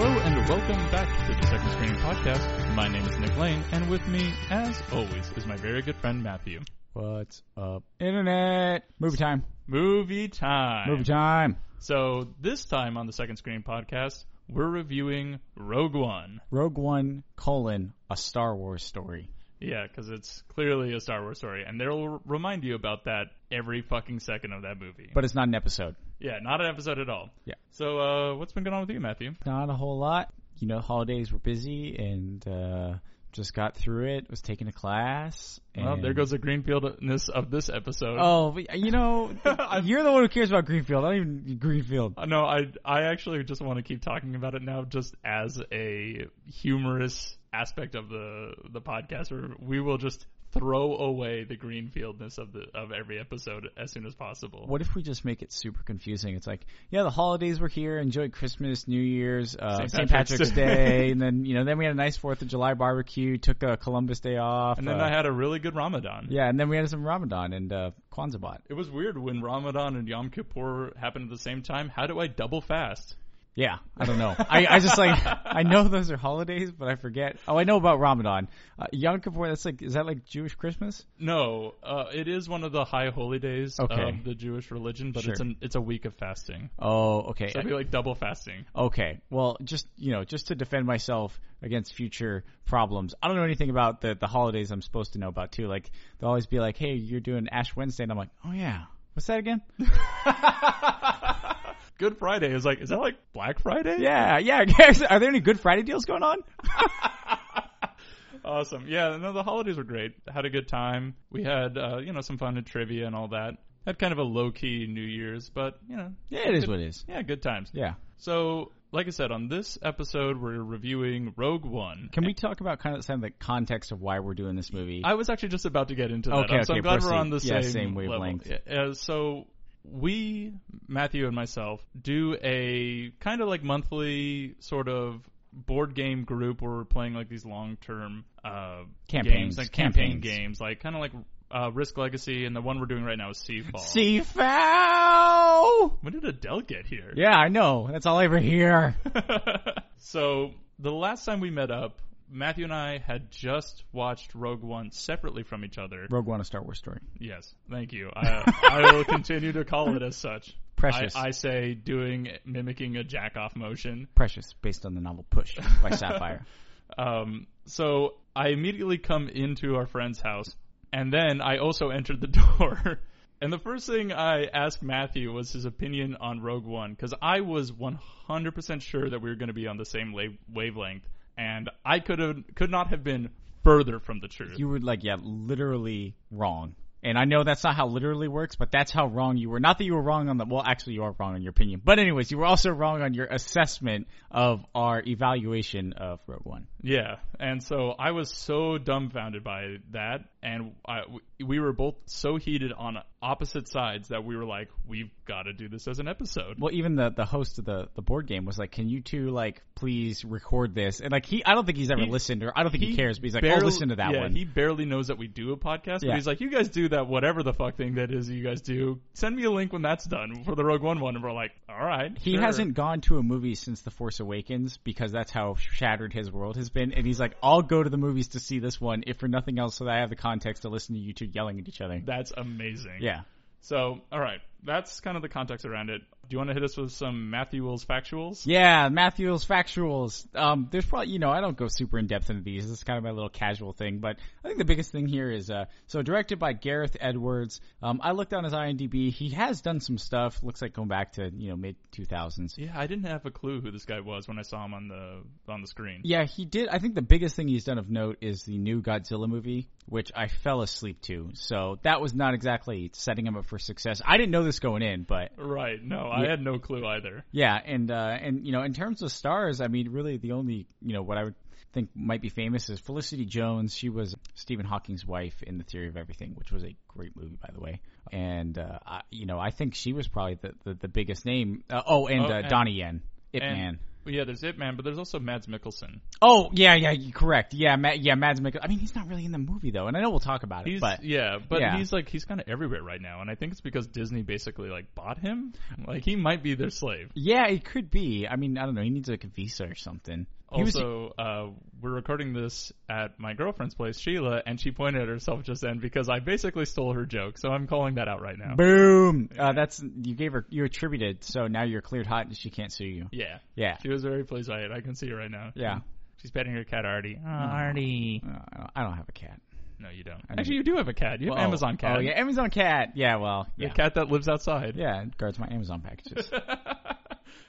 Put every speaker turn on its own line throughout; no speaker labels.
Welcome back to the Second Screen Podcast. My name is Nick Lane, and with me, as always, is my very good friend Matthew.
What's up, internet? Movie time.
Movie time.
Movie time.
So this time on the Second Screen Podcast, we're reviewing Rogue One.
Rogue One colon a Star Wars story.
Yeah, because it's clearly a Star Wars story, and they'll remind you about that every fucking second of that movie.
But it's not an episode.
yeah, not an episode at all.
Yeah.
So uh, what's been going on with you, Matthew?
Not a whole lot. You know, holidays were busy and uh just got through it. Was taking a class. And...
Well, there goes the greenfieldness of this episode.
Oh, but, you know,
I'm-
you're the one who cares about Greenfield. I don't even Greenfield.
Uh, No, I I actually just want to keep talking about it now, just as a humorous aspect of the the podcast, where we will just throw away the greenfieldness of the of every episode as soon as possible.
What if we just make it super confusing? It's like, yeah, the holidays were here. Enjoyed Christmas, New Year's, uh,
St.
St.
Patrick's
Patrick's,
Day.
Day, and then you know, then we had a nice Fourth of July barbecue. Took a Columbus Day off,
and then
uh,
I had a really good Ramadan.
Yeah, and then we had some Ramadan and uh, Kwanzaa.
It was weird when Ramadan and Yom Kippur happened at the same time. How do I double fast?
Yeah, I don't know. I, I just like I know those are holidays, but I forget. Oh, I know about Ramadan. Uh, Yom Kippur. That's like is that like Jewish Christmas?
No, uh, it is one of the high holy days
Okay.
of the Jewish religion, but
Sure.
it's an it's a week of fasting.
Oh, okay,
So it'd be like double fasting.
okay. Well, just you know, just to defend myself against future problems, I don't know anything about the the holidays I'm supposed to know about too. Like they'll always be like, "Hey, you're doing Ash Wednesday," and I'm like, "Oh yeah, what's that again?"
Good Friday is like is that like Black Friday?
yeah, yeah. I guess. Are there any Good Friday deals going on?
Awesome. Yeah, no, the holidays were great. Had a good time. We had, uh, you know, some fun and trivia and all that. Had kind of a low key New Year's, but, you know,
Yeah, it is what it is.
yeah, good times.
Yeah.
So, like I said, on this episode, we're reviewing Rogue One.
Can we talk about kind of some of the context of why we're doing this movie?
I was actually just about to get into that.
Okay,
I'm- so I'm
okay,
glad we're
proceed.
on the
Yeah,
same,
same
level.
wavelength.
Yeah, uh, so we, Matthew and myself, do a kind of like monthly sort of board game group where we're playing like these long term uh, games,
Campaigns,
like campaign
campaigns.
games, like kind of like uh, Risk Legacy, and the one we're doing right now is Seafall.
Seafowl!
when did Adele get here?
Yeah, I know. That's all I ever hear.
so the last time we met up. Matthew and I had just watched Rogue One separately from each other.
Rogue One, a Star Wars story.
Yes, thank you. I, I will continue to call it as such.
Precious.
I, I say doing mimicking a jack off motion.
Precious, based on the novel Push by Sapphire.
Um, so I immediately come into our friend's house, and then I also entered the door. And the first thing I asked Matthew was his opinion on Rogue One because I was 100% sure that we were going to be on the same la- wavelength, and I could have could not have been further from the truth.
You were like, yeah, literally wrong. And I know that's not how literally works, but that's how wrong you were. Not that you were wrong on the, well, actually, you are wrong on your opinion. But, anyways, you were also wrong on your assessment of our evaluation of Rogue One.
Yeah, and so I was so dumbfounded by that, and I, we- we were both so heated on opposite sides that we were like, we've got to do this as an episode.
Well, even the, the host of the, the board game was like, can you two, like, please record this? And, like, he, I don't think he's ever
He-
listened, or I don't think he, cares, but he's like,
barely-
oh, listen to that
yeah,
one.
He barely knows that we do a podcast, but
Yeah.
he's like, you guys do that whatever the fuck thing that is you guys do. Send me a link when that's done for the Rogue One one, and we're like, all right.
He
sure."
hasn't gone to a movie since The Force Awakens because that's how shattered his world has been. And he's like, I'll go to the movies to see this one, if for nothing else, so that I have the context to listen to you two yelling at each other.
That's amazing.
Yeah.
So, all right, that's kind of the context around it. Do you want to hit us with some Matthew Wills factuals?
Yeah, Matthew's factuals. Um, there's probably, you know, I don't go super in depth into these. This is kind of my little casual thing, but I think the biggest thing here is, uh, so directed by Gareth Edwards. Um, I looked on his IMDb. He has done some stuff. Looks like going back to, you know, mid 2000s.
Yeah, I didn't have a clue who this guy was when I saw him on the on the screen.
Yeah, he did. I think the biggest thing he's done of note is the new Godzilla movie, which I fell asleep to. So that was not exactly setting him up for success. I didn't know this going in, but
Right. No, I
Yeah.
had no clue either.
yeah, and uh, and you know, in terms of stars, I mean, really the only you know what I would think might be famous is Felicity Jones. She was Stephen Hawking's wife in The Theory of Everything, which was a great movie, by the way. And uh, I, you know, I think she was probably the the, the biggest name. Uh, oh, and
Oh,
uh,
and-
Donnie Yen, Ip
and-
Man.
Well, yeah, there's It Man, but there's also Mads Mikkelsen.
Oh yeah, yeah, you- correct. Yeah, Ma- yeah, Mads Mikkelsen. I mean, he's not really in the movie though, and I know we'll talk about it,
He's
but
yeah, but
yeah.
he's like he's kind of everywhere right now, and I think it's because Disney basically like bought him. Like he might be their slave.
yeah, it could be. I mean, I don't know. He needs like a visa or something. He was-
Also, uh, we're recording this at my girlfriend's place, Sheila, and she pointed at herself just then because I basically stole her joke, so I'm calling that out right now.
Boom. Uh, that's you gave her. You attributed. So now you're cleared hot, and she can't sue you.
yeah,
Yeah.
she was very pleased by it. I can see it right now.
Yeah.
She's petting her cat Artie. Artie.
Uh, I don't- I don't have a cat.
No, you don't.
I mean-
Actually, you do have a cat. You have an
Oh,
Amazon cat.
Oh yeah, Amazon cat. Yeah. Well.
The
Yeah.
cat that lives outside.
Yeah. It guards my Amazon packages.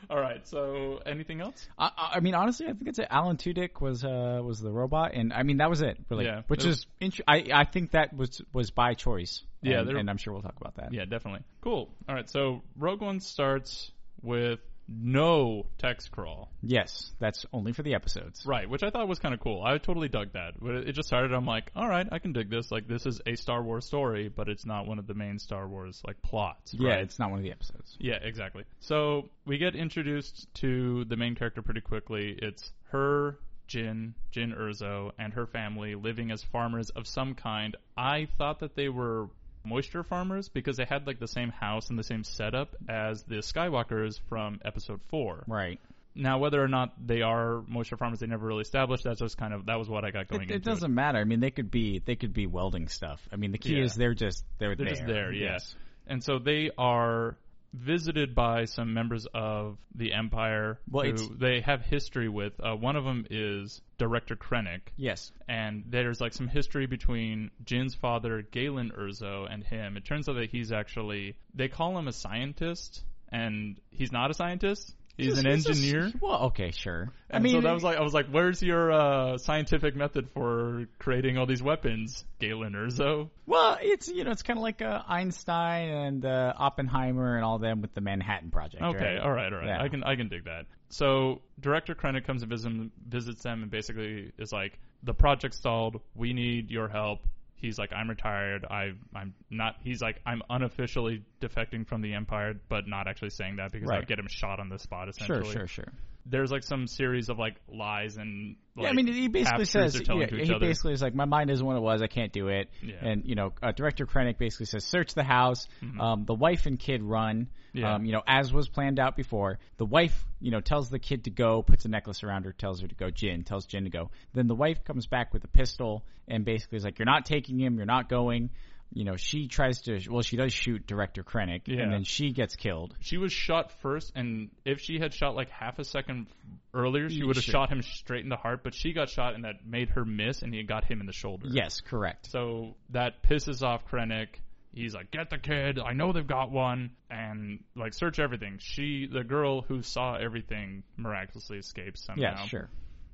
All right. So, anything else?
I, I- I mean, honestly, I think it's a, Alan Tudyk was uh, was the robot, and I mean that was it, really.
Yeah.
Which is int- I I think that was was by choice.
Yeah,
and,
they're-
and I'm sure we'll talk about that.
Yeah, definitely. Cool. All right. So, Rogue One starts with no text crawl.
Yes, that's only for the episodes.
Right, which I thought was kind of cool. I totally dug that. But It it just started. I'm like, all right, I can dig this. Like, this is a Star Wars story, but it's not one of the main Star Wars like plots.
Yeah,
right?
it's not one of the episodes.
yeah, exactly. So we get introduced to the main character pretty quickly. It's her, Jin, Jin Urzo, and her family living as farmers of some kind. I thought that they were moisture farmers because they had like the same house and the same setup as the Skywalkers from Episode Four.
Right.
Now, whether or not they are moisture farmers, they never really established. That's just kind of that was what I got going.
It,
into
it doesn't matter. I mean, they could be they could be welding stuff. I mean, the key
Yeah.
is they're just they're,
They're
there.
just there, yeah. And so they are visited by some members of the Empire
Well,
who
it's-
they have history with. Uh, one of them is Director Krennic,
Yes.
and there's like some history between Jin's father, Galen Urzo, and him. It turns out that he's actually they call him a scientist, and he's not a scientist. He's an
It's just-
engineer.
well, okay, sure. I
And
mean,
so that was like I was like, "Where's your uh, scientific method for creating all these weapons, Galen Erzo?"
well, it's you know, it's kind of like uh, Einstein and uh, Oppenheimer and all them with the Manhattan Project.
Okay,
right?
all right, all right,
Yeah.
I can I can dig that. So director Krennic comes and visit, visits them, and basically is like, "The project stalled. We need your help." He's like, "I'm retired. I I'm not." He's like, "I'm unofficially defecting from the Empire, but not actually saying that because I'd
Right.
get him shot on the spot."
Sure,
Essentially,
sure, sure.
There's like some series of like lies and like,
yeah, I mean, he basically
captures
says,
they're telling
yeah,
to
he
each other.
basically is like, my mind isn't what it was. I can't do it.
Yeah.
And, you know, uh, Director Krennic basically says, search the house. Um, the wife and kid run,
Mm-hmm. Yeah.
um, you know, as was planned out before. The wife, you know, tells the kid to go, puts a necklace around her, tells her to go, Jin, tells Jin to go. Then the wife comes back with a pistol and basically is like, you're not taking him, you're not going. You know, she tries to, well, she does shoot Director Krennic,
Yeah.
and then she gets killed.
She was shot first, and if she had shot like half a second earlier, she
You
would have
should.
shot him straight in the heart. But she got shot, and that made her miss, and he got him in the shoulder.
Yes, correct.
So that pisses off Krennic. He's like, "Get the kid! I know they've got one." And like, search everything. She, the girl who saw everything, miraculously escapes
Yeah,
somehow.
sure.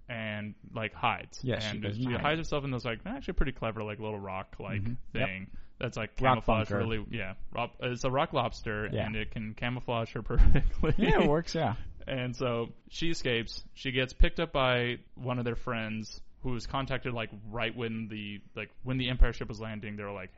And like hides.
Yeah, she
and
doesn't hide.
hides herself in this like actually pretty clever like little rock like
Mm-hmm. Yep.
thing. That's like
Rock
camouflage
bunker.
really yeah. Rob, it's a rock lobster
Yeah.
and it can camouflage her perfectly.
Yeah, it works, yeah.
And so she escapes. She gets picked up by one of their friends who was contacted like right when the like when the Empire ship was landing. They were like,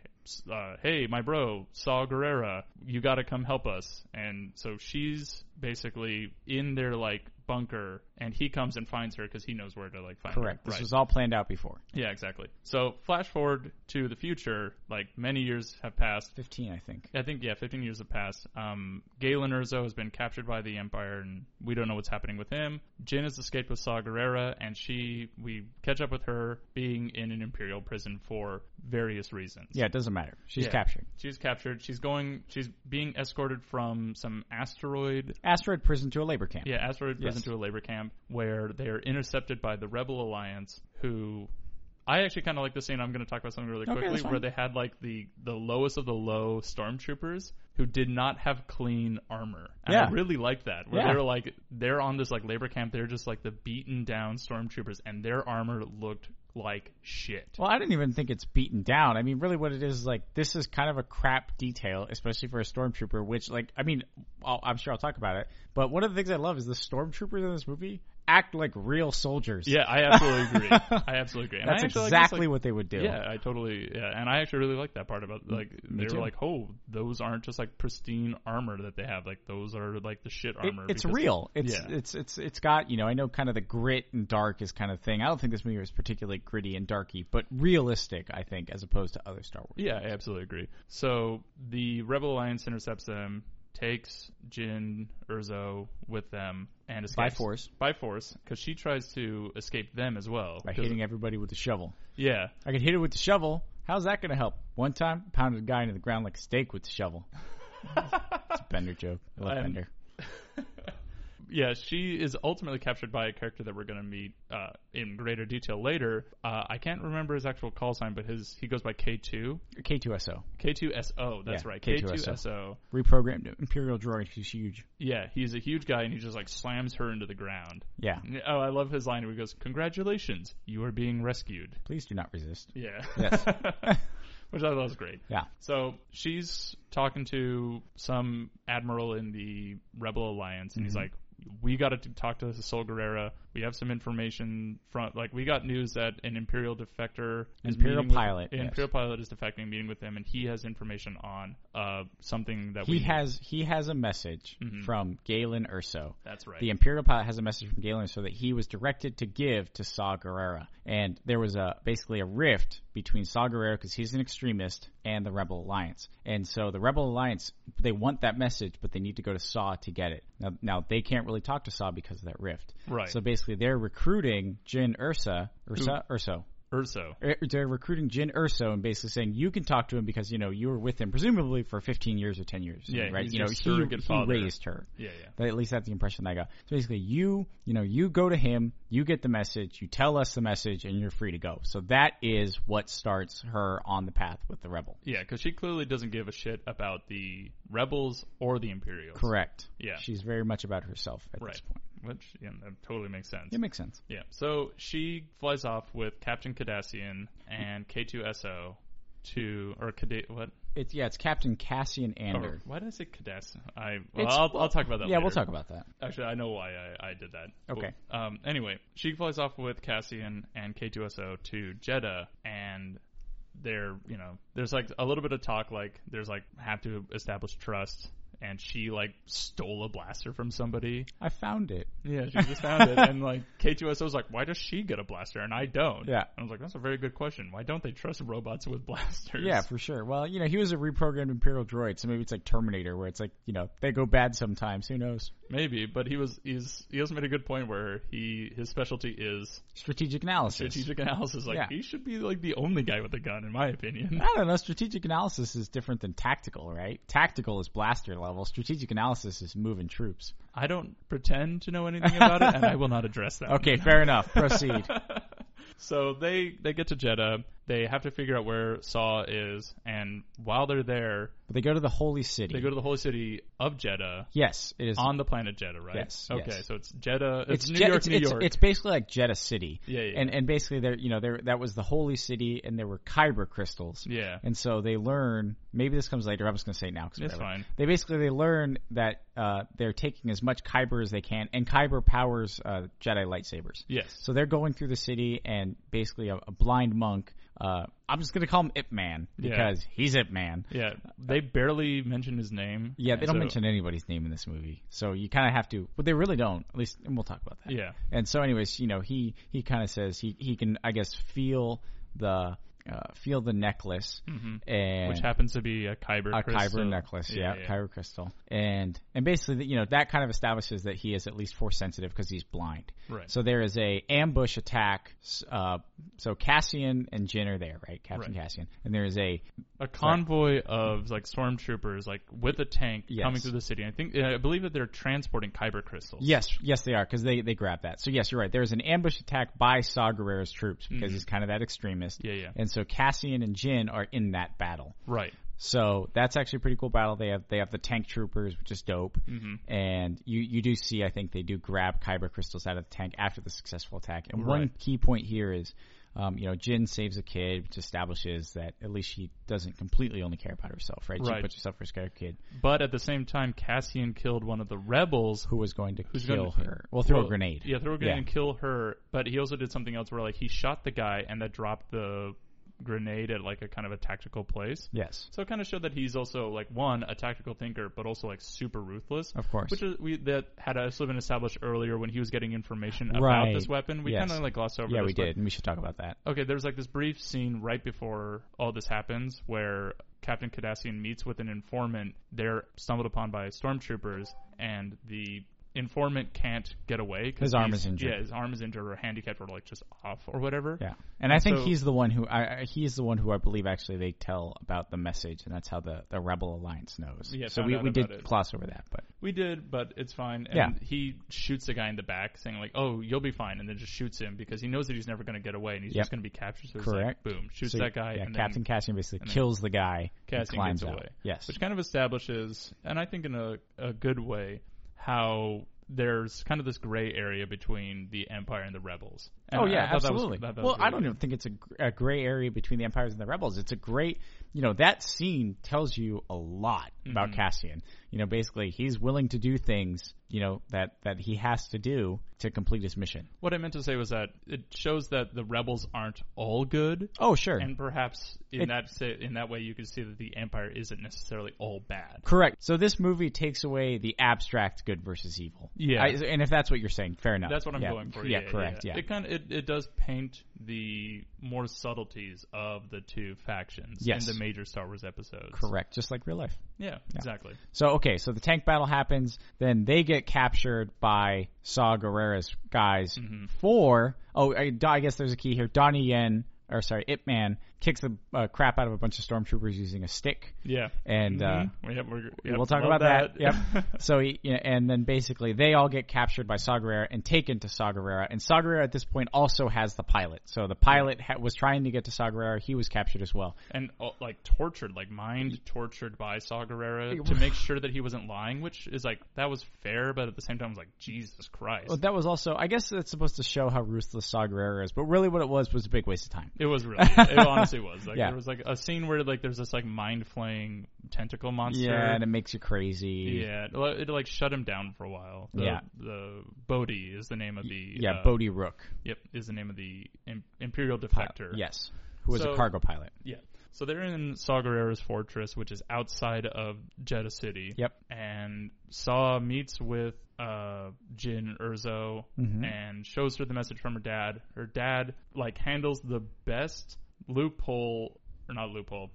uh, "Hey, my bro, Saw Guerrera, you got to come help us." And so she's basically in their like bunker, and he comes and finds her because he knows where to like find
Correct.
her.
This
Right.
was all planned out before.
yeah, exactly. So flash forward to the future. Like many years have passed.
15, I think.
I think yeah, 15 years have passed. Um, Galen Erzo has been captured by the Empire, and we don't know what's happening with him. Jin has escaped with Saw Gerrera, and she we catch up with her being in an Imperial prison for various reasons.
Yeah, it doesn't matter. She's
Yeah.
captured.
she's captured. She's going. She's being escorted from some asteroid.
Asteroid prison to a labor camp.
Yeah, asteroid prison
Yes.
to a labor camp where they are intercepted by the Rebel Alliance, who. I actually kind of like the scene. I'm going to talk about something really
Okay,
quickly
that's fine.
where they had like the the lowest of the low stormtroopers who did not have clean armor. And I
Yeah.
really liked that. Where
Yeah.
they were like they're on this like labor camp. They're just like the beaten down stormtroopers, and their armor looked like shit.
Well, I don't even think it's beaten down. I mean, really, what it is is like this is kind of a crap detail, especially for a stormtrooper. Which, like, I mean, I'll, I'm sure I'll talk about it. But one of the things I love is the stormtroopers in this movie act like real soldiers.
Yeah, I absolutely agree. I absolutely agree. And
that's
I actually like this,
exactly
like,
what they would do.
Yeah, I totally. Yeah, and I actually really like that part about like they
Mm, too.
were like, oh, those aren't just like pristine armor that they have. Like those are like the shit
It-
armor.
it's
because-
real. It's
Yeah.
it's it's it's got you know. I know kind of the grit and dark is kind of thing. I don't think this movie was particularly gritty and darky, but realistic. I think as opposed to other Star Wars.
Yeah, I absolutely agree. So the Rebel Alliance intercepts them. takes Jin Urzo with them and escapes
By force.
By force, because she tries to escape them as well.
by
'Cause-
hitting everybody with a shovel.
yeah,
I could hit it with the shovel. How's that going to help? One time, pounded a guy into the ground like a steak with the shovel. it's a Bender joke. I love
And-
Bender.
yeah. She is ultimately captured by a character that we're going to meet uh, in greater detail later. Uh, I can't remember his actual call sign, but his he goes by K two
K2SO
K two S O. That's
Yeah,
right, K two
K2SO.
S O.
reprogrammed Imperial droid. He's huge.
Yeah, he's a huge guy, and he just like slams her into the ground.
Yeah.
Oh, I love his line where he goes, "Congratulations, you are being rescued."
Please do not resist.
Yeah.
Yes.
Which I thought was great.
Yeah.
So she's talking to some admiral in the Rebel Alliance, and he's
Mm-hmm.
like, "We got to talk to the Sol Guerrera. We have some information from like we got news that an Imperial defector, is
Imperial
meeting with-
pilot,
an
yes.
Imperial pilot is defecting, meeting with them, and he has information on uh something that
He
we Mm-hmm.
has he has a message from Galen Urso.
That's right.
The Imperial pilot has a message from Galen so that he was directed to give to Saw Gerrera. And there was a basically a rift between Saw Gerrera because he's an extremist and the Rebel Alliance. And so the Rebel Alliance they want that message, but they need to go to Saw to get it. Now, now they can't really talk to Saw because of that rift.
Right.
So basically, they're recruiting Jin Ursa, Ursa, Urso.
Urso.
er- they're recruiting Jin Urso and basically saying you can talk to him because you know you were with him presumably for 15 years or 10 years.
Yeah,
right.
he's
you
your
know, he,
surrogate
he
father.
raised her.
Yeah, yeah.
That- at least that's the impression I got. So basically, you you know you go to him, you get the message, you tell us the message, and you're free to go. So that is what starts her on the path with the rebel.
Yeah, because she clearly doesn't give a shit about the rebels or the Imperials.
Correct.
Yeah.
She's very much about herself at
Right.
this point.
Which yeah, that totally makes sense.
It makes sense.
Yeah. So she flies off with Captain Cardassian and K2SO to or Cad what?
It's yeah, it's Captain Cassian
Or,
Andor.
why did I say Cardassian? I well,
It's-
I'll, I'll talk about Oh, that.
yeah, we'll
later.
talk about that.
Actually, I know why I, I did that.
Okay.
Cool. Um. Anyway, she flies off with Cassian and K2SO to Jeddah, and they're you know there's like a little bit of talk like there's like have to establish trust. And she like stole a blaster from somebody.
I found it.
Yeah, she just found it, and like K2SO was like, "Why does she get a blaster and I don't?"
Yeah.
and I was like, "That's a very good question. Why don't they trust robots with blasters?"
Yeah, for sure. Well, you know, he was a reprogrammed Imperial droid, so maybe it's like Terminator, where it's like, you know, they go bad sometimes. Who knows?
maybe. But he was he's he also made a good point where he his specialty is
Strategic analysis.
strategic analysis. Like
Yeah.
he should be like the only guy with a gun, in my opinion.
I don't know. Strategic analysis is different than tactical, right? Tactical is blaster level. Strategic analysis is moving troops.
I don't pretend to know anything about it, and I will not address that.
Okay, fair enough. Proceed.
So they they get to Jeddah. They have to figure out where Saw is, and while they're there,
But they go to the holy city.
they go to the holy city of Jeddah.
yes, it is.
on the planet Jeddah, right?
Yes,
Okay,
yes.
so it's Jeddah. It's, New
Je-
York,
it's,
New
it's-
York.
it's basically like Jeddah City.
Yeah, yeah,
And and basically, there you know there that was the holy city, and there were kyber crystals.
yeah,
And so they learn. Maybe this comes later. I'm just going to say it now. 'cause
It's
whatever.
fine.
They basically they learn that uh, they're taking as much kyber as they can, and kyber powers uh, Jedi lightsabers.
yes,
So they're going through the city, and basically a, a blind monk. Uh, I'm just going to call him Ip Man
Yeah.
because he's Ip Man.
yeah. They barely mention his name.
Yeah, they don't
So-
mention anybody's name in this movie, so you kind of have to. But they really don't. At least, and we'll talk about that.
Yeah.
And so, anyways, you know, he he kind of says he he can, I guess, feel the uh, feel the necklace, and
Mm-hmm. Which happens to be a Kyber.
a
crystal.
kyber necklace, yeah,
yeah.
kyber crystal, and and basically, you know, that kind of establishes that he is at least force sensitive because he's blind.
Right.
So there is a ambush attack. s- Uh, so Cassian and Jin are there, right? Captain
Right.
Cassian, and there is a
a convoy of like stormtroopers, like with a tank
Yes.
coming through the city. I think I believe that they're transporting Kyber crystals.
Yes, yes, they are because they they grab that. So yes, you're right. There's an ambush attack by Saw Gerrera's troops because he's kind of that extremist.
Mm-hmm. Yeah, yeah.
And so Cassian and Jin are in that battle.
Right.
So that's actually a pretty cool battle. They have they have the tank troopers, which is dope. Mm-hmm. And you you do see, I think they do grab kyber crystals out of the tank after the successful attack. And one
Right.
key point here is. Um, you know, Jin saves a kid, which establishes that at least she doesn't completely only care about herself, right? She
Right.
puts herself first, care of kid
But at the same time, Cassian killed one of the rebels.
who was going to kill
gonna-
her. Well, throw
Well,
a grenade.
Yeah, throw a grenade
Yeah.
and kill her. But he also did something else where like he shot the guy and that dropped the grenade at like a kind of a tactical place.
Yes.
So it kind of showed that he's also like one a tactical thinker, but also like super ruthless.
Of course.
which is, we that had also been established earlier when he was getting information
Right.
about this weapon. We
Yes.
kind of like glossed over.
Yeah,
this,
we
but-
did, and we should talk about that.
Okay, there's like this brief scene right before all this happens where Captain Cardassian meets with an informant, they're stumbled upon by stormtroopers, and the informant can't get away. 'cause
His arm
he's-
is injured.
Yeah, his arm is injured or handicapped or like just off or whatever.
Yeah, and I think
so-
he's the one who I I- he's the one who I believe actually they tell about the message, and that's how the, the Rebel Alliance knows.
Yeah,
so
found
we,
out
we did
about it.
gloss over that, but
We did, but it's fine. And
Yeah.
he shoots the guy in the back, saying like, "Oh, you'll be fine," and then just shoots him because he knows that he's never going to get away and he's
Yep.
just going to be captured. So
Correct.
It's like, boom, shoots
so,
that guy,
Yeah,
and
Captain
then
Cassian basically
and then
kills the guy. and
Cassian
climbs
gets
out.
away.
Yes,
which kind of establishes, and I think in a, a good way, how there's kind of this gray area between the Empire and the Rebels. And
oh
I
yeah,
thought that was-
absolutely.
that- that
well,
was
I
really
don't even think it's a, gr- a gray area between the empires and the rebels. It's a great, you know, that scene tells you a lot about
Mhm.
Cassian. You know, basically he's willing to do things, you know, that that he has to do to complete his mission.
What I meant to say was that it shows that the Rebels aren't all good.
Oh sure,
And perhaps in
It-
that sa- in that way, you could see that the Empire isn't necessarily all bad.
correct. So this movie takes away the abstract good versus evil.
Yeah.
I, and if that's what you're saying, fair enough.
That's what I'm
Yeah.
going for.
Yeah, correct. Yeah.
it kind of it, it does paint the more subtleties of the two factions
Yes.
in the major Star Wars episodes.
correct. Just like real life.
Yeah, exactly.
So okay, so the tank battle happens, then they get captured by Saw Gerrera's guys
Mm-hmm.
for oh I, I guess there's a key here. Donnie Yen or sorry, Ip Man kicks the uh, crap out of a bunch of stormtroopers using a stick.
Yeah,
And, uh,
Mhm. we have, we're, yep,
we'll talk
love
about that. Yep. so he, you know, and then basically they all get captured by Saw Gerrera and taken to Saw Gerrera. And Saw Gerrera at this point also has the pilot. So the pilot ha- was trying to get to Saw Gerrera. He was captured as well.
and uh, like tortured, like mind tortured by Saw Gerrera to make sure that he wasn't lying, which is like that was fair, but at the same time, I was like Jesus Christ,
But that was also, I guess that's supposed to show how ruthless Saw Gerrera is. But really, what it was was a big waste of time.
It was really. It honestly was. Like
Yeah.
there was like a scene where like there's this like mind flaying tentacle monster.
Yeah, and it makes you crazy.
yeah. It, li- it, like shut him down for a while. The,
Yeah.
The Bodhi is the name of the.
Yeah,
uh,
Bodhi Rook.
Yep, is the name of the im- Imperial
pilot.
defector.
Yes. Who was
So-
a cargo pilot.
Yeah. So they're in Saw Gerrera's fortress, which is outside of Jeddah City.
Yep.
And Saw meets with uh, Jin Urzo
Mm-hmm.
and shows her the message from her dad. Her dad like handles the best loophole or not loophole.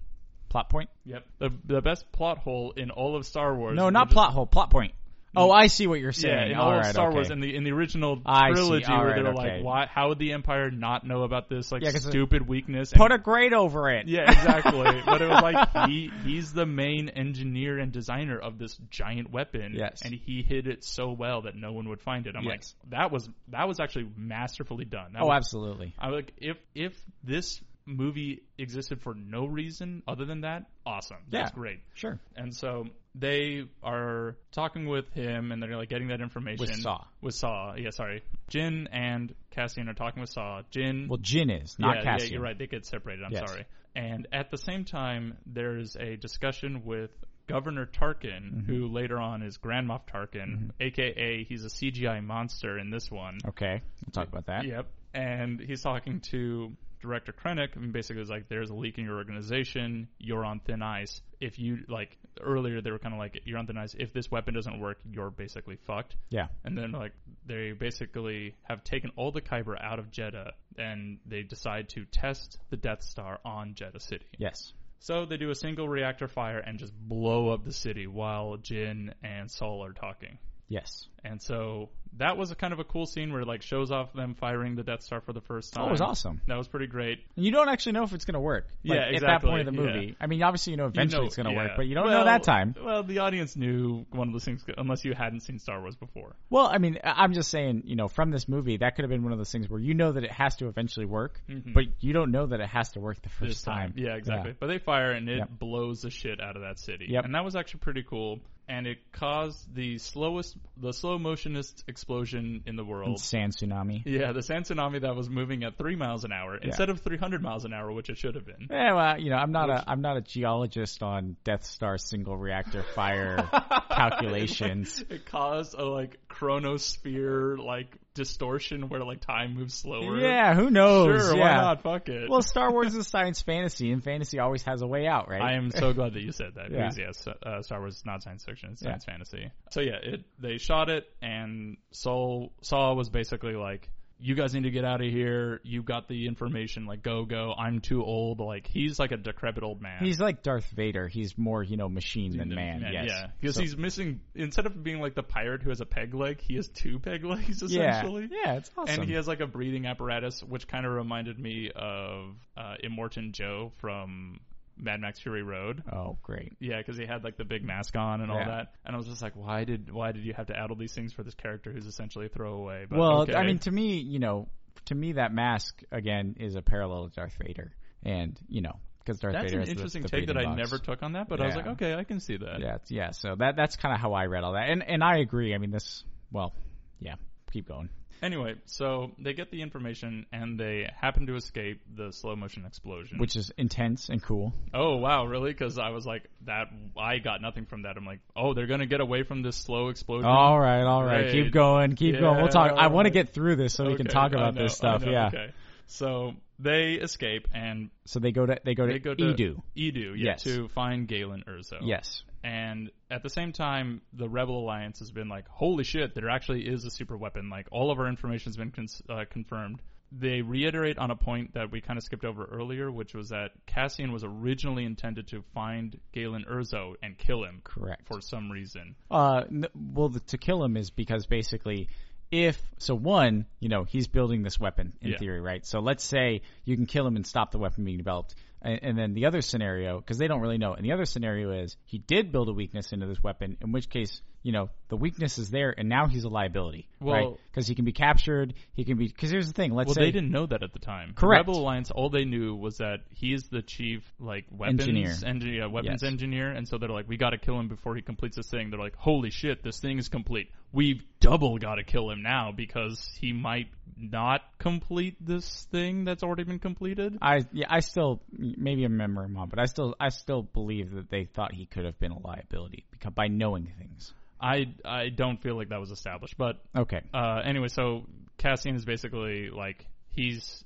Plot point?
Yep. The the best plot hole in all of Star Wars.
No,
We're
not
just- Mm.
plot hole, plot point. Oh, I see what you're
Yeah,
saying.
in all,
all right,
of Star
okay.
Wars in the in the original
I see.
trilogy
All
where
right,
they're
okay.
like, why? How would the Empire not know about this like
Yeah, 'cause it-
stupid weakness?
Put
and
a grade over it.
Yeah, exactly. but it was like he he's the main engineer and designer of this giant weapon.
Yes.
And he hid it so well that no one would find it. I'm
Yes.
like, that was that was actually masterfully done. That
Oh,
was,
absolutely.
I'm like, if if this movie existed for no reason other than that, awesome. That's
Yeah.
great.
Sure.
And so they are talking with him, and they're like getting that information
With Saw.
With Saw, yeah, sorry. Jin and Cassian are talking with Saw. Jin,
Well, Jin is, not
yeah,
Cassian.
Yeah, you're right. They get separated. I'm
Yes.
sorry. And at the same time, there's a discussion with Governor Tarkin,
Mm-hmm.
who later on is Grand Moff Tarkin, aka he's a CGI monster in this one.
Okay. We'll talk about that.
Yep. And he's talking to Director Krennic and basically is like, there's a leak in your organization. You're on thin ice. If you, like, earlier they were kind of like, you're on thin ice. If this weapon doesn't work, you're basically fucked.
Yeah.
And then, like, they basically have taken all the Kyber out of Jeddah and they decide to test the Death Star on Jeddah City.
Yes.
So they do a single reactor fire and just blow up the city while Jin and Sol are talking.
Yes.
And so that was a kind of a cool scene where it like shows off them firing the Death Star for the first time.
Oh, it was awesome.
That was pretty great.
And you don't actually know if it's going to work. Like,
Yeah,
At that
exactly,
point of the movie.
yeah.
I mean, obviously you know
You
eventually
know-
it's going to
yeah.
work, but you don't
Well-
know that time.
Well, the audience knew one of those things unless you hadn't seen Star Wars before.
Well, I mean, I- I'm just saying, you know, from this movie, that could have been one of those things where you know that it has to eventually work, but you don't know that it has to work the first
Mm-hmm. This time.
time.
Yeah, exactly. But they fire and it
Yep.
blows the shit out of that city.
Yep.
And that was actually pretty cool. And it caused the slowest the slow motionist explosion in the world.
Sand tsunami.
yeah, the sand tsunami that was moving at three miles an hour instead of three hundred miles an hour, which it should have been.
Yeah, Eh, well, you know, I'm not a I'm not a geologist on Death Star single reactor fire calculations.
It caused a like chronosphere like distortion where like time moves slower.
Yeah, who knows?
sure, why
yeah.
not? Fuck it.
Well, Star Wars is science fantasy, and fantasy always has a way out, right?
I am so glad that you said that
Yeah.
because yes, uh, Star Wars is not science fiction; it's science fantasy. So yeah, it they shot it, and Soul Saw was basically like, you guys need to get out of here. You got the information. Like, go, go. I'm too old. Like, he's like a decrepit old man.
He's like Darth Vader. He's more, you know, machine than man. yes.
Yeah, because
So-
he's missing. Instead of being like the pirate who has a peg leg, he has two peg legs essentially.
Yeah, yeah, it's awesome.
And he has like a breathing apparatus, which kind of reminded me of uh, Immortan Joe from Mad Max Fury Road.
oh, great.
Yeah, because he had like the big mask on and all
Yeah.
that. And I was just like, why did why did you have to add all these things for this character who's essentially a throwaway? But
Well,
okay.
I mean, to me, you know, to me, that mask again is a parallel to Darth Vader, and you know, because Darth
that's an
Vader has the-
interesting
the
take that
breathing
I
box.
never took on that. But I was
Yeah.
like, okay, I can see that.
Yeah, it's- yeah. So that that's kind of how I read all that, and and I agree. I mean, this. Well, yeah. Keep going.
Anyway, so they get the information and they happen to escape the slow motion explosion.
Which is intense and cool.
oh wow, really? Because I was like, that I got nothing from that. I'm like, oh, they're gonna get away from this slow explosion.
All right, all right.
Right.
Keep going. Keep going. We'll talk.
Yeah,
I want to
right.
get through this so we can
Okay,
talk
I
about this
know, I
stuff.
know,
yeah.
Okay. So they escape and
So they go to they go to
they go to
Edu.
Edu, yeah,
Yes.
to find Galen Urso.
Yes.
And at the same time, the Rebel Alliance has been like, holy shit, there actually is a super weapon. Like, all of our information has been cons- uh, confirmed. They reiterate on a point that we kind of skipped over earlier, which was that Cassian was originally intended to find Galen Urzo and kill him
Correct.
for some reason.
Uh, n- well, the, to kill him is because basically, if so, one, you know, he's building this weapon in
Yeah.
theory, right? So let's say you can kill him and stop the weapon being developed, and, and then the other scenario, because they don't really know, and the other scenario is he did build a weakness into this weapon, in which case, you know, the weakness is there, and now he's a liability,
Well-
right? Because he can be captured, he can be. Because here's the thing, let's
Well,
say
they didn't know that at the time. The
Correct.
Rebel Alliance, all they knew was that he's the chief, like weapons
Engineer.
engi- yeah, weapons
Yes.
engineer, and so they're like, we got to kill him before he completes this thing. They're like, holy shit, this thing is complete. We've double got to kill him now because he might not complete this thing that's already been completed.
I yeah, I still maybe I'm remembering mom, but I still I still believe that they thought he could have been a liability because by knowing things.
I I don't feel like that was established, but
Okay.
uh, anyway, so Cassian is basically like he's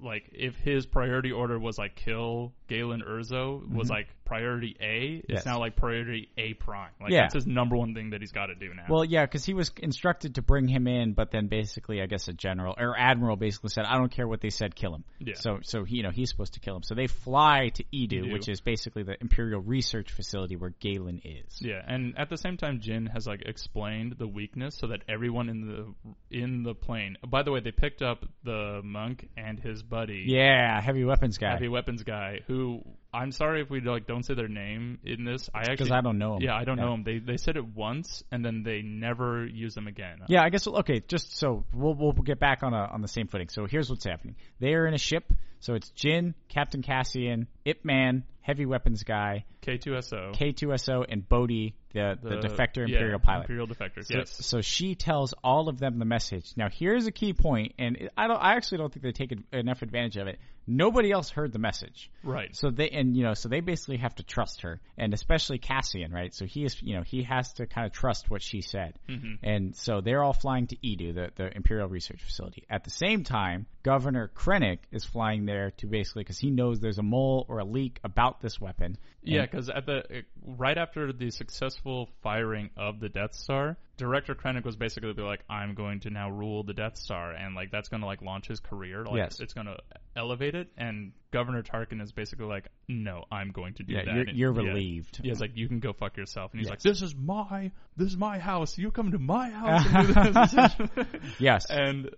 like if his priority order was like kill Galen Urzo was like priority A, it's
Mm-hmm. Yes.
now like priority A prime. Like
Yeah.
that's his number one thing that he's got to do now.
Well, yeah, because he was instructed to bring him in, but then basically, I guess a general or admiral basically said, "I don't care what they said, kill him."
Yeah.
So, so he, you know, he's supposed to kill him. So they fly to Edu,
Edu.
which is basically the Imperial Research Facility where Galen is.
yeah, and at the same time, Jin has like explained the weakness so that everyone in the in the plane. By the way, they picked up the monk and his buddy.
Yeah, heavy weapons guy.
Heavy weapons guy, who I'm sorry if we like don't say their name in this. I
Because
actually
I don't know him.
Yeah, I don't know them. They they said it once and then they never use them again.
Yeah, I guess okay. Just so we'll we'll get back on a on the same footing. So here's what's happening. They are in a ship. So it's Jin, Captain Cassian, Ip Man, heavy weapons guy,
K2SO.
K2SO, and Bodhi, the the, defector
yeah,
Imperial pilot.
Imperial defector.
So,
yes.
so she tells all of them the message. Now here's a key point, and it- I don't. I actually don't think they take ad- enough advantage of it. Nobody else heard the message,
Right.
so they and you know, so they basically have to trust her, and especially Cassian, right? So he is, you know, he has to kind of trust what she said,
Mm-hmm.
and so they're all flying to Edu, the the Imperial Research Facility. At the same time, Governor Krennic is flying there to basically because he knows there's a mole or a leak about this weapon.
Yeah, because at the right after the successful firing of the Death Star, Director Krennic was basically be like, "I'm going to now rule the Death Star," and like that's going to like launch his career. Like,
Yes.
it's going to elevate it. And Governor Tarkin is basically like, "No, I'm going to do
Yeah,
that."
you're,
And-
you're
yeah.
relieved.
Yeah, it's like you can go fuck yourself, and he's
Yes.
like, "This is my, this is my house. You come to my house." And do this.
Yes.
And uh,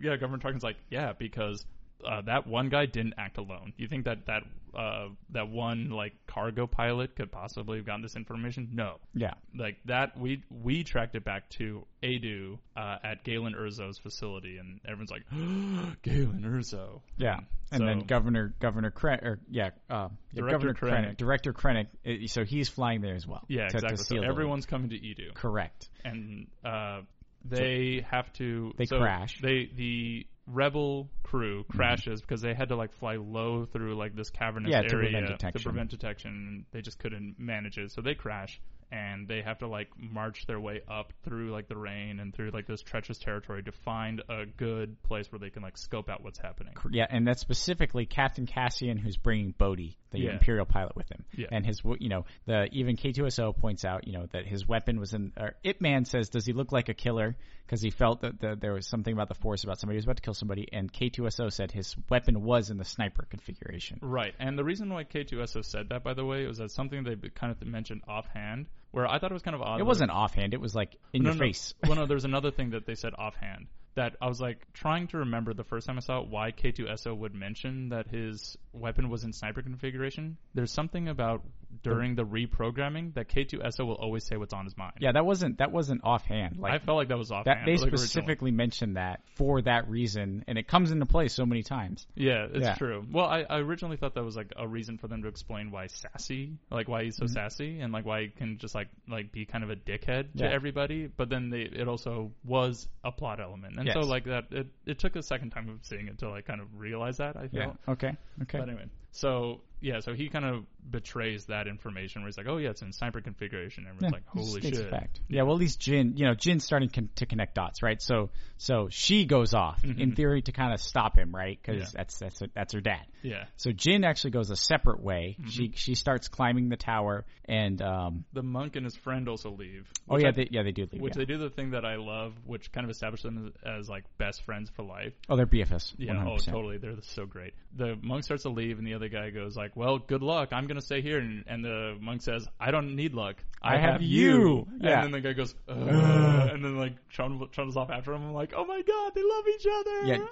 yeah, Governor Tarkin's like, yeah, because uh, that one guy didn't act alone. You think that that uh, that one like cargo pilot could possibly have gotten this information? No,
Yeah.
like that we we tracked it back to Adu uh, at Galen Urzo's facility, and everyone's like, Galen Urzo.
Yeah, and
So-
then Governor Governor Krennic, or yeah, uh, yeah,
Director
Governor
Krennic.
Krennic, Director Krennic. uh, So he's flying there as well.
Yeah,
to- to
exactly.
seal
so
the-
everyone's coming to Edu.
correct.
and uh, they have to
They
so
crash. Mm-hmm.
They the rebel crew crashes because they had to like fly low through like this cavernous
Yeah, to
area
prevent detection.
to prevent detection. They just couldn't manage it, so they crash and they have to like march their way up through like the rain and through like this treacherous territory to find a good place where they can like scope out what's happening.
Yeah, and that's specifically Captain Cassian, who's bringing Bodhi, the
Yeah.
Imperial pilot, with him.
Yeah.
And his, w- you know, the even K2SO points out, you know, that his weapon was in. Or Ip Man says, "Does he look like a killer?" Because he felt that the, there was something about the Force about somebody who was about to kill somebody. And K2SO said his weapon was in the sniper configuration.
Right, and the reason why K2SO said that, by the way, was that something they kind of mentioned offhand, where I thought it was kind of odd.
It
that-
wasn't offhand. It was like in
No,
your
no.
face.
well, no, there's another thing that they said offhand that I was like trying to remember the first time I saw it why K2SO would mention that his weapon was in sniper configuration. There's something about during the reprogramming that K2SO will always say what's on his mind.
Yeah, that wasn't that wasn't offhand. Like
I felt like that was offhand.
that, they
like, originally.
specifically mentioned that for that reason, and it comes into play so many times.
Yeah, it's
Yeah.
true. Well, I, I originally thought that was like a reason for them to explain why sassy, like why he's so
Mm-hmm.
sassy, and like why he can just like like be kind of a dickhead to
Yeah.
everybody. But then they, it also was a plot element, and so
Yes.
like that, it, it took a second time of seeing it to like kind of realize that. I feel.
Yeah. Okay. Okay.
But anyway, so yeah, so he kind of betrays that information where he's like, "Oh yeah, it's in sniper configuration," and it's like,
it's-
"Holy
it's
shit!"
a fact. Yeah, well, at least Jin, you know, Jin's starting con- to connect dots, right? So, so she goes off in theory to kind of stop him, right? Because
Mm-hmm. Yeah.
that's that's her, that's her dad.
Yeah,
So Jin actually goes a separate way.
Mm-hmm.
She she starts climbing the tower, and um,
the monk and his friend also leave.
oh
which
yeah,
I-
they, yeah, they do leave.
which
Yeah.
they do the thing that I love, which kind of established them as, as like best friends for life.
oh, they're BFS.
Yeah,
100%.
oh, totally. They're so great. The monk starts to leave, and the other guy goes like, "Well, good luck. I'm gonna stay here." And, and the monk says, "I don't need luck. I,
I have you." Yeah.
And then the guy goes, "Ugh," and then like trundles, trundles off after him. I'm like, "Oh my god, they love each other."
Yeah.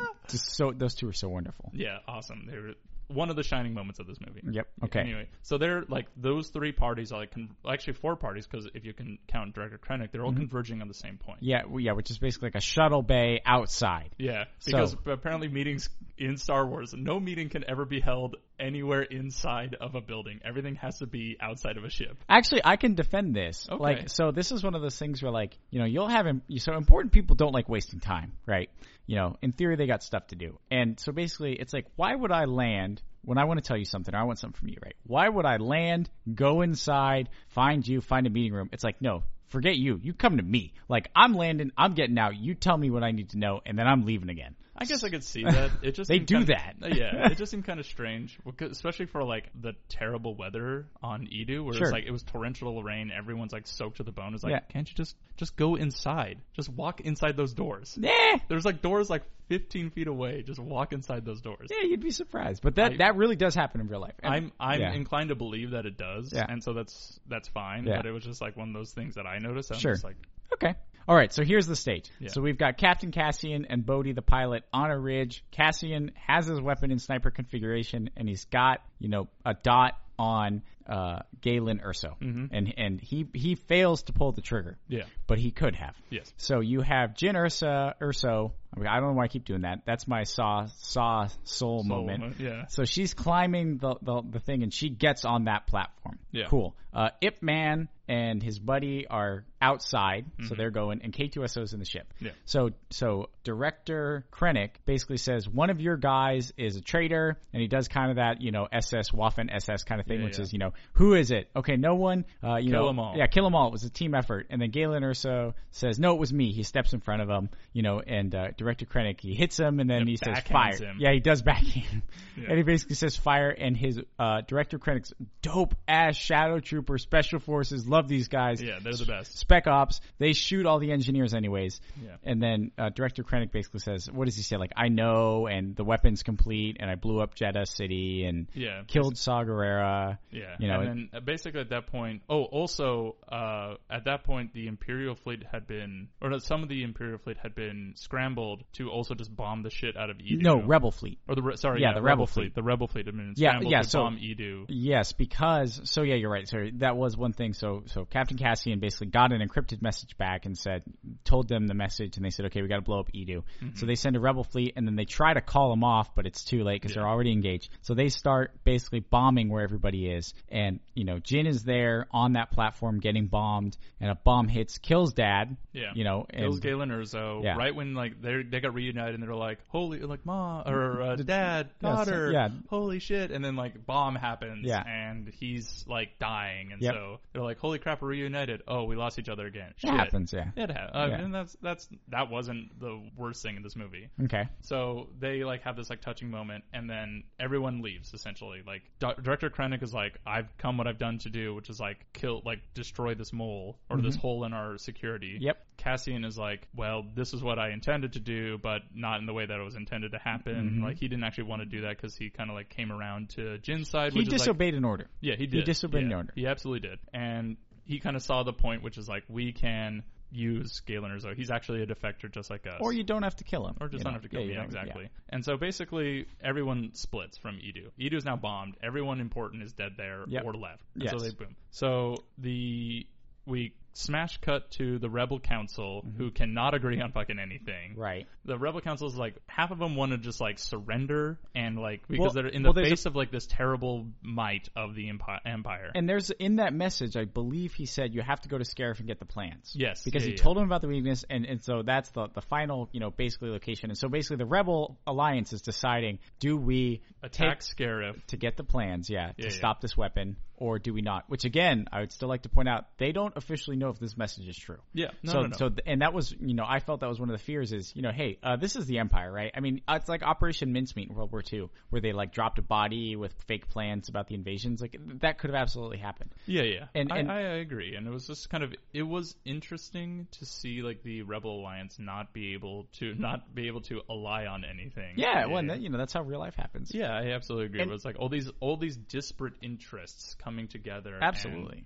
Ah!
Just so those two are so wonderful.
Yeah, awesome. They were one of the shining moments of this movie.
Yep. Okay.
Anyway, so they're like those three parties are like con- actually four parties because if you can count Director Krennic, they're all
Mm-hmm.
converging on the same point.
Yeah, well, yeah, which is basically like a shuttle bay outside.
Yeah, because
So-
apparently meetings in Star Wars, no meeting can ever be held anywhere inside of a building. Everything has to be outside of a ship.
Actually, I can defend this.
Okay.
Like, so this is one of those things where, like, you know, you'll have im- so important people don't like wasting time, right? You know, in theory, they got stuff to do, and so basically, it's like, why would I land when I want to tell you something or I want something from you, right? Why would I land, go inside, find you, find a meeting room? It's like, no, forget you. You come to me. Like, I'm landing, I'm getting out. You tell me what I need to know, and then I'm leaving again.
I guess I could see that. It just
They
seemed
do
kinda- uh,
that.
yeah, it just seemed kind of strange, because- especially for like the terrible weather on Edo, where
Sure.
it's like it was torrential rain. Everyone's like soaked to the bone. It's like,
Yeah.
can't you just just go inside? Just walk inside those doors.
Nah.
There's like doors like 15 feet away. Just walk inside those doors.
Yeah, you'd be surprised, but that
I-
that really does happen in real life. And-
I'm I'm
Yeah.
inclined to believe that it does,
Yeah.
and so that's that's fine.
Yeah.
But it was just like one of those things that I noticed. I'm
Sure.
just like,
Okay. All right, so here's the stage.
Yeah.
So we've got Captain Cassian and Bodhi the pilot on a ridge. Cassian has his weapon in sniper configuration, and he's got you know a dot on uh, Galen Urso, and and he he fails to pull the trigger.
Mm-hmm. Yeah.
but he could have.
Yes.
So you have Jin Ursa Urso. I, mean, I don't know why I keep doing that. That's my saw saw soul, moment.
moment, yeah.
So she's climbing the, the the thing, and she gets on that platform.
Yeah.
Cool. Uh, Ip Man and his buddy are outside, so they're going, and K2SO's in the ship.
Mm-hmm. Yeah.
So so director Krennic basically says one of your guys is a traitor, and he does kind of that you know SS Waffen SS kind of thing,
Yeah,
which
yeah.
is you know who is it? Okay, no one. Uh, you
Kill
know,
'em all.
Yeah, kill them all. It was a team effort. And then Galen Urso says, "No, it was me." He steps in front of him, you know, and uh, director Krennic he hits him, and then he says, "Fire!"
backhands him.
Yeah, he does backhand, him. and he basically says, "Fire!" And his uh, director Krennic's dope ass Shadow Trooper Special Forces love these guys.
yeah, they're the best.
Spec Ops, they shoot all the engineers anyways.
Yeah.
And then uh, Director Krennic basically says, what does he say? Like, I know, and the weapon's complete, and I blew up Jeddah City, and
Yeah.
killed Saw Gerrera.
Yeah,
You know,
and then uh, basically at that point, oh, also uh, at that point, the Imperial fleet had been, or no, some of the Imperial fleet had been scrambled to also just bomb the shit out of Edo.
no, Rebel Fleet.
or the re- sorry,
yeah,
yeah,
the
Rebel,
Rebel
fleet.
fleet.
the Rebel fleet had been
Yeah,
scrambled
yeah,
to
so-
bomb Edo.
Yes, because so yeah, you're right. So that was one thing. So so Captain Cassian basically got an encrypted message back and said, told them the message, and they said, okay, we got to blow up Edo.
Mm-hmm.
So they send a rebel fleet, and then they try to call them off, but it's too late because they're already engaged. So they start basically bombing where everybody is, and you know, Jin is there on that platform getting bombed, and a bomb hits, kills Dad.
Yeah.
you know,
It was
and
Galen Urzo.
Yeah.
Right when like they they got reunited and they're like, holy, like ma or uh, dad,
yeah, so-
daughter,
yeah.
holy shit, and then like bomb happens,
Yeah.
and he's like dying, and
Yep.
so they're like, holy crap, we're reunited. Oh, we lost each other again.
it
Shit.
happens. Yeah.
It ha- I
Yeah.
mean, that's that's that wasn't the worst thing in this movie.
Okay.
So they like have this like touching moment, and then everyone leaves essentially. Like D- director Krennic is like, "I've come what I've done to do, which is like kill, like destroy this mole or
Mm-hmm.
this hole in our security."
Yep.
Cassian is like, "Well, this is what I intended to do, but not in the way that it was intended to happen."
Mm-hmm.
Like he didn't actually want to do that because he kind of like came around to Jin's side.
He
which is, like,
disobeyed an order.
yeah, he did.
disobeyed
yeah,
an order.
He absolutely did. And he kind of saw the point, which is like, we can use Galen Erso. He's actually a defector just like us.
Or you don't have to kill him.
Or just
you
don't
know.
have to kill
Yeah,
me,
you don't-
exactly. And so basically, everyone splits from Edu. Edu is now bombed. Everyone important is dead there
Yep.
or left. And So
Yes.
they boom. So the we smash cut to the rebel council who cannot agree on fucking anything.
yeah. Mm-hmm. Right.
The rebel council is like half of them want to just like surrender and like because
Well-
they're in the
well, there's a-
face of like this terrible might of the empi- empire.
And there's in that message, I believe he said you have to go to Scarif and get the plans.
Yes,
because
yeah,
he
yeah.
told him about the weakness, and and so that's the the final you know basically location. And so basically, the Rebel Alliance is deciding: do we
attack
take-
Scarif.
to get the plans, yeah, to
yeah.
stop this weapon, or do we not? Which again, I would still like to point out they don't officially know if this message is true.
Yeah, no,
so
no, no.
so th- and that was you know I felt that was one of the fears is you know hey uh, this is the empire right I mean uh, it's like Operation Mincemeat in World War II where they like dropped a body with fake plans about the invasions like that could have absolutely happened
Yeah, yeah,
And-
I,
and-
I, I agree. And it was just kind of it was interesting to see like the Rebel Alliance not be able to not be able to ally on anything.
Yeah, well, and that, you know that's how real life happens.
yeah, I absolutely agree.
And-
but it's like all these all these disparate interests coming together. and-
absolutely.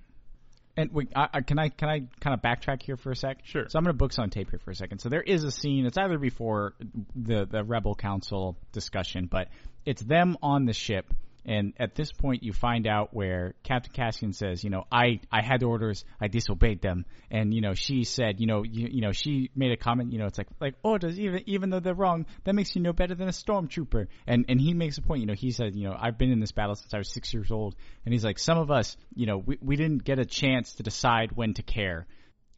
And wait, I, I, can I can I kind of backtrack here for a sec?
Sure.
So I'm going to books on tape here for a second. So there is a scene. It's either before the the rebel council discussion, but it's them on the ship. And at this point, you find out where Captain Cassian says, you know, I, I had orders, I disobeyed them, and you know, she said, you know, you, you know, she made a comment, you know, it's like like orders, even even though they're wrong, that makes you no better than a stormtrooper. And and he makes a point, you know, he said, you know, I've been in this battle since I was six years old, and he's like, some of us, you know, we we didn't get a chance to decide when to care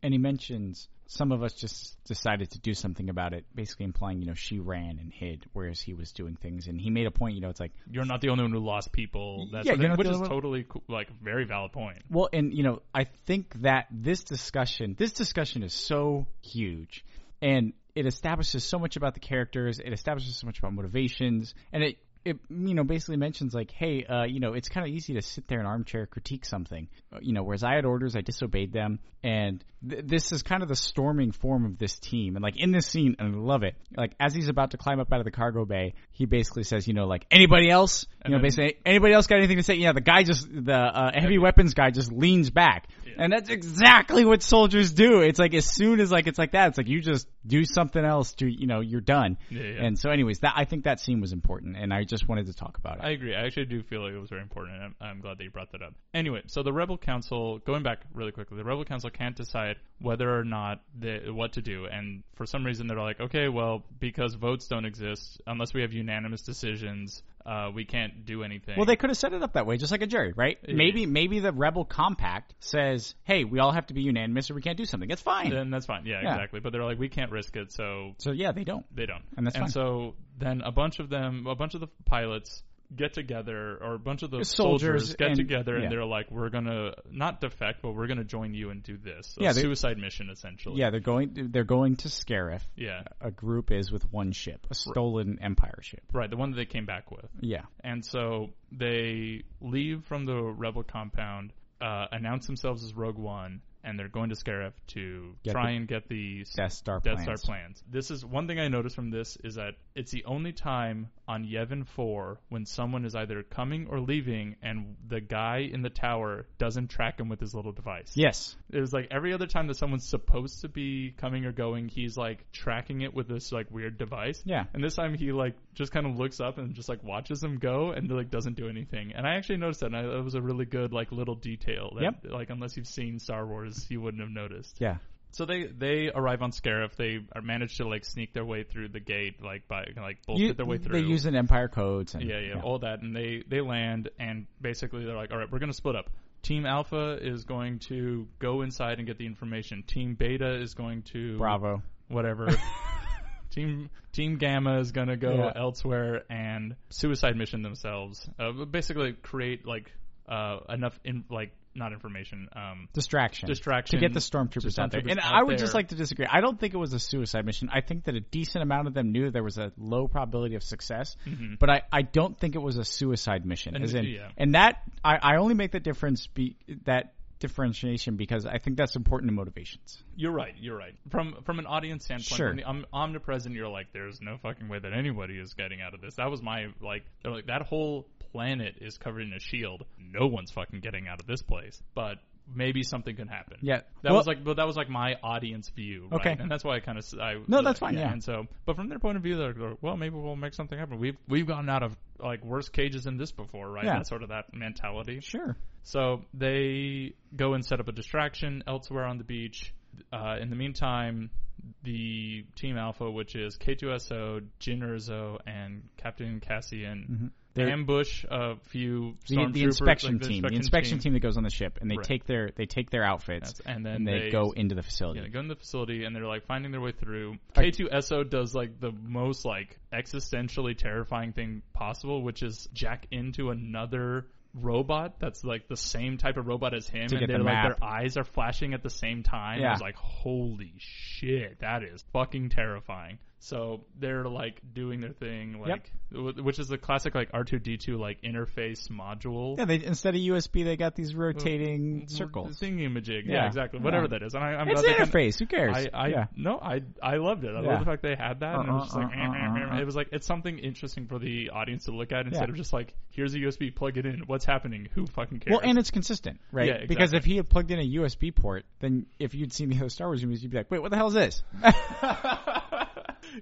and he mentions some of us just decided to do something about it, basically implying, you know, she ran and hid, whereas he was doing things. And he made a point, you know, it's like,
you're not the only one who lost people. That's
Yeah,
what
you're
it-
not
which
the
is
only one-
totally cool, like very valid point.
well, and you know, I think that this discussion, this discussion is so huge, and it establishes so much about the characters. It establishes so much about motivations, and it. It you know basically mentions like hey uh you know it's kind of easy to sit there in armchair critique something Uh, you know whereas I had orders I disobeyed them and th- this is kind of the storming form of this team and like in this scene and I love it like as he's about to climb up out of the cargo bay he basically says you know like anybody else you know
then-
basically anybody else got anything to say yeah the guy just the uh, heavy weapons guy just leans back and that's exactly what soldiers do it's like as soon as like it's like that it's like you just do something else to you know you're done
Yeah, yeah.
and so anyways that i think that scene was important and i just wanted to talk about it
I agree. I actually do feel like it was very important, and I'm, I'm glad that you brought that up. Anyway, so the Rebel Council, going back really quickly, the Rebel Council can't decide whether or not the, what to do, and for some reason they're like, okay, well, because votes don't exist, unless we have unanimous decisions, uh, we can't do anything.
well they could have set it up that way just like a jury right maybe maybe the rebel compact says hey we all have to be unanimous or we can't do something that's fine
then that's fine. Yeah,
Yeah.
exactly. But they're like, we can't risk it, so
so yeah they don't
they don't.
And that's fine.
so then a bunch of them, a bunch of the pilots get together, or a bunch of the soldiers,
Soldiers
get
and-
together,
yeah.
and they're like, "We're gonna not defect, but we're gonna join you and do this." A
Yeah, they-
suicide mission essentially.
yeah they're going they're going to scarif
yeah,
a group is with one ship a stolen empire ship
right. The one that they came back with,
yeah
and so they leave from the rebel compound, uh, announce themselves as Rogue One, and they're going to Scarif to
Get
try
the-
and get the
Death Star
Death
plans.
Star plans. This is one thing I noticed from this is that it's the only time on Yevon 4 when someone is either coming or leaving and the guy in the tower doesn't track him with his little device.
Yes.
It was like every other time that someone's supposed to be coming or going, he's like tracking it with this like weird device.
Yeah.
And this time he like just kind of looks up and just like watches them go and like doesn't do anything. And I actually noticed that and I, that was a really good like little detail that
Yep.
like unless you've seen Star Wars you wouldn't have noticed.
Yeah.
So they they arrive on Scarif. They are manage to like sneak their way through the gate, like by like bullshit
You-
their way through.
They use an Empire codes. And,
yeah, yeah, all that, and they they land, and basically they're like, all right, we're gonna split up. Team Alpha is going to go inside and get the information. Team Beta is going to
Bravo.
whatever. Team Team Gamma is gonna go
Yeah.
elsewhere and suicide mission themselves. Uh, but basically, create like uh, enough in like not information. Um,
Distraction.
Distraction.
To get the stormtroopers out there.
Stormtroopers
And
out
I would just
there.
like to disagree. I don't think it was a suicide mission. I think that a decent amount of them knew there was a low probability of success, but I, I don't think it was a suicide mission.
Mm-hmm. And-
as in,
yeah.
And that, I, I only make that difference, be, that differentiation because I think that's important in motivations.
You're right. You're right. From from an audience standpoint,
Sure.
from the om- omnipresent, you're like, there's no fucking way that anybody is getting out of this. That was my like, they're like that whole planet is covered in a shield. No one's fucking getting out of this place. But maybe something can happen.
Yeah.
That
Well-
was like, but that was like my audience view. Right?
Okay.
And that's why I kind of I
No, that's fine, yeah.
And so, but from their point of view, they're like, well, maybe we'll make something happen. We've we've gotten out of like worse cages than this before, right?
Yeah.
That's sort of that mentality.
Sure.
So they go and set up a distraction elsewhere on the beach. Uh, in the meantime, the Team Alpha, which is K2SO, Jin Erso, and Captain Cassian,
They're-
ambush a few
Mm-hmm. The,
stormtroopers,
the inspection
like
team, the inspection team. that goes on the ship, and they
Right.
take their they take their outfits
That's- and then
and they,
they-
go into the
Yeah, they
facility.
go in the facility and they're like finding their way through.
Are-
K2SO does like the most like existentially terrifying thing possible, which is jack into another robot that's like the same type of robot as him
To get
and they're
the
like
map.
their eyes are flashing at the same time.
Yeah.
I was like, holy shit, that is fucking terrifying. So they're like doing their thing, like w- which is the classic like R two D two like interface module.
Yeah, they instead of USB, they got these rotating circles.
Thingy majig. Yeah.
Yeah.
exactly.
Yeah.
Whatever that is. And I, I'm
It's
glad they can-
interface. Who cares?
I, I
yeah.
no, I I loved it. I
Yeah.
love the fact they had that, and it was just
Uh, uh,
like
uh, uh, uh, uh.
it was like it's something interesting for the audience to look at instead
Yeah.
of just like here's a USB, plug it in. What's happening? Who fucking cares?
Well, and it's consistent, right?
Yeah,
Because if he had plugged in a USB port, then if you'd seen the other Star Wars movies, you'd be like, "Wait, what the hell is this?"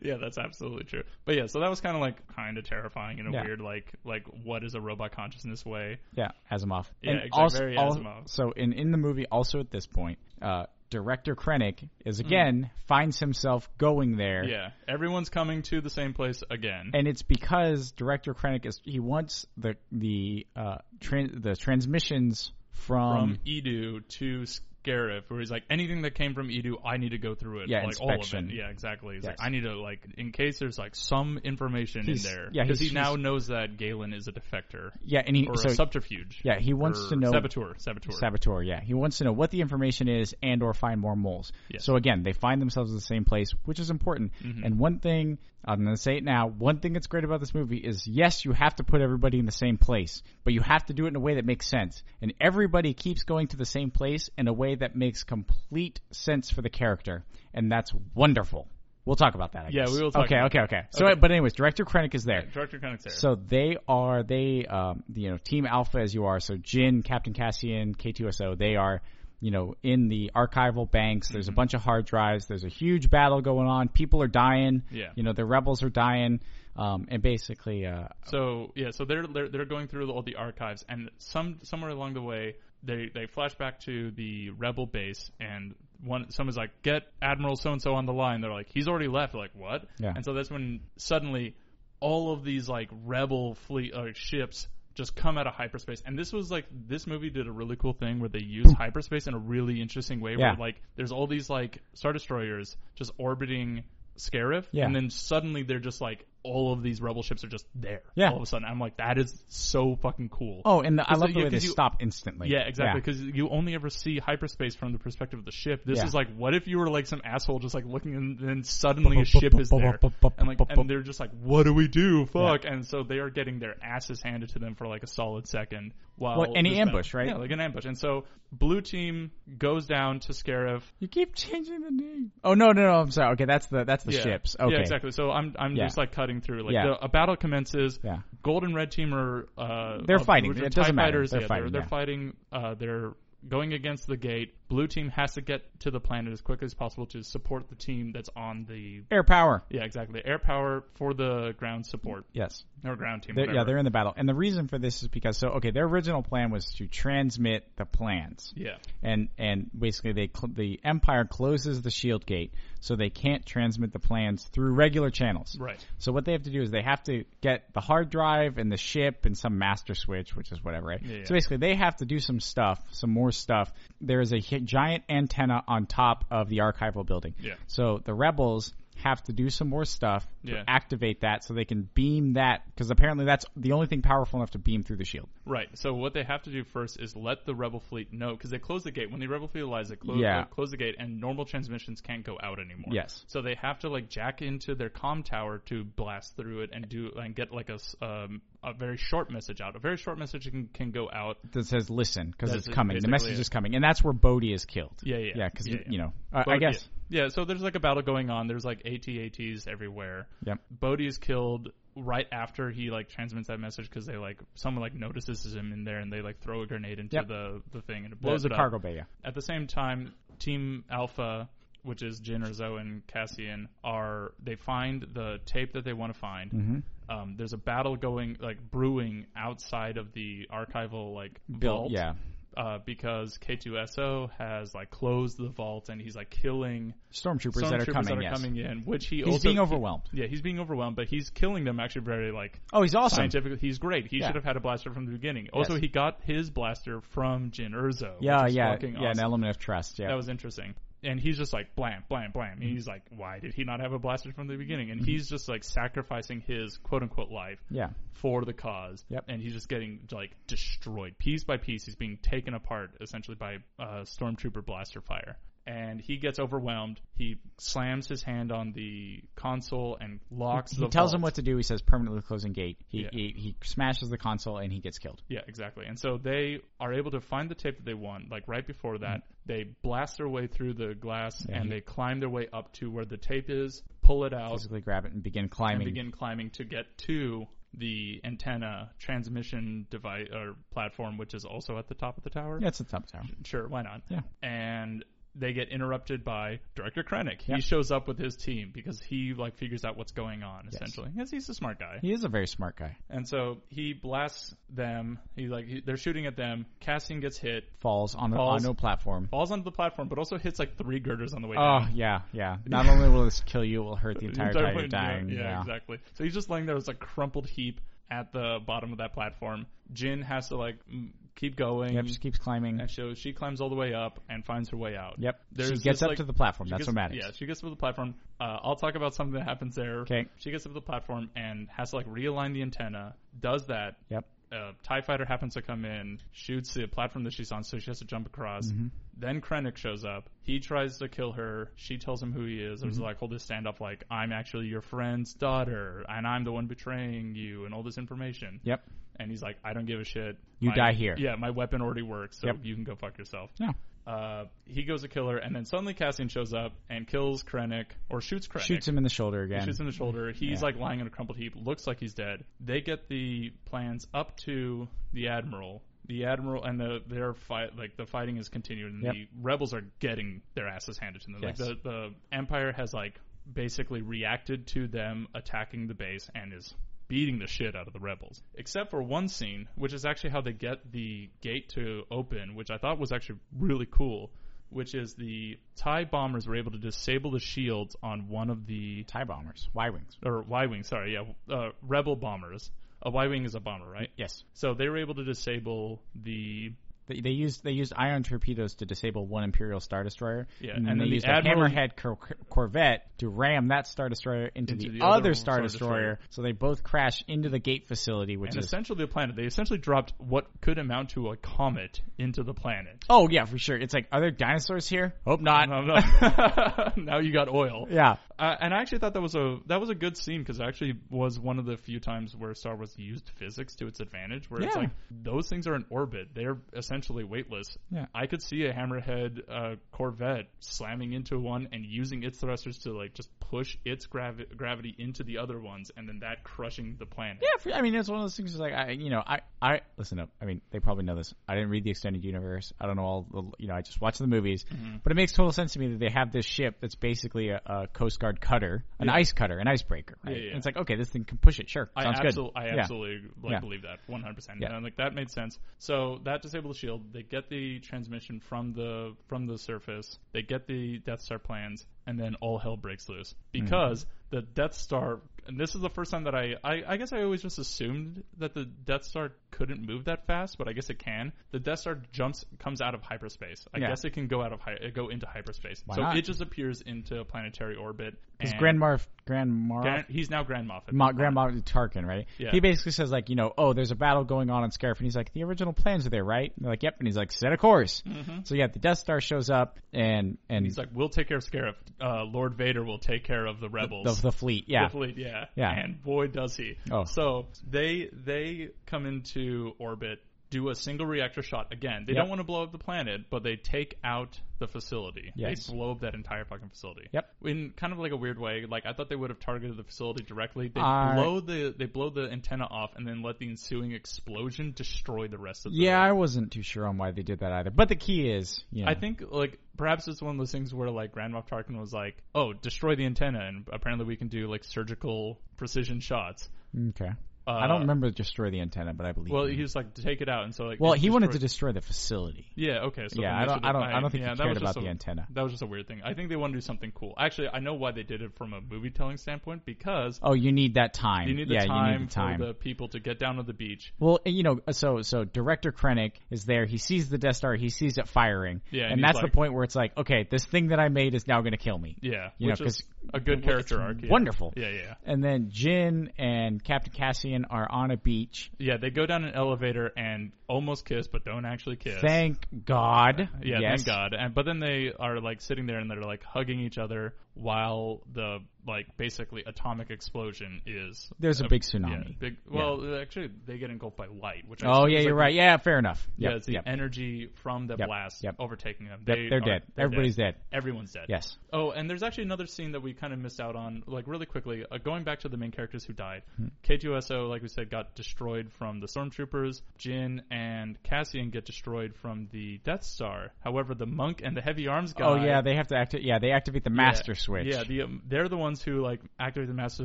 yeah, that's absolutely true. But yeah, so that was kind of like kind of terrifying in a
Yeah.
weird like like what is a robot consciousness way?
yeah, Asimov.
Yeah,
and
exactly,
Also,
very
al-
Asimov.
So in in the movie, also at this point, uh, director Krennic is again finds himself going there.
Mm. Yeah, everyone's coming to the same place again.
and it's because director Krennic is he wants the the uh tran the transmissions from,
from Edu to Scarif, where he's like, anything that came from Edu, I need to go through it.
Yeah,
like all
inspection.
of it. Yeah, exactly. He's
Yes.
like, I need to like, in case there's like some information
He's-
in there,
yeah,
because
he's-
he now
he's-
knows that Galen is a defector
yeah, and he
or
so
a subterfuge.
yeah he wants
or
to know
saboteur, saboteur.
Saboteur, yeah. He wants to know what the information is and or find more moles.
Yes. Mm-hmm.
So again, they find themselves in the same place, which is important. And one thing, I'm going to say it now, one thing that's great about this movie is yes, you have to put everybody in the same place, but you have to do it in a way that makes sense. And everybody keeps going to the same place in a way that makes complete sense for the character, and that's wonderful. We'll talk about that, I
Yeah,
guess.
we will talk
Okay,
about
okay, okay. So but anyways, director Krennic is there.
Director Connick's there.
So they are they um you know team alpha as you are so Jin Captain Cassian K2SO they are you know in the archival banks there's a bunch of hard drives there's a huge battle going on people are dying
Yeah.
you know the rebels are dying um and basically uh
So yeah, so they're they're, they're going through all the archives, and some somewhere along the way, they they flash back to the rebel base, and one someone's like, "Get Admiral so and so on the line." They're like, "He's already left." They're like, "What?"
Yeah.
And so that's when suddenly all of these like rebel fleet uh, ships just come out of hyperspace, and this was like this movie did a really cool thing where they used hyperspace in a really interesting way.
Yeah.
Where like there's all these like star destroyers just orbiting Scarif,
Yeah.
and then suddenly they're just like all of these rebel ships are just there.
Yeah.
All of a sudden, I'm like, that is so fucking cool.
Oh, and the, I
Because,
love
yeah,
the way they
'cause you-
stop instantly.
Yeah, exactly. Because you only ever see hyperspace from the perspective of the ship. This
Yeah.
is like, what if you were like some asshole just like looking, and then suddenly a
Bup, bup,
ship
bup,
is
bup,
there,
bup, bup,
and like,
bup, bup.
and they're just like, what do we do? Fuck! And so they are getting their asses handed to them for like a solid second. While
Well, any
this-
ambush, right?
Yeah, like an ambush. And so blue team goes down to Scarif.
You keep changing the name. Oh no, no, no! I'm sorry. Okay, that's the that's the
Yeah.
ships. Okay,
Yeah, exactly. So I'm I'm
Yeah.
just like cutting through. Like
Yeah.
the, a battle commences.
Yeah.
Gold and red team are uh,
They're
uh,
fighting.
which are
It
TIE
doesn't matter.
Fighters.
They're
yeah,
fighting,
They're,
yeah.
they're fighting. Uh, they're going against the gate. Blue team has to get to the planet as quickly as possible to support the team that's on the.
Air power.
Yeah, exactly. Air power for the ground support
Yes.
or ground team.
They're- yeah,
whatever.
they're in the battle, and the reason for this is because so okay, their original plan was to transmit the plans,
yeah.
and and basically they cl- the Empire closes the shield gate, so they can't transmit the plans through regular channels.
Right.
So what they have to do is they have to get the hard drive and the ship and some master switch, which is whatever. Right?
Yeah.
So basically, they have to do some stuff, some more stuff. There is a hi- giant antenna on top of the archival building.
Yeah.
So the rebels have to do some more stuff to
Yeah.
activate that, so they can beam that because apparently that's the only thing powerful enough to beam through the shield.
Right. So what they have to do first is let the rebel fleet know because they close the gate when the rebel fleet lies. They close,
Yeah.
they close the gate and normal transmissions can't go out anymore.
Yes.
So they have to like jack into their comm tower to blast through it and do and get like a s- um, a very short message out. A very short message can can go out.
That says listen because
That's
it's coming. The
basically
message
it.
is coming, and that's where Bodhi is killed.
Yeah, yeah,
yeah. Because
yeah, yeah.
you know, I- I
Bodhi-
guess
Yeah. So there's like a battle going on. There's like ATATs everywhere.
Yep.
Bodhi is killed right after he like transmits that message because they like someone like notices him in there and they like throw a grenade into
Yep.
the the thing and it blows
the,
it
the
up.
cargo bay. Yeah.
At the same time, Team Alpha, which is Jin or Zoe and Cassian, are they find the tape that they want to find.
Mm-hmm.
Um, there's a battle going, like brewing outside of the archival like
Bill.
vault.
Yeah.
Uh, because K2SO has like closed the vault and he's like killing
Stormtroopers,
stormtroopers
that are coming. yes.
coming in, which he
He's
also
being overwhelmed.
yeah he's being overwhelmed, but he's killing them actually very like
Oh, he's awesome.
scientifically. He's great. He
Yeah.
should have had a blaster from the beginning. Also,
Yes.
he got his blaster from Jin Urzo.
Yeah,
which is
yeah,
fucking
yeah. An
awesome.
element of trust. Yeah,
That was interesting. And he's just like blam, blam, blam. And he's like, why did he not have a blaster from the beginning? And he's just like sacrificing his quote unquote life
yeah.
for the cause.
Yep.
And he's just getting like destroyed piece by piece. He's being taken apart essentially by uh, stormtrooper blaster fire. And he gets overwhelmed. He slams his hand on the console and locks
He
the.
tells
vault.
him what to do. He says permanently closing gate. He,
Yeah.
he he smashes the console and he gets killed.
Yeah, exactly. And so they are able to find the tape that they want. Like right before that,
Mm-hmm.
they blast their way through the glass and they climb their way up to where the tape is, pull it out,
Basically, grab it and begin
and
climbing.
begin climbing to get to the antenna transmission device or platform, which is also at the top of the tower.
yeah, it's a top tower.
Sure, why not?
Yeah.
And they get interrupted by Director Krennic. He
Yeah.
shows up with his team because he like figures out what's going on essentially. Yes, he's a smart guy.
He is a very smart guy.
And so he blasts them. He like he, they're shooting at them. Cassian gets hit,
Falls on the
Falls.
on no platform.
falls onto the platform, but also hits like three girders on the way
Oh
down.
yeah, yeah. Not only will this kill you, it will hurt the entire time
Definitely-
you're
yeah,
dying.
Yeah,
Yeah,
exactly. So he's just laying there as a crumpled heap at the bottom of that platform. Jin has to like m- keep going.
Yep, just keeps climbing.
And so she climbs all the way up and finds her way out.
Yep. she
There's
gets
this,
up
like-
to the platform.
she
That's
gets-
what matters.
Yeah, she gets up to the platform. Uh, I'll talk about something that happens there.
Okay.
She gets up to the platform and has to like realign the antenna. Does that.
Yep.
a TIE fighter happens to come in, shoots the platform that she's on, so she has to jump across.
Mm-hmm.
Then Krennic shows up. He tries to kill her. She tells him who he is. There's
Mm-hmm.
like all this standoff, like, I'm actually your friend's daughter, and I'm the one betraying you, and all this information.
Yep.
And he's like, I don't give a shit.
You
My-
die here.
Yeah, my weapon already works, so
Yep.
you can go fuck yourself.
Yeah.
Uh, he goes to kill her, and then suddenly Cassian shows up and kills Krennic, or shoots Krennic.
Shoots him in the shoulder again.
Shoots in the shoulder. He's
Yeah.
like lying in a crumpled heap. Looks like he's dead. They get the plans up to the admiral. The admiral and the their fight like the fighting is continuing. and
Yep.
The rebels are getting their asses handed to them.
Yes.
Like the the empire has like basically reacted to them attacking the base and is beating the shit out of the rebels. Except for one scene, which is actually how they get the gate to open, which I thought was actually really cool. Which is the Thai bombers were able to disable the shields on one of the
Tie bombers, Y wings.
or Y wing, sorry, yeah, uh, rebel bombers. A Y wing is a bomber, right?
Yes.
So they were able to disable the
They, they used they used ion torpedoes to disable one Imperial Star Destroyer.
Yeah,
and, then they used
Admiral-
a Hammerhead cor- Corvette to ram that Star Destroyer into,
Into
the,
the
other
other
Star,
Star
Destroyer.
Destroyer.
So they both crash into the gate facility, which
And
is
essentially the planet. They essentially dropped what could amount to a comet into the planet.
oh yeah for sure. It's like are there dinosaurs here? Hope not.
I'm not- now you got oil.
Yeah.
Uh, and I actually thought that was a that was a good scene because it actually was one of the few times where Star Wars used physics to its advantage. Where it's
Yeah.
like those things are in orbit; they're essentially weightless.
Yeah.
I could see a Hammerhead uh, Corvette slamming into one and using its thrusters to like just push its gravi- gravity into the other ones, and then that crushing the planet.
Yeah, for, I mean, it's one of those things. Like, I, you know, I, I listen up. I mean, they probably know this. I didn't read the extended universe. I don't know all the, you know. I just watched the movies,
Mm-hmm.
but it makes total sense to me that they have this ship that's basically a, a Coast Guard cutter, an ice cutter, an icebreaker. Right?
Yeah, yeah,
And it's like, okay, this thing can push it. Sure,
I
sounds
absolutely,
good.
I
Yeah.
absolutely like
Yeah.
believe that 100%.
Yeah.
And like that made sense. So that disabled the shield. They get the transmission from the from the surface. They get the Death Star plans, and then all hell breaks loose
Mm-hmm.
because the Death Star. And this is the first time that I, I I guess I always just assumed that the Death Star couldn't move that fast, but I guess it can. The Death Star jumps comes out of hyperspace. I
Yeah.
guess it can go out of hy- go into hyperspace.
Why
so
not?
it just appears into planetary orbit.
It's
and
Grand Marf, Grand Marf,
Grand- he's now Grand Moffat.
Ma, Grand Moff Tarkin, right?
Yeah.
He basically says like, you know, oh, there's a battle going on on Scarif, and he's like, the original plans are there, right? And they're like, yep. And he's like, set a course. So yeah, the Death Star shows up, and and
Mm-hmm. He's like, "We'll take care of Scarif. Uh, Lord Vader will take care of the
the,
rebels."
the fleet, yeah.
Definitely, yeah.
Yeah.
And boy, does he.
Oh.
So they they come into orbit, do a single reactor shot again. They
Yep.
don't want to blow up the planet, but they take out the facility.
Yes.
They blow up that entire fucking facility.
Yep.
In kind of like a weird way. Like I thought they would have targeted the facility directly. They
Uh,
blow the they blow the antenna off and then let the ensuing explosion destroy the rest of the
Yeah, I wasn't too sure on why they did that either. But the key is, you know,
I think like perhaps it's one of those things where like Grand Moff Tarkin was like, "Oh, destroy the antenna," and apparently we can do like surgical precision shots.
okay.
Uh,
I don't remember destroy the antenna, but I believe.
Well,
you.
he was like, "Take it out," and so like,
well,
it
he wanted to
destroyed-
destroy the facility.
Yeah. Okay. So
Yeah,
then
I
they
don't-
should've-
I don't- I don't think he
yeah, that
cared
was just
about the antenna.
That was just a weird thing. I think they wanted to do something cool. Actually, I know why they did it from a movie telling standpoint because
Oh, you need that time.
you need the
yeah,
time
you need the time.
for the people to get down to the beach.
Well, you know, so so director Krennic is there. He sees the Death Star. He sees it firing.
Yeah, and
and
he's
that's
like-
the point where it's like, okay, this thing that I made is now going to kill me.
Yeah,
You know,
which is
'cause
a good
it's
character arc. yeah.
wonderful.
Yeah, yeah.
And then Jin and Captain Cassian are on a beach.
Yeah, they go down an elevator and almost kiss, but don't actually kiss.
Thank God.
Yeah,
yes.
thank God. And but then they are like sitting there and they're like hugging each other while the like basically atomic explosion is
There's a
uh,
big
Yeah,
tsunami.
big. Well, actually, they get engulfed by light, which I
Oh
assume
yeah,
is,
you're
like,
right. Yeah, fair enough.
Yeah,
Yep,
it's the
yep.
energy from the
Yep,
blast
yep.
overtaking them.
Yep,
They
they're
are-
dead. Everybody's dead.
Everyone's dead.
Yes.
Oh, and there's actually another scene that we kind of missed out on, like really quickly. Uh, going back to the main characters who died,
Hmm.
K2SO, like we said, got destroyed from the stormtroopers. Jin and Cassian get destroyed from the Death Star. However, the monk and the heavy arms guy.
Oh yeah, they have to activate. Yeah, they activate the master
Yeah,
switch.
Yeah, the, um, they're the ones who like activate the master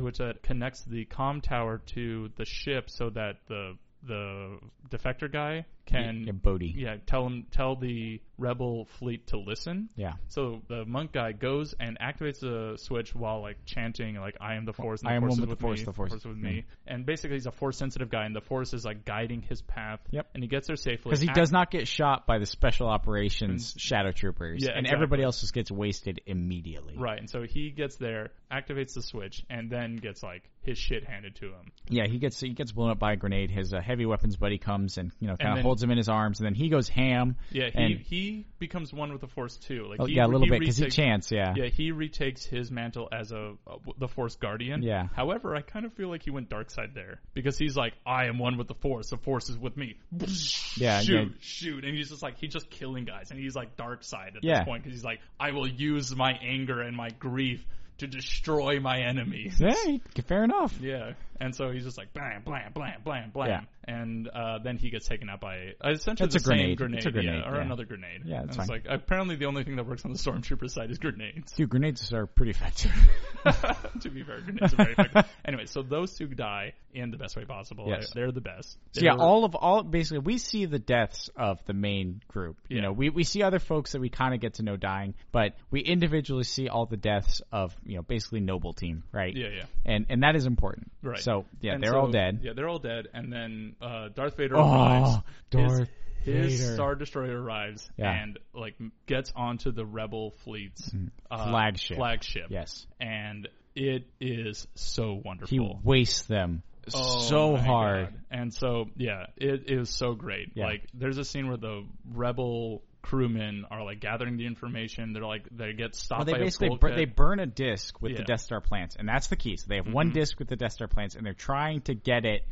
switch that connects the comm tower to the ship, so that the the defector guy can
yeah, Bodhi.
yeah tell him tell the rebel fleet to listen.
Yeah.
So the monk guy goes and activates the switch while like chanting like I am the force and
I
the
am
force
one
is
with the
with
Force,
me,
the Force Mm-hmm. is
with
with
me.
me.
And basically he's a force sensitive guy and the force is like guiding his path.
Yep.
And he gets there safely.
Because he
Ac-
does not get shot by the special operations shadow troopers,
Yeah,
and
exactly.
everybody else just gets wasted immediately.
Right, and so he gets there, activates the switch, and then gets like his shit handed to him.
Yeah, he gets he gets blown up by a grenade. His uh, heavy weapons buddy comes and you know kind of
then-
holds him in his arms, and then he goes ham.
Yeah, he
and,
he becomes one with the Force too. Like
oh,
he,
yeah, a little
he
bit because he
retakes-
chants. Yeah,
Yeah, he retakes his mantle as a uh, the Force guardian.
Yeah.
However, I kind of feel like he went dark side there because he's like, I am one with the Force. The Force is with me.
Yeah,
shoot,
yeah.
shoot, and he's just like he's just killing guys, and he's like dark side at
Yeah.
this point because he's like, I will use my anger and my grief to destroy my enemies.
Yeah, he- fair enough.
Yeah, and so he's just like blam, blam, blam, blam, blam,
Yeah.
and uh, then he gets taken out by uh, essentially
It's
the
a
same
grenade.
grenade,
It's a grenade,
yeah, or
yeah.
another grenade.
Yeah,
And
it's
it's
fine.
like apparently the only thing that works on the stormtrooper side is grenades.
Dude, grenades are pretty effective.
to be fair, grenades are very effective. Anyway, so those two die in the best way possible.
Yes.
They're the best.
So yeah,
They're-
all of all basically we see the deaths of the main group. You
Yeah.
know, we we see other folks that we kind of get to know dying, but we individually see all the deaths of you know basically noble team, right?
Yeah, yeah.
And and that is important.
Right.
So yeah,
And
they're
so-
all dead.
Yeah, they're all dead, and then uh, Darth Vader arrives.
Oh,
His-
Darth
His, his
Vader.
Star Destroyer arrives
Yeah. Mm.
and like m- gets onto the Rebel fleet's uh,
Flagship.
flagship.
Yes.
and it is so
He
wonderful.
wastes them
Oh
so
my
hard.
God. And so yeah, it is so great.
Yeah.
Like there's a scene where the rebel crewmen are like gathering the information. They're like they get
Well,
stopped
they
by a
basically
skull
bur-
kid.
they burn a disc with the
Yeah. Mm-hmm.
Death Star plans, and that's the key. So they have one disc with the Death Star plans, and they're trying to get it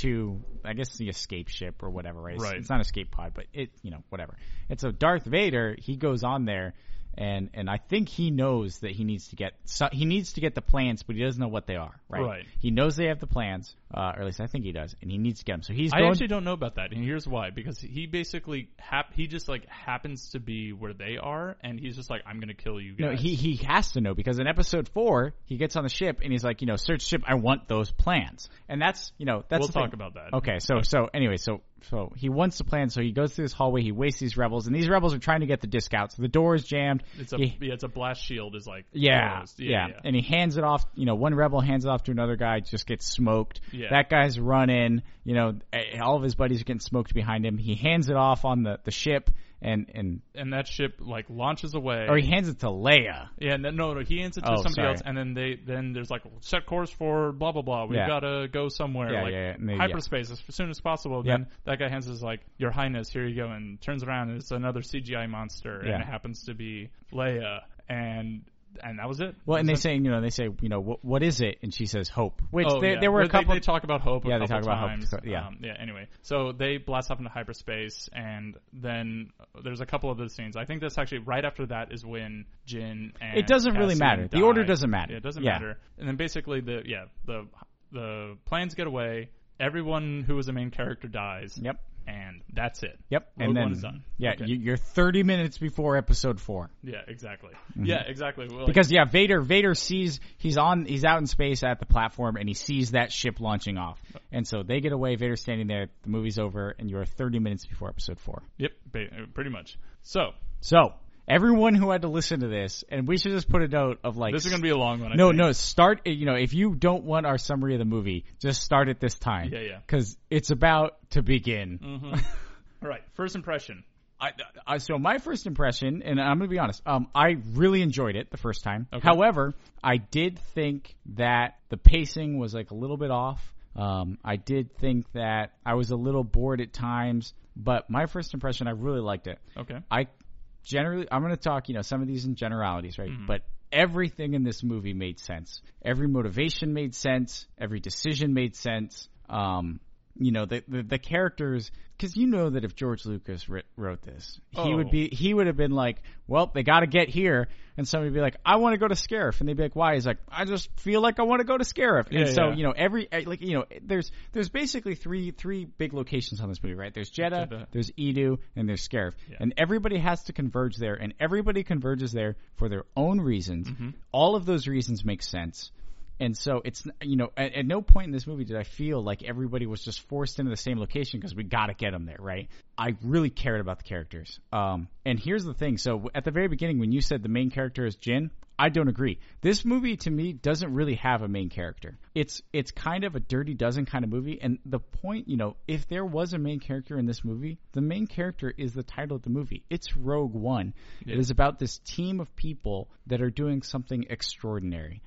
to, I guess, the escape ship or whatever. Right? It's-
Right.
It's not escape pod, but it, you know, whatever. And so Darth Vader, he goes on there, and and I think he knows that he needs to get so, he needs to get the plans, but he doesn't know what they are. Right.
Right.
He knows they have the plans, uh, or at least I think he does, and he needs to get them. So he's
I
going.
actually don't know about that, and here's why: because he basically hap- he just like happens to be where they are, and he's just like, "I'm gonna kill you
No,
guys."
he he has to know because in episode four he gets on the ship and he's like, you know, search ship. I want those plans, and that's you know that's
we'll
the thing.
talk about that.
Okay, so so anyway, so so he wants the plan. So he goes through this hallway. He wastes these rebels, and these rebels are trying to get the disc out. So the door is jammed.
It's a
He-
yeah, it's a blast shield is like
yeah,
closed.
yeah, And he hands it off. You know, one rebel hands it off to another guy. Just gets smoked.
Yeah.
That guy's running. You know, eh, all of his buddies are getting smoked behind him. He hands it off on the the ship, and and
and that ship like launches away.
or he hands it to Leia.
Yeah, no, no, no, he hands it to
Oh,
somebody
sorry.
else, and then they, then there's like set course for blah blah blah. We've
Yeah.
gotta go somewhere,
Yeah,
like
yeah, yeah, and they-
hyperspace as soon as possible. Then that guy hands us like, "Your Highness, here you go," and turns around, and it's another CGI monster,
Yeah.
and it happens to be Leia, and and that was it.
Well, and they
That's it.
say, you know, they say, you know, what what is it? And she says, hope. Which
Oh,
there,
yeah.
there were
Well,
a
they-
couple.
They, talk about hope.
Yeah,
a
they
couple
talk about hope,
times.
so- yeah.
Um, yeah. Anyway, so they blast off into hyperspace, and then there's a couple of those scenes. I think that's actually right after that is when Jin. and
It doesn't really
Cassian
matter. The
die.
order doesn't matter.
Yeah, it doesn't
Yeah.
matter. And then basically the yeah the the plans get away. Everyone who was a main character dies.
yep,
And that's it.
yep.
Rogue
and then
One is done.
yeah,
Okay.
you, you're 30 minutes before episode four
yeah, exactly. Yeah, exactly. Well, like-
Mm-hmm. because yeah, Vader Vader sees he's on he's out in space at the platform and he sees that ship launching off, and so they get away. Vader's standing there. The movie's over, and you're 30 minutes before episode four.
yep, ba- pretty much. So
So everyone who had to listen to this, and we should just put a note of like
this is gonna be a long one. I
No,
think.
no. Start. You know, if you don't want our summary of the movie, just start at this time.
Yeah, yeah.
Because it's about to begin.
Mm-hmm. All right. First impression.
I, I, so my first impression, and I'm going to be honest, um, I really enjoyed it the first time.
Okay.
However, I did think that the pacing was like a little bit off. Um, I did think that I was a little bored at times, but my first impression, I really liked it.
Okay.
I generally I'm going to talk, you know, some of these in generalities, right?
Mm-hmm.
But everything in this movie made sense. Every motivation made sense. Every decision made sense. Um, you know, the the, the characters because you know that if George Lucas writ, wrote this, he would
Oh.
be he would have been like, well, they got to get here, and somebody would be like, I want to go to Scarif, and they'd be like, why? He's like, I just feel like I want to go to Scarif, and
Yeah,
so
yeah.
you know every eh, like you know there's there's basically three three big locations on this movie, right? There's Jeddah,
Jeddah.
there's Edu, and there's Scarif. And everybody has to converge there, and everybody converges there for their own reasons. All of those reasons make sense. And so it's, you know, at, at no point in this movie did I feel like everybody was just forced into the same location because we got to get them there, right? I really cared about the characters. Um, and here's the thing. So at the very beginning, when you said the main character is Jin, I don't agree. This movie to me doesn't really have a main character. It's it's kind of a dirty dozen kind of movie and the point, you know, if there was a main character in this movie, the main character is the title of the movie. It's Rogue One. It is about this team of people that are doing something extraordinary.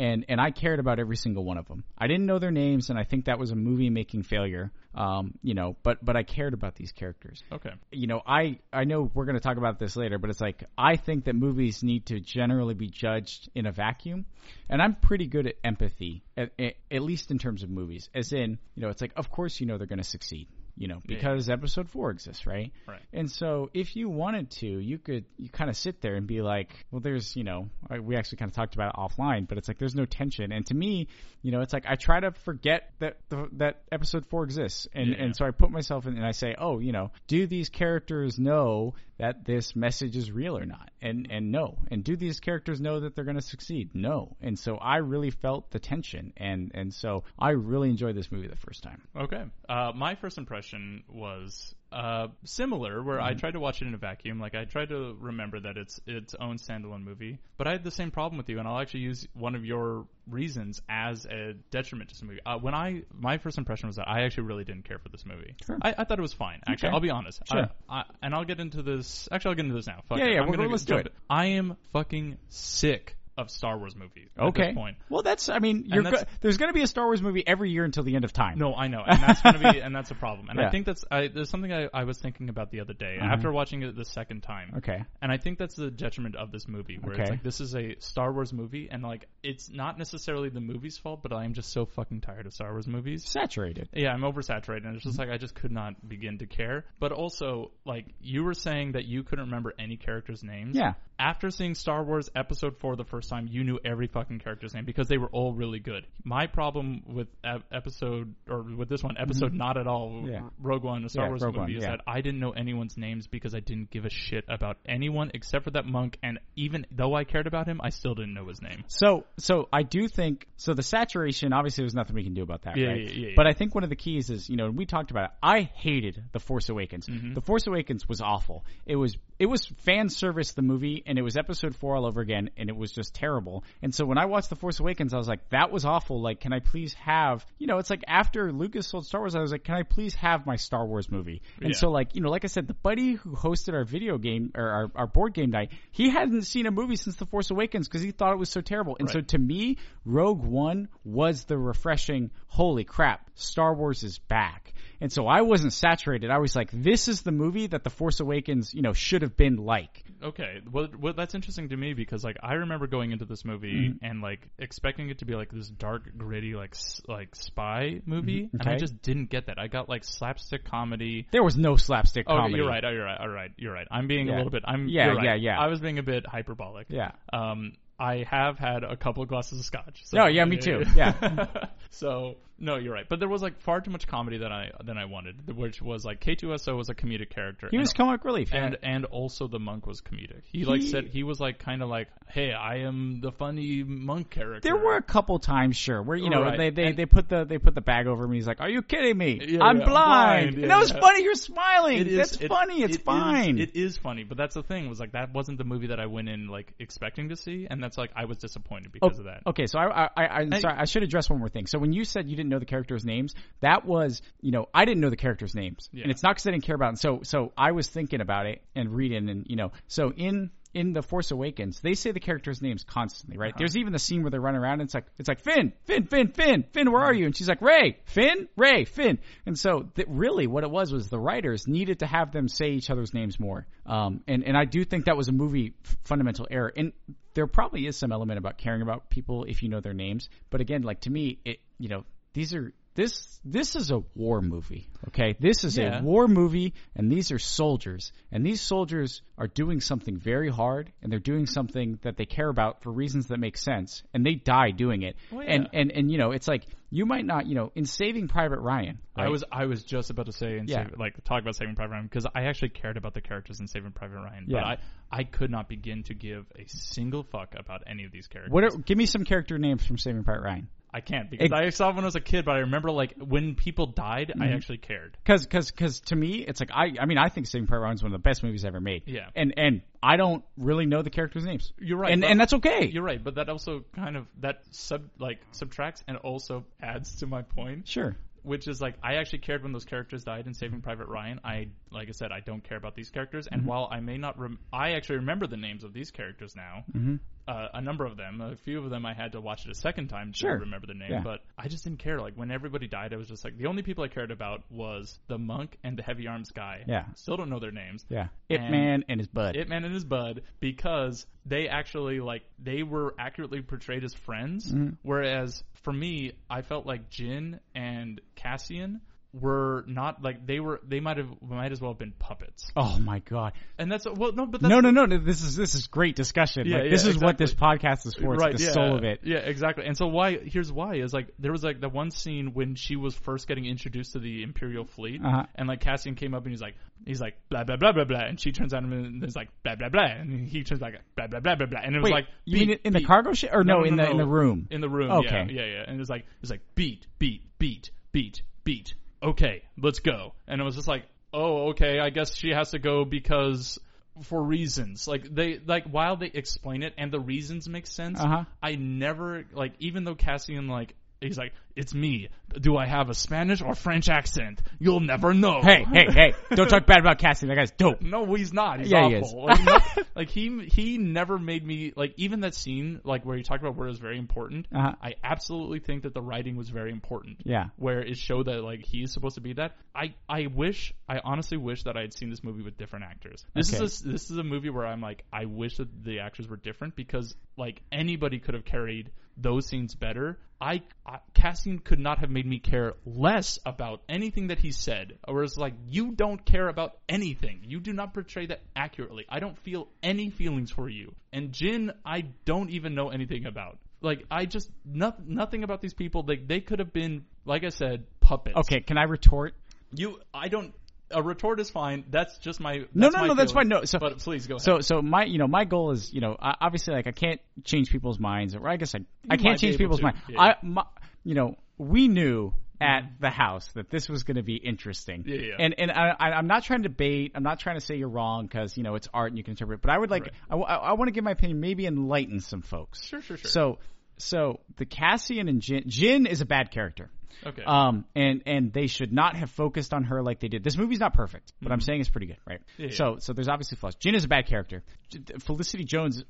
And and I cared about every single one of them. I didn't know their names and I think that was a movie making failure. Um, you know, but but I cared about these characters
Okay.
you know, I I know we're going to talk about this later, but it's like I think that movies need to generally be judged in a vacuum, and I'm pretty good at empathy, at, at, at least in terms of movies. As in, you know, it's like of course you know they're going to succeed, you know, because episode four exists, right?
Right.
And so if you wanted to, you could you kind of sit there and be like, well, there's you know, I- we actually kind of talked about it offline, but it's like there's no tension, and to me, you know, it's like I try to forget that the, that episode four exists, and
Yeah.
and so I put myself in and I say, oh, you know, do these characters know that this message is real or not? And and no, and do these characters know that they're going to succeed? No, and so I really felt the tension, and and so I really enjoyed this movie the first time.
Okay. Uh, my first impression was uh, similar, where
Mm-hmm.
I tried to watch it in a vacuum. Like I tried to remember that it's its own standalone movie, but I had the same problem with you, and I'll actually use one of your reasons as a detriment to this movie. Uh, when I my first impression was that I actually really didn't care for this movie.
Sure.
I, I thought it was fine. Actually,
Okay.
I'll be honest.
Sure.
I, I, and I'll get into this. Actually, I'll get into this now. Fuck
Yeah,
it.
yeah,
I'm
we'll-
gonna
let's
jump
do it.
in. I am fucking sick of Star Wars movies. At
Okay.
this point.
Well, that's. I mean, you're
that's-
go- there's going to be a Star Wars movie every year until the end of time.
No, I know, and that's gonna be, and that's a problem. And
Yeah. Mm-hmm.
I think that's I, there's something I, I was thinking about the other day after watching it the second time.
Okay.
And I think that's the detriment of this movie, where
Okay.
it's like this is a Star Wars movie, and like it's not necessarily the movie's fault, but I am just so fucking tired of Star Wars movies.
Saturated.
Yeah, I'm oversaturated, and it's
Mm-hmm.
just like I just could not begin to care. But also, like you were saying that you couldn't remember any characters' names.
Yeah.
After seeing Star Wars Episode 4 the first time, you knew every fucking character's name because they were all really good. My problem with ep- episode, or with this one, episode not at all,
Mm-hmm. Yeah.
Rogue One, a Star
Yeah,
Wars
Rogue
movie,
One,
is
yeah.
that I didn't know anyone's names because I didn't give a shit about anyone except for that monk, and even though I cared about him, I still didn't know his name.
So, so I do think so. The saturation, obviously, there's nothing we can do about that,
Yeah,
right?
yeah, yeah, yeah.
But I think one of the keys is, you know, and we talked about it. I hated the Force Awakens.
Mm-hmm.
The Force Awakens was awful. It was it was fan service the movie, and it was Episode Four all over again, and it was just terrible. And so when I watched the Force Awakens, I was like, that was awful. Like, can I please have, you know, it's like after Lucas sold Star Wars, I was like, can I please have my Star Wars movie? And
Yeah.
so like, you know, like I said, the buddy who hosted our video game or our, our board game night, he hadn't seen a movie since The Force Awakens because he thought it was so terrible. And so
Right.
to me, Rogue One was the refreshing, holy crap, Star Wars is back. And so I wasn't saturated. I was like, this is the movie that The Force Awakens, you know, should have been like.
Okay, well, well, that's interesting to me because like I remember going into this movie
Mm-hmm.
and like expecting it to be like this dark, gritty, like s- like spy movie, and I
Mm-hmm. Okay.
just didn't get that. I got like slapstick comedy.
There was no slapstick
Oh,
comedy.
you're right. Oh, you're right. All right, you're right. I'm being
Yeah.
a little bit. I'm.
Yeah,
you're right.
yeah, yeah.
I was being a bit hyperbolic.
Yeah.
Um, I have had a couple of glasses of scotch. So
No, yeah, me too. Yeah.
so no, you're right. But there was like far too much comedy that I than I wanted, which was like K2SO was a comedic character.
He
and
was comic relief.
and and also the monk was comedic. He, like
He-
said he was like kind of like, "Hey, I am the funny monk character."
There were a couple times, sure, where you know
Right.
they they,
And-
they put the they put the bag over him. And he's like, "Are you kidding me?
Yeah,
I'm
yeah,
blind."
blind,
and
yeah,
that was
yeah.
funny. You're smiling.
It is-
That's
it-
funny. It's
it is-
fine.
it is funny, but that's the thing was like that wasn't the movie that I went in like expecting to see, and that's like I was disappointed because of that.
Oh, Okay, so I, I, I I'm sorry. I should address one more thing. So when you said you didn't know the characters' names, that was, you know, I didn't know the characters' names,
Yeah.
and it's not because I didn't care about. Them. So, so I was thinking about it and reading, and you know, so in in the Force Awakens, they say the characters' names constantly, right? There's even the scene where they run around, and it's like it's like Finn, Finn, Finn, Finn, Finn, where are you? And she's like Ray, Finn, Ray, Finn, and so th- really what it was was the writers needed to have them say each other's names more, um, and and I do think that was a movie f- fundamental error, and there probably is some element about caring about people if you know their names. But again, like to me, it you know these are this this is a war movie. Okay, this is
Yeah.
a war movie, and these are soldiers, and these soldiers are doing something very hard, and they're doing something that they care about for reasons that make sense, and they die doing it.
Well,
And
Oh, yeah.
and and you know it's like you might not you know in Saving Private Ryan.
I
right?
was I was just about to say and
Yeah.
save, like talk about Saving Private Ryan because I actually cared about the characters in Saving Private Ryan,
Yeah.
but I I could not begin to give a single fuck about any of these characters.
What are, give me some character names from Saving Private Ryan.
I can't because
Ex-
I saw it when I was a kid, but I remember like when people died,
Mm-hmm.
I actually cared.
Cause, cause, cause to me, it's like I, I mean, I think Saving Private Ryan is one of the best movies ever made.
Yeah.
and and I don't really know the characters' names.
You're right,
and
but-
and that's okay.
You're right, but that also kind of that sub like subtracts and also adds to my point,
sure.
which is like I actually cared when those characters died in
Mm-hmm.
Saving Private Ryan. I like I said, I don't care about these characters, and while I may not, rem- I actually remember the names of these characters now.
Mm-hmm.
Uh, a number of them, a few of them, I had to watch it a second time to
Sure.
remember the name,
Yeah.
but I just didn't care. Like when everybody died, I was just like the only people I cared about was the monk and the heavy arms guy.
Yeah.
still don't know their names.
Yeah, It
And-
Man and his bud.
It Man and his bud because they actually like they were accurately portrayed as friends.
Mm-hmm.
Whereas for me, I felt like Jin and Cassian were not like they were they might have might as well have been puppets.
oh my god!
And that's well no but that's
No, no, no, no. This is this is great discussion.
Yeah,
like, this
yeah,
is what this podcast is for. It's
right
the
yeah,
soul of it.
Yeah, exactly. And so why here's why is like there was like the one scene when she was first getting introduced to the Imperial fleet
Uh-huh.
and like Cassian came up and he's like he's like blah blah blah blah blah and she turns on him and it's like blah blah blah and he turns back blah blah blah blah blah and it was
Wait,
like
you mean
beat,
in the
beat,
cargo ship or no, in the in the room?
In the room.
Okay.
Yeah, yeah, yeah. And it's like it's like beat, beat, beat, beat, beat. Okay, let's go. And it was just like oh, okay, I guess she has to go because for reasons. Like they like while they explain it and the reasons make sense,
Uh-huh.
I never like even though Cassian like he's like it's me. Do I have a Spanish or French accent? You'll never know.
Hey, hey, hey! Don't talk bad about Cassian. That guy's dope.
No, he's not. He's
Yeah, he
awful.
is.
Like, no- like, he he never made me like even that scene like where you talked about where it was very important.
Uh-huh.
I absolutely think that the writing was very important.
Yeah.
Where it showed that like he's supposed to be that. I I wish I honestly wish that I had seen this movie with different actors. This
Okay.
is a, this is a movie where I'm like I wish that the actors were different because like anybody could have carried those scenes better. I, I Cassian could not have made me care less about anything that he said. Whereas like you don't care about anything. You do not portray that accurately. I don't feel any feelings for you. And Jin, I don't even know anything about. Like I just no, nothing about these people. Like they could have been, like I said, puppets.
Okay, can I retort?
you. I don't. A retort is fine. That's just my. That's
No, no,
my
no,
feelings.
that's fine. No, so-
but please go ahead.
So, so my, you know, my goal is, you know, I, obviously, like I can't change people's minds, or I guess I, I
might
can't
be
change
able
people's
to,
mind.
yeah. Mm-hmm.
I, my, you know, we knew at the house that this was going to be interesting.
Yeah, yeah.
And and I, I, I'm not trying to debate. I'm not trying to say you're wrong because you know it's art and you can interpret. it. But I would like,
Right.
I, want to give my opinion, maybe enlighten some folks.
Sure, sure, sure.
So, so the Cassian and Jin, Jin is a bad character.
okay.
Um, and and they should not have focused on her like they did. This movie's not perfect, but I'm saying it's pretty good, right?
Mm-hmm. Yeah, yeah.
So so there's obviously flaws. Jin is a bad character. J- Felicity Jones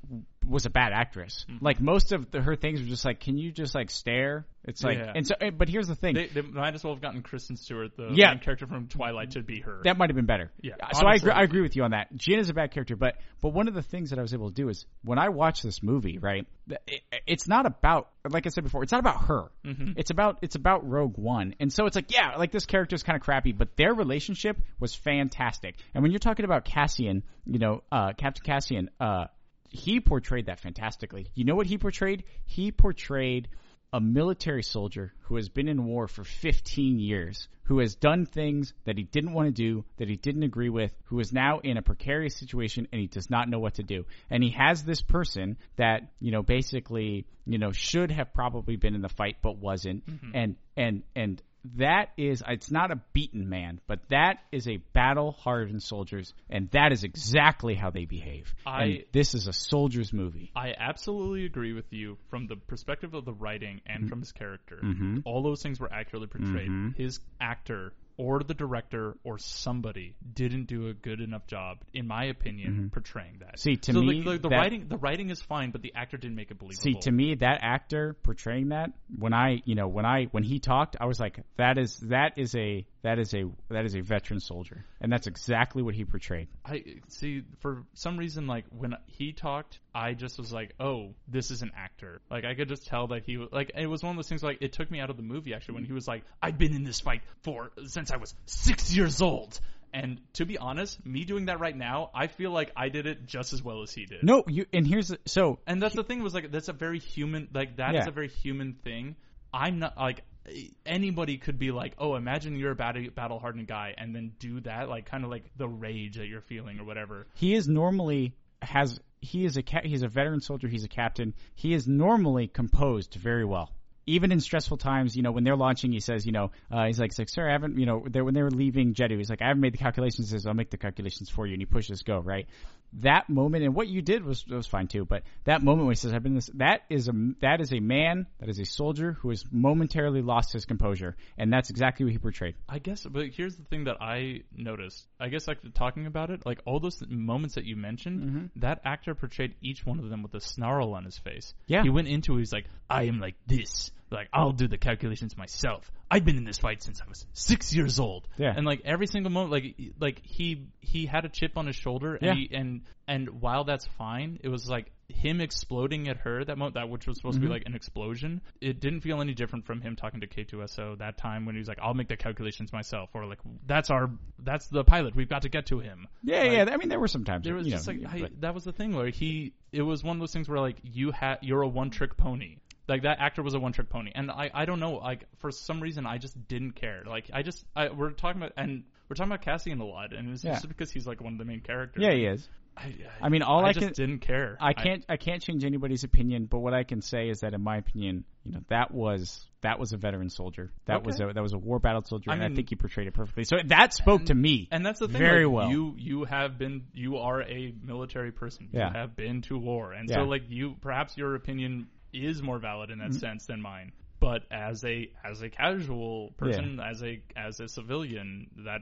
was a bad actress.
Mm-hmm.
Like most of the, her things were just like, can you just like stare? It's like,
Yeah.
and so, eh, but here's the thing.
They, they might as well have gotten Kristen Stewart, the
Yeah.
main character from Twilight, to be her.
that might have been better.
Yeah,
So I
honestly.
agree, I agree with you on that. Jin is a bad character, but but one of the things that I was able to do is when I watch this movie, right? th- It, it's not about like I said before, it's not about her.
Mm-hmm.
It's about it's about Rogue One, and so it's like yeah, like this character is kind of crappy, but their relationship was fantastic. And when you're talking about Cassian, you know, uh, Captain Cassian, uh, he portrayed that fantastically. You know what he portrayed? He portrayed a military soldier who has been in war for 15 years, who has done things that he didn't want to do, that he didn't agree with, who is now in a precarious situation and he does not know what to do. And he has this person that, you know, basically, you know, should have probably been in the fight but wasn't. And and and that is it's not a beaten man, but that is a battle-hardened soldiers and that is exactly how they behave. And
I-
this is a soldier's movie.
I absolutely agree with you from the perspective of the writing
Mm-hmm.
and from his character. All those things were accurately portrayed. His actor or the director or somebody didn't do a good enough job, in my opinion, portraying that.
Mm-hmm. See, to
so
me,
the, the, the
that-
writing the writing is fine, but the actor didn't make it believable.
See, to me, that actor portraying that when I, you know, when I when he talked, I was like, that is that is a that is a that is a veteran soldier, and that's exactly what he portrayed.
I see for some reason like when he talked, I just was like, "Oh, this is an actor." Like I could just tell that he was like it was one of those things like it took me out of the movie actually when he was like, "I've been in this fight for since I was 6 years old." And to be honest, me doing that right now, I feel like I did it just as well as he did.
No, you and here's the- so
And that's the thing was like that's a very human like that is
Yeah.
a very human thing. I'm not like anybody could be like, "Oh, imagine you're a battle hardened guy and then do that like kind of like the rage that you're feeling or whatever."
he is normally has he is a ca- he's a veteran soldier he's a captain he is normally composed very well even in stressful times you know when they're launching he says you know uh, he's like, he's like sir i haven't you know they when they were leaving jedu he's like i haven't made the calculations he says i'll make the calculations for you and he pushes go right that moment and what you did was was fine too but that moment when he says i've been this that is a that is a man that is a soldier who has momentarily lost his composure and that's exactly what he portrayed
I guess, but here's the thing that I noticed. I guess, like talking about it, like all those moments that you mentioned, that actor portrayed each one of them with a snarl on his face.
Yeah.
he went into it, he's like, "I am like this. Like I'll do the calculations myself. I've been in this fight since I was six years old."
Yeah.
and like every single moment, like like he he had a chip on his shoulder, and
Yeah.
he, and and while that's fine, it was like him exploding at her that moment that which was supposed to
Mm-hmm.
be like an explosion it didn't feel any different from him talking to k2so that time when he was like i'll make the calculations myself or like that's our that's the pilot we've got to get to him
yeah yeah i mean there were some times
there was
you
just
know,
like
but-
I, that was the thing where he it was one of those things where like you had you're a one trick pony like that actor was a one trick pony and I I don't know like for some reason I just didn't care like I just I we're talking about and we're talking about Cassian a lot and it's
Yeah.
just because he's like one of the main characters
yeah he is
I, I,
I mean, all I
just
can-
didn't care
I can't I, can't change anybody's opinion, but what I can say is that in my opinion, you know that was that was a veteran soldier. That was
Okay.
a that was a war battled soldier,
I
and I
mean-
think you portrayed it perfectly. So that spoke to me.
And that's the thing.
Very
like,
well.
You you have been you are a military person. You
Yeah.
have been to war, and
Yeah. Mm-hmm.
so like you perhaps your opinion is more valid in that sense than mine. But as a as a casual person, as a as a civilian, that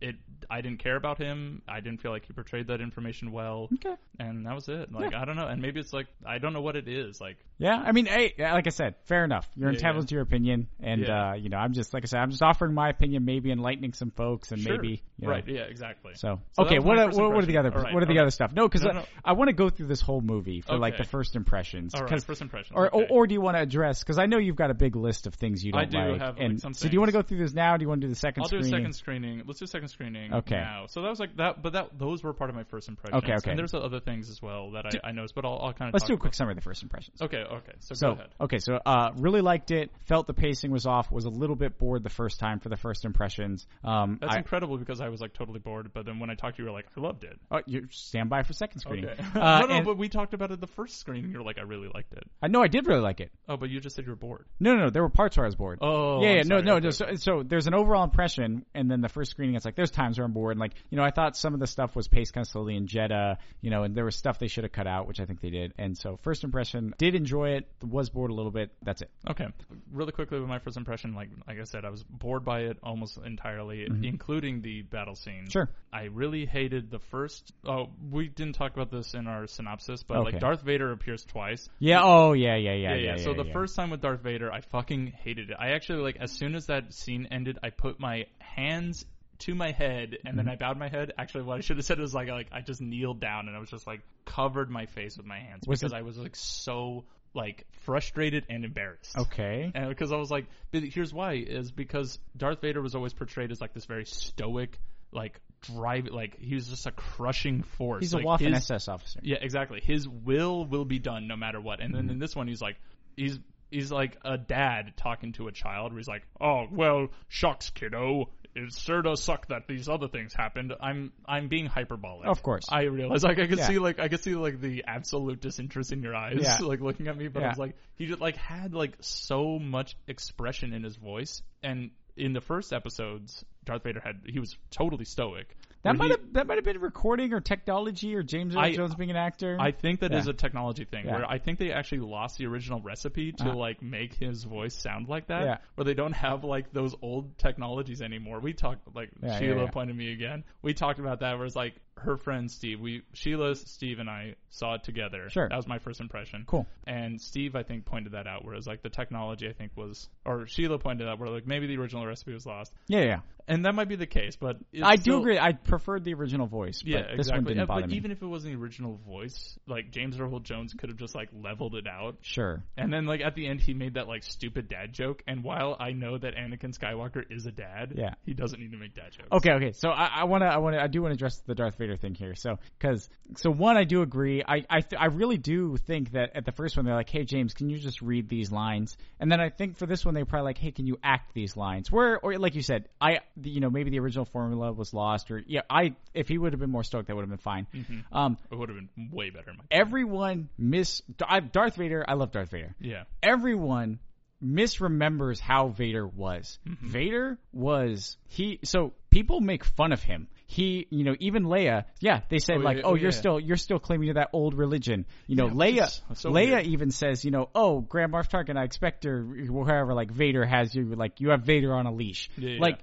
it I didn't care about him. I didn't feel like he portrayed that information well,
okay.
and that was it. Like I don't know, and maybe it's like I don't know what it is. Like
Yeah, I mean, hey, like I said, fair enough. You're
Yeah,
entitled
yeah.
to your opinion, and
Yeah.
uh, you know, I'm just like I said, I'm just offering my opinion, maybe enlightening some folks, and
sure.
maybe you know,
right? Yeah, exactly.
So,
So that
okay,
was
what
my
are,
first
what, what are the
impression.
other
All right,
what are the
all right.
other stuff? No, because
No, no.
I, want to go through this whole movie for like
Okay.
the first impressions.
All right,
'cause-
first impressions,
Or,
okay.
or or do you want to address? Because I know you've got a big list of things you don't
I do
like.
have, like,
and
some
so, do you want to
things.
go through this now? Or do you want to do the 2nd
I'll do a
screening?
second screening. Let's do a second screening.
Okay.
Now. So that was like that, but that those were part of my first impressions.
Okay, okay.
And there's other things as well that I, I noticed, but I'll, I'll kind of.
Let's do a quick summary of the first impressions.
Okay. Okay. So,
So
go ahead.
okay, so uh, really liked it. Felt the pacing was off. Was a little bit bored the first time for the first impressions. Um,
That's
I,
incredible because I was like totally bored, but then when I talked to you, you were like, I loved it.
oh, you stand by for second screening.
Okay.
Uh,
no, no,
and-
but we talked about it the first screening. You're like, I really liked it.
I know I did really like it.
Oh, but you just said you were bored.
No, no, no, there were parts where I was bored.
Oh,
yeah,
I'm
yeah, no,
sorry,
no.
okay,
just- so, so there's an overall impression, and then the first screening, it's like there's times where I'm bored. And like, you know, I thought some of the stuff was paced kind of slowly in Jeddah, you know, and there was stuff they should have cut out, which I think they did. And so, first impression, did enjoy it, was bored a little bit. That's it.
Okay. Really quickly with my first impression, like like I said, I was bored by it almost entirely, including the battle scene.
Sure.
I really hated the first. Oh, we didn't talk about this in our synopsis, but
Okay.
like Darth Vader appears twice.
Yeah. Oh, yeah, yeah, yeah, yeah.
Yeah, yeah. So the
yeah.
first time with Darth Vader, I fucking hated it. I actually like as soon as that scene ended, I put my hands to my head and
Mm-hmm.
then I bowed my head. Actually, what I should have said was like like I just kneeled down and I was just like covered my face with my hands
Was
because
it-
I was like so like frustrated and embarrassed.
Okay.
And because I was like, but here's why is because Darth Vader was always portrayed as like this very stoic, like drive, like he was just a crushing force.
He's
Like,
a Waffen
his-
SS officer.
yeah, exactly. His will will be done no matter what. And then
Mm-hmm.
in this one, he's like, he's he's like a dad talking to a child, where he's like, "Oh well, shucks, kiddo. It sure does suck that these other things happened. I'm I'm being hyperbolic.
Of course.
I realize. Like I could
Yeah.
see like I could see like the absolute disinterest in your eyes,
Yeah.
like looking at me. But
Yeah.
I was like, he just like had like so much expression in his voice and. In the first episodes, Darth Vader had he was totally stoic.
That
When
might
he-
have that might have been recording or technology or James Earl
I-
Jones being an actor.
I think that is
Mm-hmm. Yeah.
a technology thing
Yeah.
where I think they actually lost the original recipe to
Uh-huh.
like make his voice sound like that.
Yeah.
Where they don't have like those old technologies anymore. We talked like
Yeah, yeah,
Sheila
yeah.
pointed me again. We talked about that where it's like her friend Steve. We Sheila, Steve, and I saw it together.
Sure.
That was my first impression.
Cool.
And Steve, I think, pointed that out. Whereas like the technology, I think was or Sheila pointed out where like maybe the original recipe was lost,
yeah, yeah.
and that might be the case. But it's
I do
still-
agree. I preferred the original voice, but
yeah,
this
exactly.
one didn't
Yeah,
bother
but
me.
even if it wasn't the original voice, like James Earl Jones could have just like leveled it out.
Sure.
And then like at the end, he made that like stupid dad joke. And while I know that Anakin Skywalker is a dad,
Yeah. Oh.
he doesn't need to make dad jokes.
Okay, okay. So I, I wanna, I wanna, I do wanna address the Darth Vader thing here. So, cause, so one, I do agree. I, I, th- I really do think that at the first one they're like, hey James, can you just read these lines? And then I think for this one they're probably like, hey, can you act these lines? Where, or like you said, I, the- you know, maybe the original formula was lost, or yeah, I, if he would have been more stoked, that would have been fine. Um,
it would have been way better. In my
everyone miss I- Darth Vader. I love Darth Vader.
yeah,
everyone misremembers how Vader was.
Mm-hmm.
Vader was he so people make fun of him. He, you know, even Leia, yeah, they said
Oh,
like,
yeah,
"Oh,
oh, yeah.
you're still you're still clinging to that old religion." You know,
Yeah, which
Leia
is so
Leia
weird.
even says, you know, "Oh, Grand Moff Tarkin, I expect her wherever like Vader has you like you have Vader on a leash."
Yeah, yeah,
like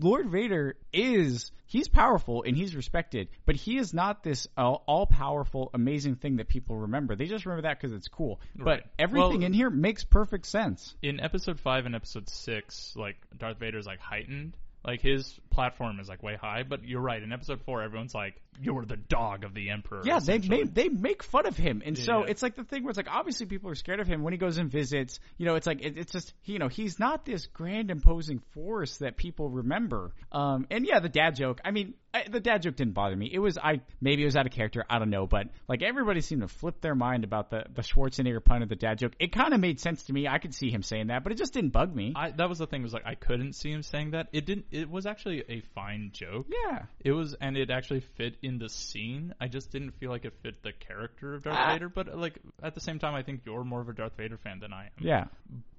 Lord Vader is he's powerful and he's respected, but he is not this uh, all powerful, amazing thing that people remember. They just remember that because it's cool.
Right.
But everything
Well-
in here makes perfect sense.
in episode five and episode six, like Darth Vader's like heightened. Like his platform is like way high, but you're right. In episode four, everyone's like, "You're the dog of the emperor."
Yeah, they
essentially.
made, they make fun of him, and so
Yeah.
it's like the thing where it's like obviously people are scared of him when he goes and visits. You know, it's like it, it's just you know he's not this grand imposing force that people remember. Um, and yeah, the dad joke. I mean, I, the dad joke didn't bother me. It was I maybe it was out of character. I don't know, but like everybody seemed to flip their mind about the the Schwarzenegger pun of the dad joke. It kind of made sense to me. I could see him saying that, but it just didn't bug me.
I, that was the thing. Was like I couldn't see him saying that. It didn't. It was actually a fine joke.
yeah.
It was, and it actually fit in the scene. I just didn't feel like it fit the character of Darth Vader. But like at the same time, I think you're more of a Darth Vader fan than I am.
Yeah.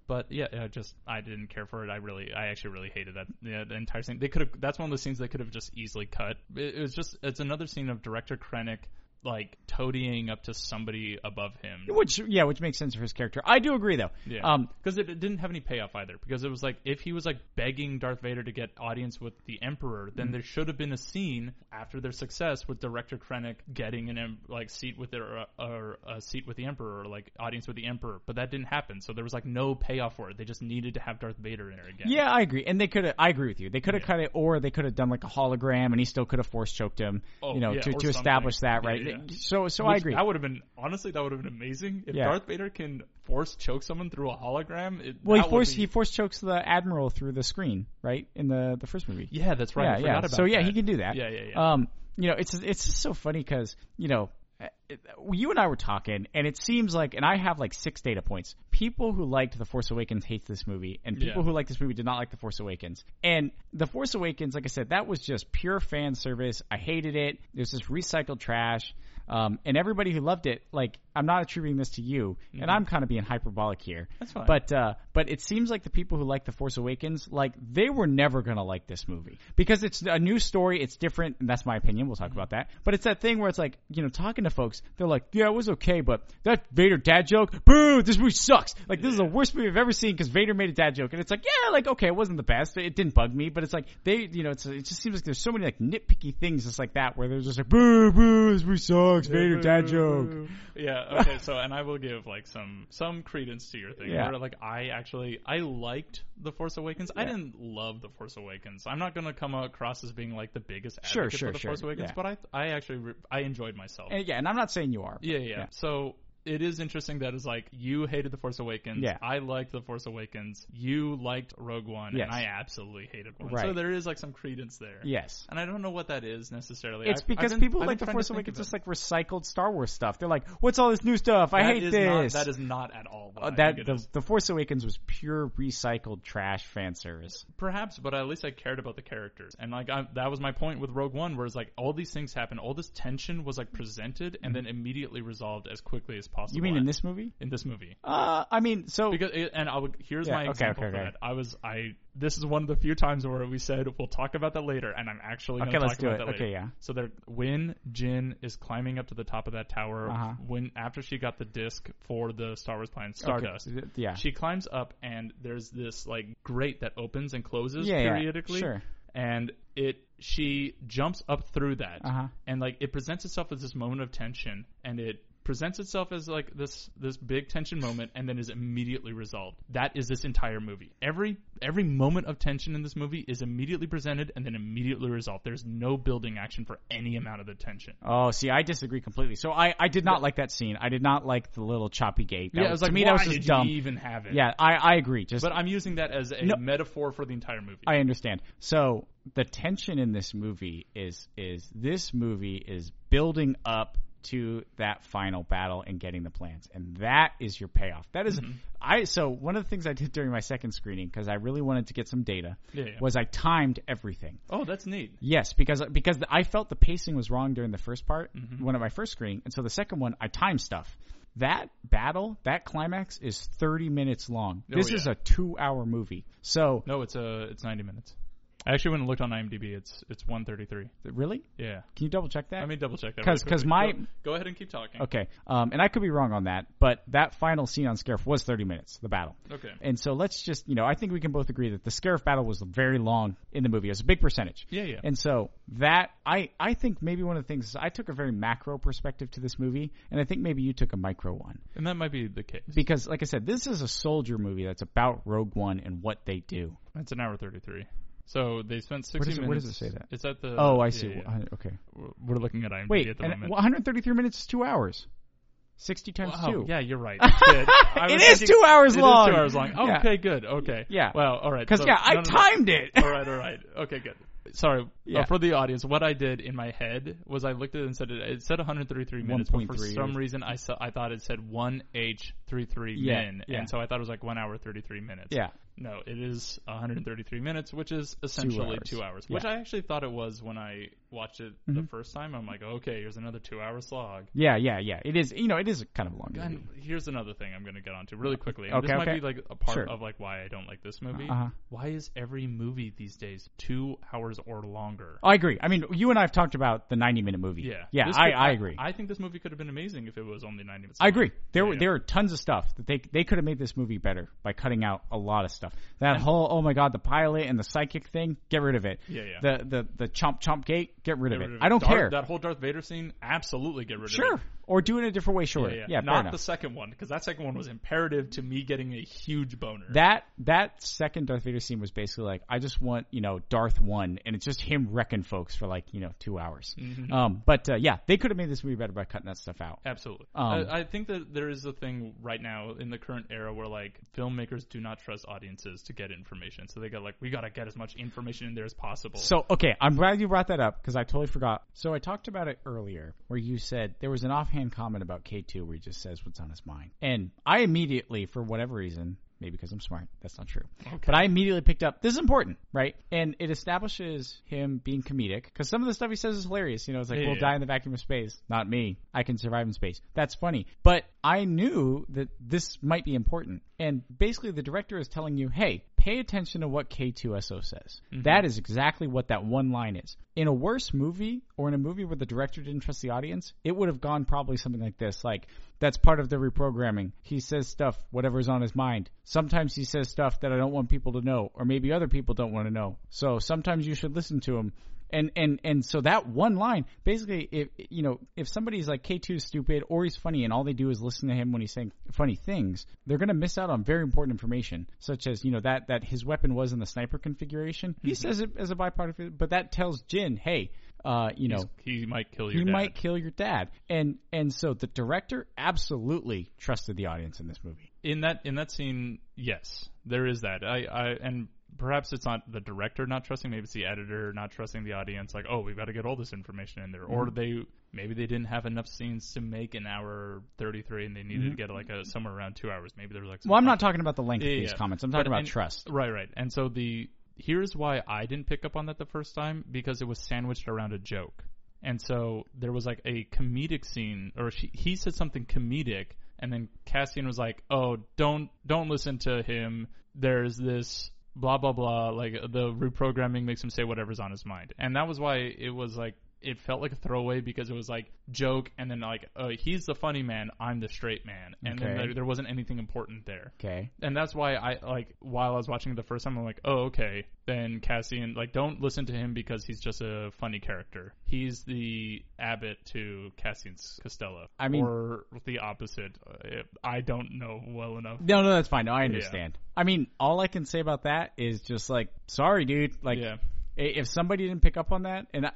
But yeah, yeah, just I didn't care for it. I really, I actually really hated that yeah, the entire scene. They could have. That's one of the scenes they could have just easily cut. It, it was just it's another scene of director Krennic like toadying up to somebody above him.
Which yeah, which makes sense for his character. I do agree though.
Yeah.
Um,
because it, it didn't have any payoff either. Because it was like if he was like begging Darth Vader to get audience with the Emperor,
Mm-hmm.
then there should have been a scene after their success with director Krennic getting an em- like seat with their uh, or a seat with the Emperor, or like audience with the Emperor. But that didn't happen, so there was like no payoff for it. They just needed to have Darth Vader in there again.
Yeah, I agree. And they could have I agree with you. They could have cut it or they could have done like a hologram and he still could have force choked him,
Oh,
you know,
yeah,
to,
or
to establish
something.
that,
Yeah,
right?
yeah.
So so I
Which-
agree.
That would have been honestly, that would have been amazing if
Yeah.
Darth Vader can force choke someone through a hologram. It,
well,
that
he
would
forced
be-
he force chokes the admiral through the screen, right? In the the first movie.
Yeah, that's right. I
yeah,
forgot
yeah.
about
so yeah,
that.
he can do that.
Yeah, yeah, yeah.
Um, you know, it's it's just so funny because you know, uh, you and I were talking, and it seems like, and I have like six data points. People who liked The Force Awakens hate this movie, and people
Yeah.
who like this movie did not like The Force Awakens. And The Force Awakens, like I said, that was just pure fan service. I hated it. There's this recycled trash. Um, and everybody who loved it, like I'm not attributing this to you, and I'm kind of being hyperbolic here.
Mm-hmm. That's fine.
But uh, but it seems like the people who like The Force Awakens, like they were never gonna like this movie because it's a new story, it's different, and that's my opinion. We'll talk about that. But it's that thing where it's like you know talking to folks, they're like, yeah, it was okay, but that Vader dad joke, boo, this movie sucks. Like this is the worst movie I've ever seen because Vader made a dad joke, and it's like yeah, like okay, it wasn't the best, it didn't bug me, but it's like they you know it's it just seems like there's so many like nitpicky things just like that where they're just like boo boo, this movie sucks, Vader dad joke.
Yeah. Okay. So, and I will give like some some credence to your thing.
Yeah.
Where, like I actually I liked the Force Awakens. I didn't love the Force Awakens. I'm not gonna come across as being like the biggest advocate
Sure, sure,
for the
sure,
Force Awakens,
yeah.
but I I actually re- I enjoyed myself.
And yeah, and I'm not saying you are. but-
yeah, yeah. So. It is interesting that it's like you hated The Force Awakens.
Yeah.
I liked The Force Awakens. You liked Rogue One,
Yes.
and I absolutely hated one. So
Right.
there is like some credence there.
Yes.
And I don't know what that is necessarily.
It's
I've- I've
because
been-
people
I've
like
been trying
The
to
Force
think of
Awakens
it.
just like recycled Star Wars stuff. They're like, "What's all this new stuff? I
That
hate
is
this."
Not, that is not at all. What
Uh,
I
that-
think it
the,
is.
the Force Awakens was pure recycled trash fan service.
perhaps, but at least I cared about the characters, and like I, that was my point with Rogue One, where it's like all these things happen, all this tension was like presented and then immediately resolved as quickly as possible.
Mm-hmm. You mean in this movie?
in this movie?
Uh, I mean, so
Because eh, and I would here's
Yeah,
my
okay,
example
okay,
for
okay.
that. I was I this is one of the few times where we said we'll talk about that later, and I'm actually gonna
Okay, let's
talk
do
about
it.
that later.
Okay, yeah.
So there, when Jin is climbing up to the top of that tower,
Uh-huh.
when after she got the disc for the Star Wars planet Stardust,
Okay, yeah.
she climbs up and there's this like grate that opens and closes
Yeah, yeah,
periodically
sure.
and it she jumps up through that
Uh-huh.
and like it presents itself as this moment of tension and it presents itself as like this this big tension moment and then is immediately resolved that is this entire movie every every moment of tension in this movie is immediately presented and then immediately resolved there's no building action for any amount of the tension
Oh, see, I disagree completely. So I, I did not like that scene. I did not like the little choppy gate. That
yeah it was like
to me
why
that was
did you
just dumb.
even have it
Yeah, I, I agree. Just
but i'm using that as a
No.
metaphor for the entire movie
I understand. So the tension in this movie is is this movie is building up to that final battle and getting the plans, and that is your payoff. That is-
Mm-hmm.
I. So one of the things I did during my second screening because I really wanted to get some data
Yeah, yeah.
was I timed everything.
oh that's neat
Yes, because because I felt the pacing was wrong during the first part,
Mm-hmm.
one of my first screening, and so the second one I timed stuff. That battle, that climax is 30 minutes long. This is
Oh, yeah.
a 2-hour movie. So,
No, it's uh, it's 90 minutes. I actually went and looked on IMDb. It's it's 133.
really?
Yeah.
Can you double check that?
Let me double check that.
'Cause-
really
'cause
quickly.
my-
go, go ahead and keep talking.
Okay. Um, and I could be wrong on that, but that final scene on Scarif was 30 minutes, the battle.
Okay.
And so let's just, you know, I think we can both agree that the Scarif battle was very long in the movie. It was a big percentage.
Yeah, yeah.
And so that, I, I think maybe one of the things is I took a very macro perspective to this movie, and I think maybe you took a micro one.
And that might be the case.
Because, like I said, this is a soldier movie that's about Rogue One and what they do.
It's an hour 33. So they spent 60
does it-
minutes.
where does it say that?
It's at the.
Oh, I
yeah,
see.
yeah, yeah.
Uh, Okay.
We're- We're looking at IMDb
Wait,
at the
and uh,
moment.
133 minutes is two hours. 60 times
Wow,
two.
yeah, you're right. Shit. I
It
was
is two hours
it is
long.
two hours long.
Yeah.
Okay, good. Okay.
Yeah.
Wow. All right.
Because,
so-
yeah, I
no, no, no.
timed it.
All right, all right. Okay, good. Sorry.
Yeah.
Uh, for the audience, what I did in my head was I looked at it and said it, it said 133 minutes, but for
1.3
some
or-
reason I saw, I thought it said 1H33
Yeah,
min,
yeah.
and so I thought it was like 1 hour 33 minutes.
Yeah.
No, it is 133 minutes, which is essentially
hours.
two hours,
Yeah. Mm-hmm.
which I actually thought it was when I watched it the first time. I'm like, okay, here's another two hour slog.
Yeah, yeah, yeah. It is, you know, it is kind of a long movie.
And here's another thing I'm going to get onto really quickly. And
Okay,
this might
okay.
be like a part
Sure.
of like why I don't like this movie.
Uh-huh.
Why is every movie these days two hours or longer?
I agree. I mean, you and I have talked about the 90 minute movie.
Yeah,
Yeah,
This
I,
could-
I agree. I,
I think this movie could have been amazing if it was only 90 minutes.
agree. There
Yeah,
were
yeah.
there are tons of stuff that they they could have made this movie better by cutting out a lot of stuff. That whole oh my god, the pilot and the psychic thing, get rid of it.
Yeah, yeah.
The the the chomp chomp gate, get rid,
Get
of, it.
rid of
I don't
Darth-
care.
That whole Darth Vader scene, absolutely get rid
sure,
of it.
or do it a different way. Sure. Yeah, fair
not
enough.
the second one because that second one was imperative to me getting a huge boner.
that that second Darth Vader scene was basically like, I just want you know Darth one, and it's just him wrecking folks for like you know two hours. Um, but uh, yeah, they could have made this movie better by cutting that stuff out.
Absolutely.
Um,
I, I think that there is a thing right now in the current era where like filmmakers do not trust audiences to get information, so they go like, we gotta get as much information in there as possible.
So okay, I'm glad you brought that up because I totally forgot. So I talked about it earlier, where you said there was an offhand comment about K2 where he just says what's on his mind, and I immediately, for whatever reason, maybe because I'm smart, that's not true, but I immediately picked up this is important, right? And it establishes him being comedic because some of the stuff he says is hilarious. You know, it's like
Yeah,
we'll
yeah.
die in the vacuum of space, not me. I can survive in space. That's funny, but I knew that this might be important, and basically the director is telling you, hey, pay attention to what K2SO says. That is exactly what that one line is. In a worse movie or in a movie where the director didn't trust the audience, it would have gone probably something like this like, that's part of the reprogramming. He says stuff, whatever's on his mind. Sometimes he says stuff that I don't want people to know, or maybe other people don't want to know. So sometimes you should listen to him. And, and, and so that one line, basically, if, you know, if somebody's like K2 is stupid or he's funny and all they do is listen to him when he's saying funny things, they're going to miss out on very important information, such as, you know, that, that his weapon was in the sniper configuration.
Mm-hmm.
He says it as a byproduct, but that tells Jin, hey, uh, you know,
he might kill your
you
dad.
might kill your dad. And, and so the director absolutely trusted the audience in this movie.
in that in that scene, yes, there is that. I, I and perhaps it's not the director not trusting, maybe it's the editor not trusting the audience. Like, oh, we've got to get all this information in there,
Mm-hmm.
or they maybe they didn't have enough scenes to make an hour thirty three, and they needed to get like a somewhere around two hours. Maybe there was like some
Mm-hmm. Well, I'm not talking about the length
Yeah,
of these
yeah.
comments. I'm talking
But
about
and-
trust.
Right, right. And so the here's why I didn't pick up on that the first time because it was sandwiched around a joke. And so there was like a comedic scene or she, he said something comedic and then Cassian was like, "Oh, don't don't listen to him. There's this blah blah blah like the reprogramming makes him say whatever's on his mind." And that was why it was like it felt like a throwaway because it was like joke and then like uh, he's the funny man, I'm the straight man. And then
Okay.
there, there wasn't anything important there
Okay.
and that's why I like while I was watching it the first time, I'm like, oh okay. Then Cassian, like, don't listen to him because he's just a funny character. He's the abbot to Cassian's Costello.
I mean-
or the opposite. Uh, I don't know well enough.
No, no, that's fine. No, I understand. I mean, all I can say about that is just like, sorry, dude. Like,
Yeah.
i- if somebody didn't pick up on that, and I,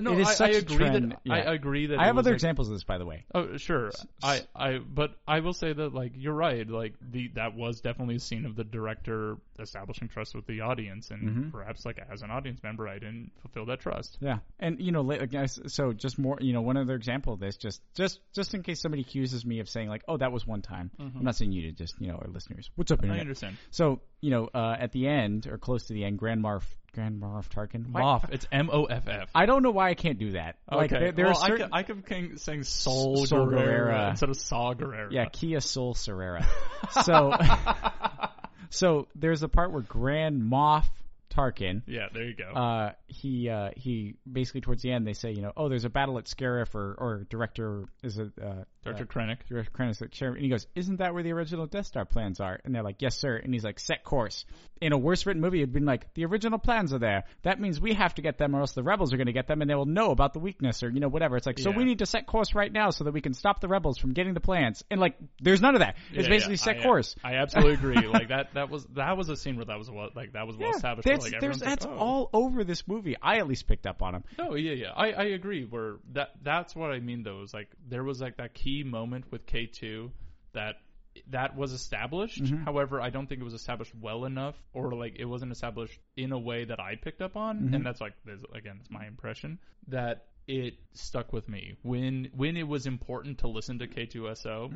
No,
it is
I,
such
I
a
agree
trend.
that
Yeah.
I agree that
I
it
have
was,
other
like-
examples of this, by the way.
Oh sure, I, I but I will say that like you're right, like the that was definitely a scene of the director establishing trust with the audience, and
Mm-hmm.
perhaps like as an audience member, I didn't fulfill that trust.
Yeah, and you know, la- like, I s- so just more, you know, one other example of this, just just just in case somebody accuses me of saying like, oh, that was one time. I'm not saying you did, just you know, our listeners. What's up,
Mm-hmm. I
internet?
understand.
So you know, uh, at the end or close to the end, Grand Marf, Grand Marf Tarkin. Why-
Moff. It's M O F F.
I don't know why I can't do that. Like there, there
well,
are certain,
I kept, I kept saying Sol,
Sol
Guerrera,
Guerrera.
instead of Saw Guerrera.
yeah, Kia Soul Serrera. So, so there's a part where Grand Moff Tarkin.
yeah, there you go.
uh, he uh, he basically towards the end they say you know oh there's a battle at Scarif or or director is it uh,
Dr. Krennic.
Director Krennic's like, "Sure." and he goes, "Isn't that where the original Death Star plans are?" And they're like, "Yes, sir." And he's like, "Set course." In a worse written movie, it'd been like, "The original plans are there. That means we have to get them, or else the rebels are going to get them, and they will know about the weakness, or you know, whatever." It's like, so
Yeah.
we need to set course right now so that we can stop the rebels from getting the plans. And like, there's none of that. It's
Yeah,
basically
yeah,
set
I, uh,
course.
I absolutely agree. like that. That was that was a scene where that was well, like that was well
Yeah,
established. where,
that's,
like,
there's,
everyone's
that's
like, oh.
all over this movie. I at least picked up on him.
No, Oh, yeah, yeah. I, I agree. Where that that's what I mean though is like there was like that key moment with K two that that was established.
Mm-hmm.
However, I don't think it was established well enough, or like it wasn't established in a way that I picked up on,
Mm-hmm.
and that's like there's, again, it's my impression that it stuck with me when when it was important to listen to K two S O.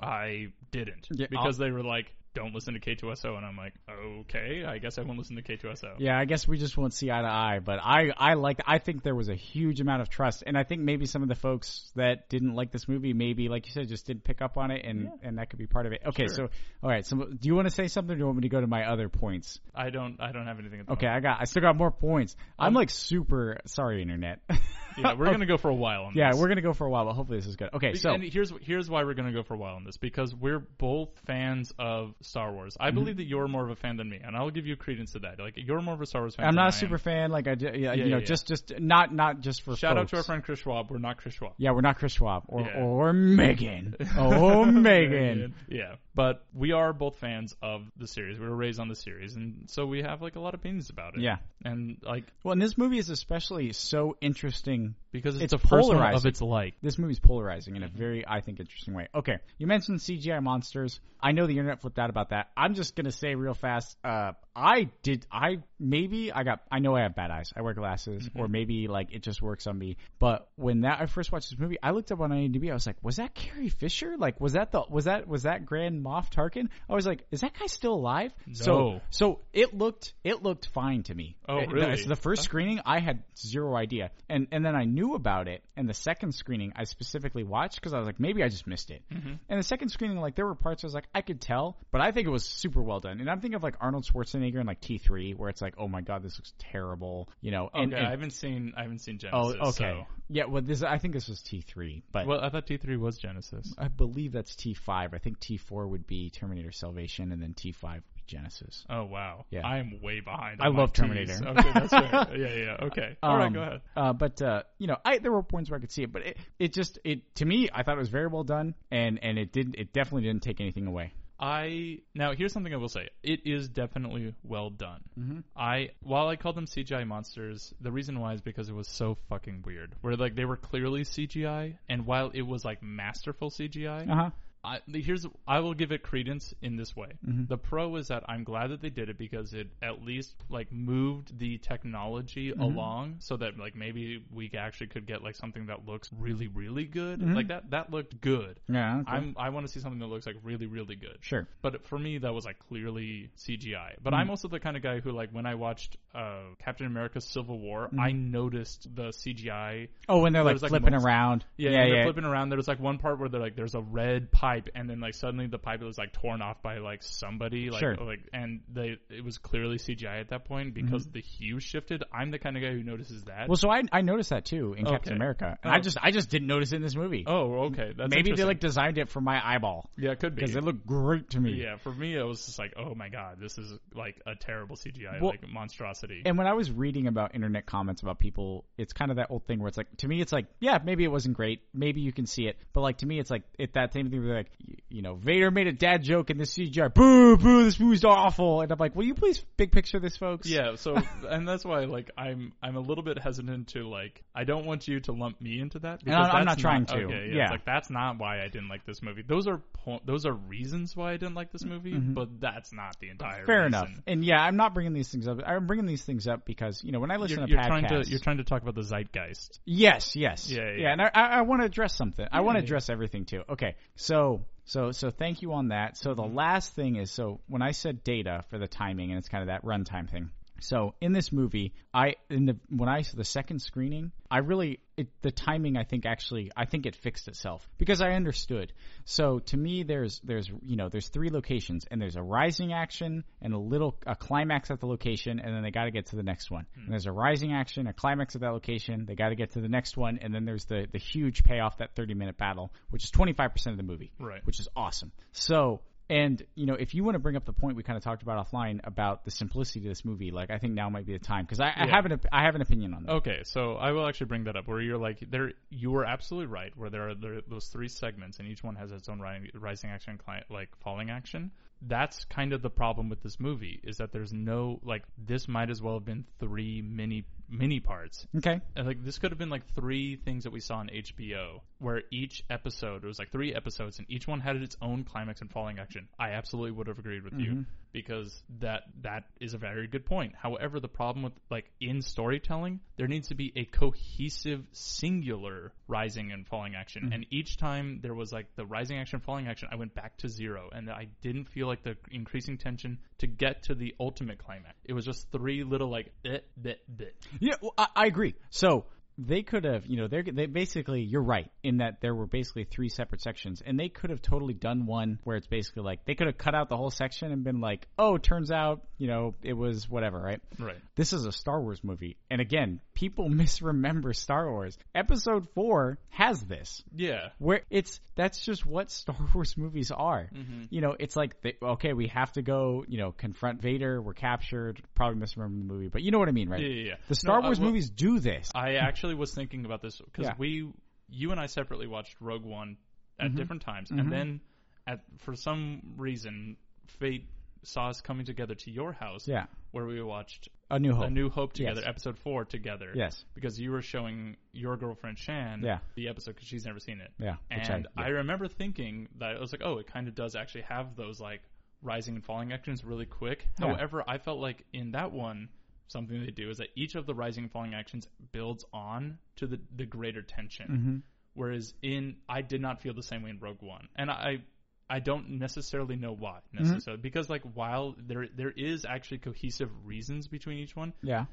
I didn't
Mm-hmm. Yeah,
because they were like, don't listen to K2SO, and I'm like, okay, I guess I won't listen to K2SO.
Yeah, I guess we just won't see eye to eye, but I I like I think there was a huge amount of trust, and I think maybe some of the folks that didn't like this movie, maybe like you said, just didn't pick up on it, and and that could be part of it. Okay,
Sure.
so all right, so do you want to say something? Or do you want me to go to my other points?
I don't I don't have anything. At the
Okay, I got I still got more points. I'm like super sorry, internet.
moment. Um, yeah, we're gonna go for a while. On
Oh. yeah,
this.
we're gonna go for a while, but hopefully this is good. Okay, so
and here's here's why we're gonna go for a while on this because we're both fans of Star Wars. I
Mm-hmm.
believe that you're more of a fan than me, and I'll give you credence to that. Like you're more of a Star Wars fan.
I'm
than
not a
I
super
am.
fan. Like I, did- yeah, you
yeah,
know,
yeah.
just just not not just for
Shout out
folks.
to our friend Chris Schwab. We're not Chris Schwab.
Yeah, we're not Chris Schwab or
Yeah.
or Megan. Oh, Megan.
Yeah, but we are both fans of the series. We were raised on the series, and so we have like a lot of opinions about it.
Yeah.
and like
Well, and this movie is especially so interesting.
because it's,
It's
the first one of
polarizing.
its like.
This movie's polarizing
Mm-hmm.
in a very, I think, interesting way. Okay, you mentioned CGI monsters. I know the internet flipped out about that. I'm just gonna say real fast. Uh, I did. I maybe I got. I know I have bad eyes. I wear glasses,
Mm-hmm.
or maybe like it just works on me. But when that I first watched this movie, I looked up on IMDb. I was like, was that Carrie Fisher? Like, was that the was that was that Grand Moff Tarkin? I was like, is that guy still alive?
No.
So so it looked it looked fine to me.
Oh,
It- the-
really?
so the first screening, I had zero idea, and and then I knew about it. And the second screening, I specifically watched because I was like, maybe I just missed it.
Mm-hmm.
And the second screening, like there were parts I was like, I could tell, but I think it was super well done. And I'm thinking of like Arnold Schwarzenegger in like T3, where it's like, oh my god, this looks terrible, you know? And,
Okay,
and-
I haven't seen I haven't seen Genesis.
oh, okay,
so-
yeah. Well, this I think this was T3, but
Well, I thought T three was Genesis.
I believe that's T5. I think T4 would be Terminator Salvation, and then T5 would be Genesis.
Oh wow.
Yeah.
I am way behind.
I
on my
love
teas.
Terminator.
Okay, that's fair. Yeah, yeah. Okay. All right,
Um,
go ahead.
Uh, but uh, you know, I there were points where I could see it, but it, it just it to me, I thought it was very well done, and and it did it definitely didn't take anything away.
I now here's something I will say. It is definitely well done.
Mm-hmm.
I while I called them CGI monsters, the reason why is because it was so fucking weird. Where like they were clearly CGI, and while it was like masterful CGI,
Uh huh.
I, here's I will give it credence in this way. The pro is that I'm glad that they did it because it at least like moved the technology along so that like maybe we actually could get like something that looks really really good. Like that that looked good.
Yeah. okay.
I'm I want to see something that looks like really really good.
Mm-hmm. sure.
But for me, that was like clearly CGI. But I'm also the kind of guy who, like, when I watched uh, Captain America: Civil War, I noticed the CGI.
Oh, when they're like
was, like,
flipping
moments-
around.
Yeah,
yeah,
and they're flipping around. There was like one part where they're like, "There's a red pipe," and then like suddenly the pipe was like torn off by like somebody, like,
Sure.
like, and they it was clearly CGI at that point because the hue shifted. I'm the kind of guy who notices that.
Mm-hmm. Well, so I I noticed that too in
Okay.
Captain America, and I just I just didn't notice it in this movie.
oh, okay, that's
Maybe they
interesting.
like designed it for my eyeball
yeah, could be
because it looked great to me.
Yeah, for me, it was just like, oh my god, this is like a terrible CGI,
Well-
like monstrosity.
And when I was reading about internet comments about people, it's kind of that old thing where it's like, to me, it's like, yeah, maybe it wasn't great. Maybe you can see it. But like, to me, it's like, it, that same thing where like, y- you know, Vader made a dad joke in the CGI. Boo, boo, this movie's awful. And I'm like, will you please big picture this, folks?
Yeah, so and that's why like I'm I'm a little bit hesitant to like I don't want you to lump me into that. because
I'm- I'm
that's
not trying to.
Okay, yeah,
Yeah.
It's like that's not why I didn't like this movie. Those are po- those are reasons why I didn't like this movie, but that's not the entire.
Mm-hmm. Fair
reason.
enough. And yeah, I'm not bringing these things up. I'm bringing these things up because, you know, when I listen
You're,
to
you're
podcasts.
trying to you're trying to talk about the zeitgeist.
Yes, yes.
Yeah, yeah.
And I, I, I want to address something. I want to
yeah.
address everything too. Okay, so so so thank you on that. So
Mm-hmm.
the last thing is so when I said data for the timing and it's kind of that runtime thing. So in this movie, I in the when I saw the second screening, I really it, the timing I think actually I think it fixed itself because I understood. So to me, there's there's you know there's three locations and there's a rising action and a little a climax at the location and then they got to get to the next one. And there's a rising action, a climax at that location, they got to get to the next one, and then there's the the huge payoff that 30 minute battle, which is 25 percent of the movie,
Right.
Which is awesome. So. And you know, if you want to bring up the point we kind of talked about offline about the simplicity of this movie, like I think now might be the time because I, I have an op- I have an opinion on that.
Okay, so I will actually bring that up where you're like there you were absolutely right where there are there, those three segments and each one has its own ri- rising action client like falling action. That's kind of the problem with this movie is that there's no like this might as well have been three mini mini parts.
Okay,
And, like this could have been like three things that we saw on HBO where each episode it was like three episodes and each one had its own climax and falling action. I absolutely would have agreed with you because that that is a very good point. However, the problem with like in storytelling, there needs to be a cohesive singular rising and falling action. And each time there was like the rising action falling action, I went back to zero and I didn't feel like like the increasing tension to get to the ultimate climax. It was just three little like bit bit bit.
Yeah, well, I, I agree. So they could have, you know, they're they basically. You're right in that there were basically three separate sections, and they could have totally done one where it's basically like they could have cut out the whole section and been like, oh, turns out, you know, it was whatever, right?
Right.
This is a Star Wars movie, and again, people misremember Star Wars. Episode four has this
Yeah.
where it's that's just what Star Wars movies are.
Mm-hmm.
You know, it's like they, okay, we have to go, you know, confront Vader. We're captured. Probably misremembering the movie, but you know what I mean, right?
Yeah, yeah, yeah.
The Star
No, I
Wars
will-
movies do this.
I actually was thinking about this because
Yeah.
we, you and I separately watched Rogue One at
Mm-hmm.
different times, and then at for some reason, fate saw us coming together to your house,
yeah,
where we watched
A New Hope.
A New Hope together,
Yes.
episode four together,
yes,
because you were showing your girlfriend Shan
Yeah.
the episode because she's never seen it,
yeah. Which
and
I,
I remember thinking that I was like, oh, it kind of does actually have those like rising and falling actions really quick.
Yeah.
However, I felt like in that one, something they do is that each of the rising and falling actions builds on to the, the greater tension.
Mm-hmm.
Whereas in I did not feel the same way in Rogue One, and I I don't necessarily know why
Mm-hmm.
necessarily because like while there there is actually cohesive reasons between each one,
yeah.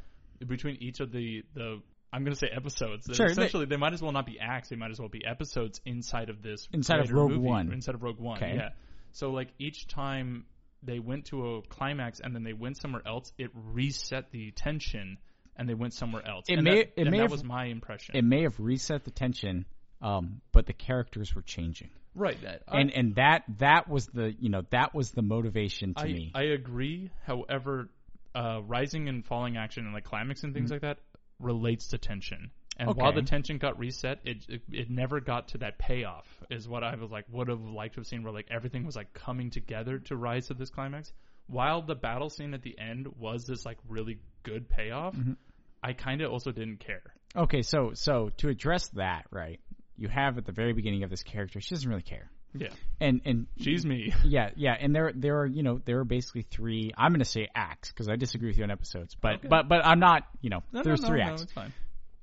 between each of the the I'm gonna say episodes. They're
Sure, they-
essentially, they, might as well not be acts. They might as well be episodes inside of this
Inside of
greater
Rogue
movie,
One.
Inside of Rogue One.
Okay.
Yeah. So like each time they went to a climax and then they went somewhere else, it reset the tension and they went somewhere else.
It
and
may-
that,
it
and
may
that
have-
was my impression.
It may have reset the tension, um, but the characters were changing,
right. that- I-
and and that that was the you know that was the motivation to
I,
me.
I agree. However, uh, rising and falling action and like climax and things like that relates to tension. And while
Mm-hmm. Okay.
the tension got reset, it, it it never got to that payoff. Is what I was like would have liked to have seen, where like everything was like coming together to rise to this climax. While the battle scene at the end was this like really good payoff,
Mm-hmm.
I kind of also didn't care.
Okay, so so to address that, right? You have at the very beginning of this character, she doesn't really care,
Yeah,
and and
she's me.
yeah, yeah, and there there are you know there are basically three. I'm going to say acts because I disagree with you on episodes, but
Okay.
but but I'm not you know
No, no,
there's
no,
three
no,
acts.
It's fine.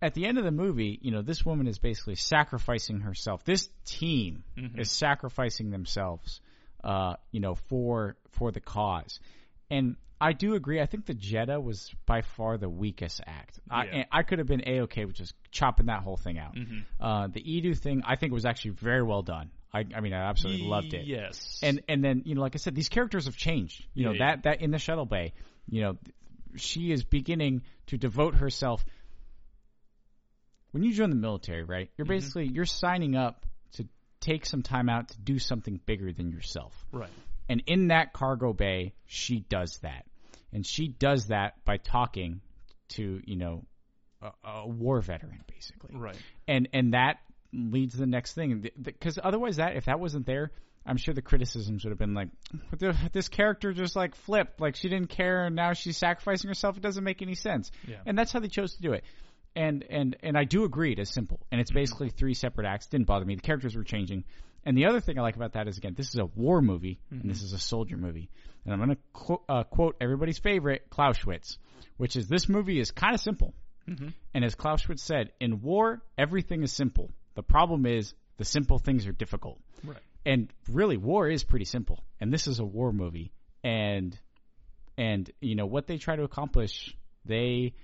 At the end of the movie, you know this woman is basically sacrificing herself. This team is sacrificing themselves, uh, you know for for the cause, and. I do agree. I think the Jeddah was by far the weakest act. I,
Yeah. Mm.
and I could have been a okay with just chopping that whole thing out.
Mm-hmm.
Uh, the Edu thing, I think, was actually very well done. I, I mean, I absolutely loved it
Yes,
and and then you know like i said these characters have changed you know
Yeah, yeah.
that that in the shuttle bay you know th- she is beginning to devote herself when you join the military right
Mm-hmm.
you're basically you're signing up to take some time out to do something bigger than yourself
right.
and in that cargo bay she does that and she does that by talking to you know a, a war veteran basically
Right.
and and that leads to the next thing because otherwise that if that wasn't there i'm sure the criticisms would have been like "What the- this character just like flipped like she didn't care and now she's sacrificing herself it doesn't make any sense
Yeah.
and that's how they chose to do it and and and i do agree it is simple and it's basically three separate acts didn't bother me the characters were changing and the other thing i like about that is again this is a war movie
Mm-hmm.
and this is a soldier movie and i'm going to qu- uh, quote everybody's favorite clausewitz which is this movie is kind of simple
Mm-hmm.
and as Clausewitz said, in war, everything is simple. The problem is the simple things are difficult.
Right.
And really, war is pretty simple. And this is a war movie. And and you know what they try to accomplish, they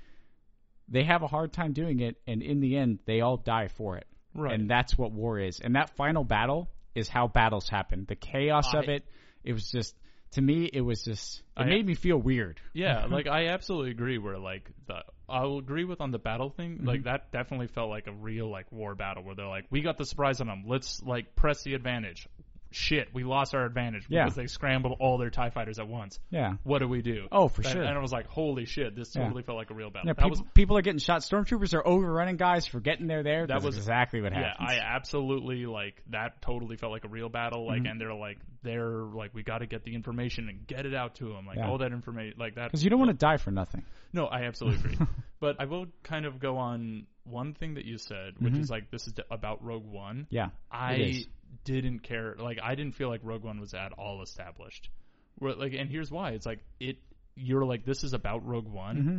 they have a hard time doing it. And in the end, they all die for it.
Right.
And that's what war is. And that final battle is how battles happen. The chaos of
I-
it. It was just to me, it was just it
I-
made me feel weird.
Yeah,
Mm-hmm.
like I absolutely agree. Where like the I'll agree with on the battle thing.
Mm-hmm.
Like that definitely felt like a real like war battle where they're like, we got the surprise on them. Let's like press the advantage. Shit, we lost our advantage
Yeah.
because they scrambled all their Tie fighters at once.
Yeah.
What do we do?
Oh, for
That-
sure.
And I was like, holy shit, this totally felt like a real battle.
Yeah,
that
people,
was
people are getting shot. Stormtroopers are overrunning guys, forgetting they're there. That
was-
was exactly what
yeah,
happened.
I absolutely like that. Totally felt like a real battle.
Mm-hmm.
Like, and they're like, they're like, we got to get the information and get it out to them. Like
Yeah.
all that information, like that.
Because you don't want to die for nothing.
No, I absolutely agree. but I will kind of go on one thing that you said, which is like this is d- about Rogue One.
Mm-hmm. Yeah, it
I
is.
didn't care. Like I didn't feel like Rogue One was at all established. Where, like, and here's why: it's like it. You're like this is about Rogue One.
Mm-hmm.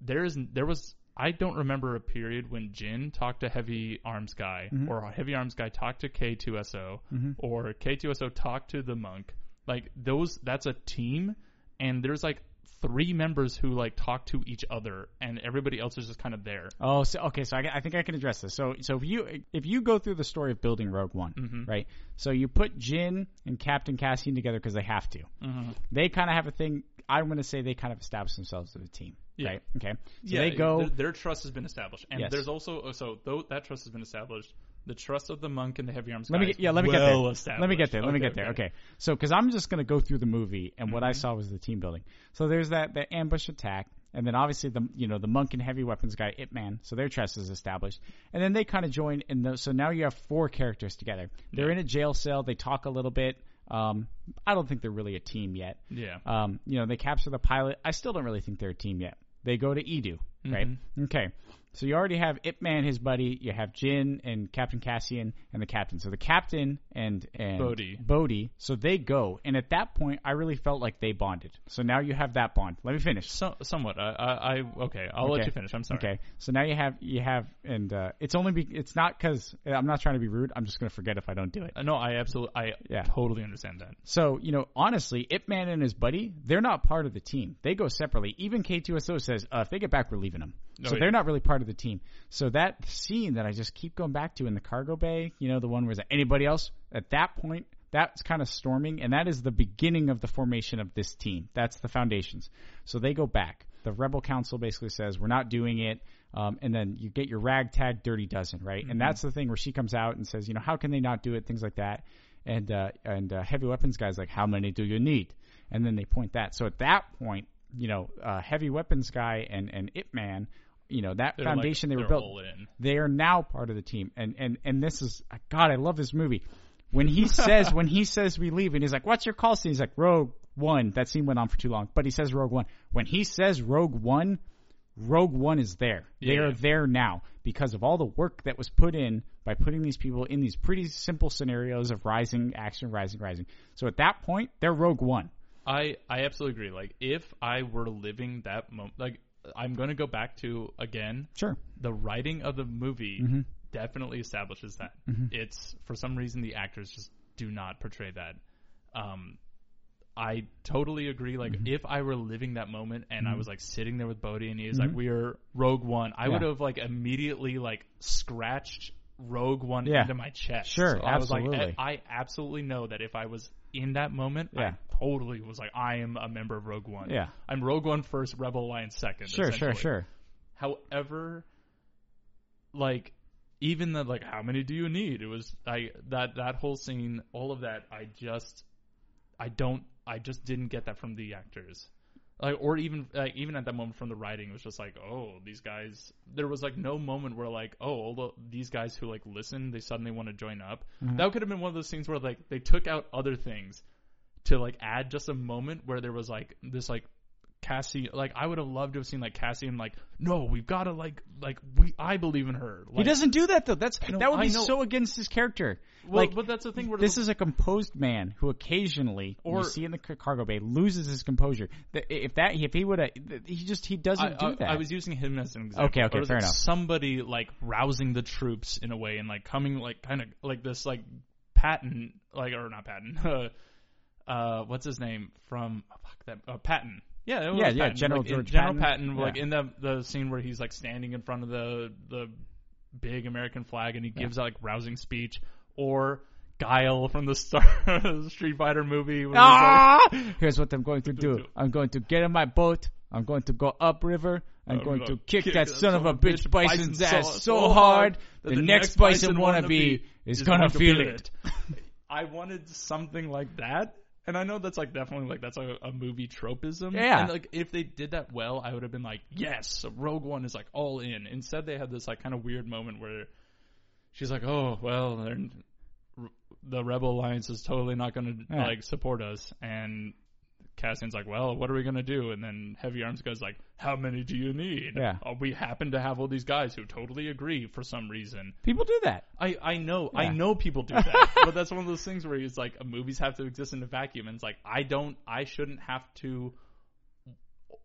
There is there was. I don't remember a period when Jin talked to Heavy Arms
Mm-hmm.
Guy, or Heavy Arms Guy talked to K2SO, or K2SO talked to the monk. Like those, that's a team, and there's like three members who like talk to each other, and everybody else is just kind of there.
Oh, so okay. So I, I think I can address this. So so if you if you go through the story of building Rogue One,
Mm-hmm.
right? So you put Jin and Captain Cassian together because they have to.
Mm-hmm.
They kind of have a thing. I'm going to say they kind of establish themselves as a team.
Yeah.
Right. Okay. So they go.
Their, their trust has been established, and
Yes.
there's also oh, so though that trust has been established. The trust of the monk and the heavy arms.
Let me
guy
get,
is
yeah, let me
well
get there. Let me get there. Let me
established.
get there. Okay. So, because I'm just going to go through the movie, and what I
Mm-hmm.
saw was the team building. So there's that that ambush attack, and then obviously the you know the monk and heavy weapons guy Ip Man. So their trust is established, and then they kind of join in. The, so now you have four characters together. They're in a jail cell. They talk a little bit. Um, I don't think they're really a team yet.
Yeah.
Um, you know, they capture the pilot. I still don't really think they're a team yet. They go to Edu, right? Okay. So you already have Ip Man, his buddy. You have Jin and Captain Cassian and the captain. So the captain and, and
Bodhi.
Bodhi. So they go. And at that point, I really felt like they bonded. So now you have that bond. Let me finish.
So, somewhat. I, I, I okay. I'll
Okay.
let you finish. I'm sorry.
Okay. So now you have, you have, and, uh, it's only be, it's not cause I'm not trying to be rude. I'm just going to forget if I don't do it.
Uh, No, I absolutely, I
Yeah.
totally understand that.
So, you know, honestly, Ip Man and his buddy, they're not part of the team. They go separately. Even K2SO says, uh, if they get back, we're leaving them. so
yeah.
they're not really part of the team. So that scene that I just keep going back to in the cargo bay, you know, the one where it's like, anybody else, at that point, that's kind of storming, and that is the beginning of the formation of this team. That's the foundations. So they go back. The Rebel Council basically says, we're not doing it. Um, and then you get your ragtag dirty dozen, right? And that's the thing where she comes out and says, you know, how can they not do it? Things like that and uh, and uh, heavy weapons guys like how many do you need and then they point that so at that point you know uh, heavy weapons guy and and it man you know that
They're like-
foundation they were
they're
built
all in.
they are now part of the team and and and this is god i love this movie when he says when he says we leave and he's like what's your call scene he's like rogue one that scene went on for too long but he says rogue one when he says rogue one rogue one is there they
Yeah.
are there now because of all the work that was put in by putting these people in these pretty simple scenarios of rising action rising rising so at that point they're rogue one
I, I absolutely agree. Like, if I were living that moment, like, I'm going to go back to again
sure
the writing of the movie
Mm-hmm.
definitely establishes that. It's for some reason the actors just do not portray that. Um, I totally agree. Like
Mm-hmm.
if I were living that moment and I was like sitting there with Bodhi and he was like, "We are Rogue One," I would
Mm-hmm. Yeah.
have like immediately like scratched Rogue One
Yeah.
into my chest.
Sure,
so I Was
absolutely.
like, I I absolutely know that if I was in that moment,
Yeah.
I totally was like, "I am a member of Rogue One."
Yeah.
I'm Rogue One first, Rebel Alliance second.
sure sure
essentially.
sure
However, like even the like how many do you need? It was I that that whole scene, all of that. I just I don't I just didn't get that from the actors. Like or even like even at that moment from the writing it was just like oh these guys there was like no moment where like oh all the, these guys who like listen they suddenly want to join up
Mm-hmm.
that could have been one of those scenes where like they took out other things to like add just a moment where there was like this like Cassie like I would have loved to have seen like Cassie and like no we've got to like like we I believe in her like,
he doesn't do that though that's
know,
that would
I
be
know.
so against his character
well,
like
but that's the thing where
This is a composed man who occasionally,
Or-
you see in the c- cargo bay, loses his composure. Th- If that, if he would have, he just he doesn't
I,
do
I-
that.
I was using him as an example.
Okay, okay,
Or was
fair
it
enough.
Somebody like rousing the troops in a way and like coming like kind of like this like Patton like or not Patton. Uh, uh, what's his name from oh, fuck that uh, Patton. Yeah, it was
Yeah,
Patton.
yeah, General
like, in-
George
General
Patton.
Patton, like
Yeah.
in the the scene where he's like standing in front of the the big American flag and he gives like rousing speech or Guile from the Star Street Fighter movie. when he's, like-
ah! Here's what I'm going to do. I'm going to get in my boat. I'm going to go upriver. I'm going to
gonna
kick, that son of a bitch bison's ass so hard
that
the, next bison wannabe is gonna feel it.
I wanted something like that. And I know that's like definitely like that's like a, a movie tropism.
Yeah.
And like if they did that well, I would have been like, yes, Rogue One is like all in. Instead, they had this like kind of weird moment where she's like, oh well, they're- the Rebel Alliance is totally not going to
Yeah.
like support us, and Cassian's like, "Well, what are we gonna do?" And then Heavy Arms goes like, "How many do you need?"
Yeah.
Uh, we happen to have all these guys who totally agree for some reason.
People do that.
I I know I
Yeah.
know people do that, but that's one of those things where it's like movies have to exist in a vacuum, and it's like I don't I shouldn't have to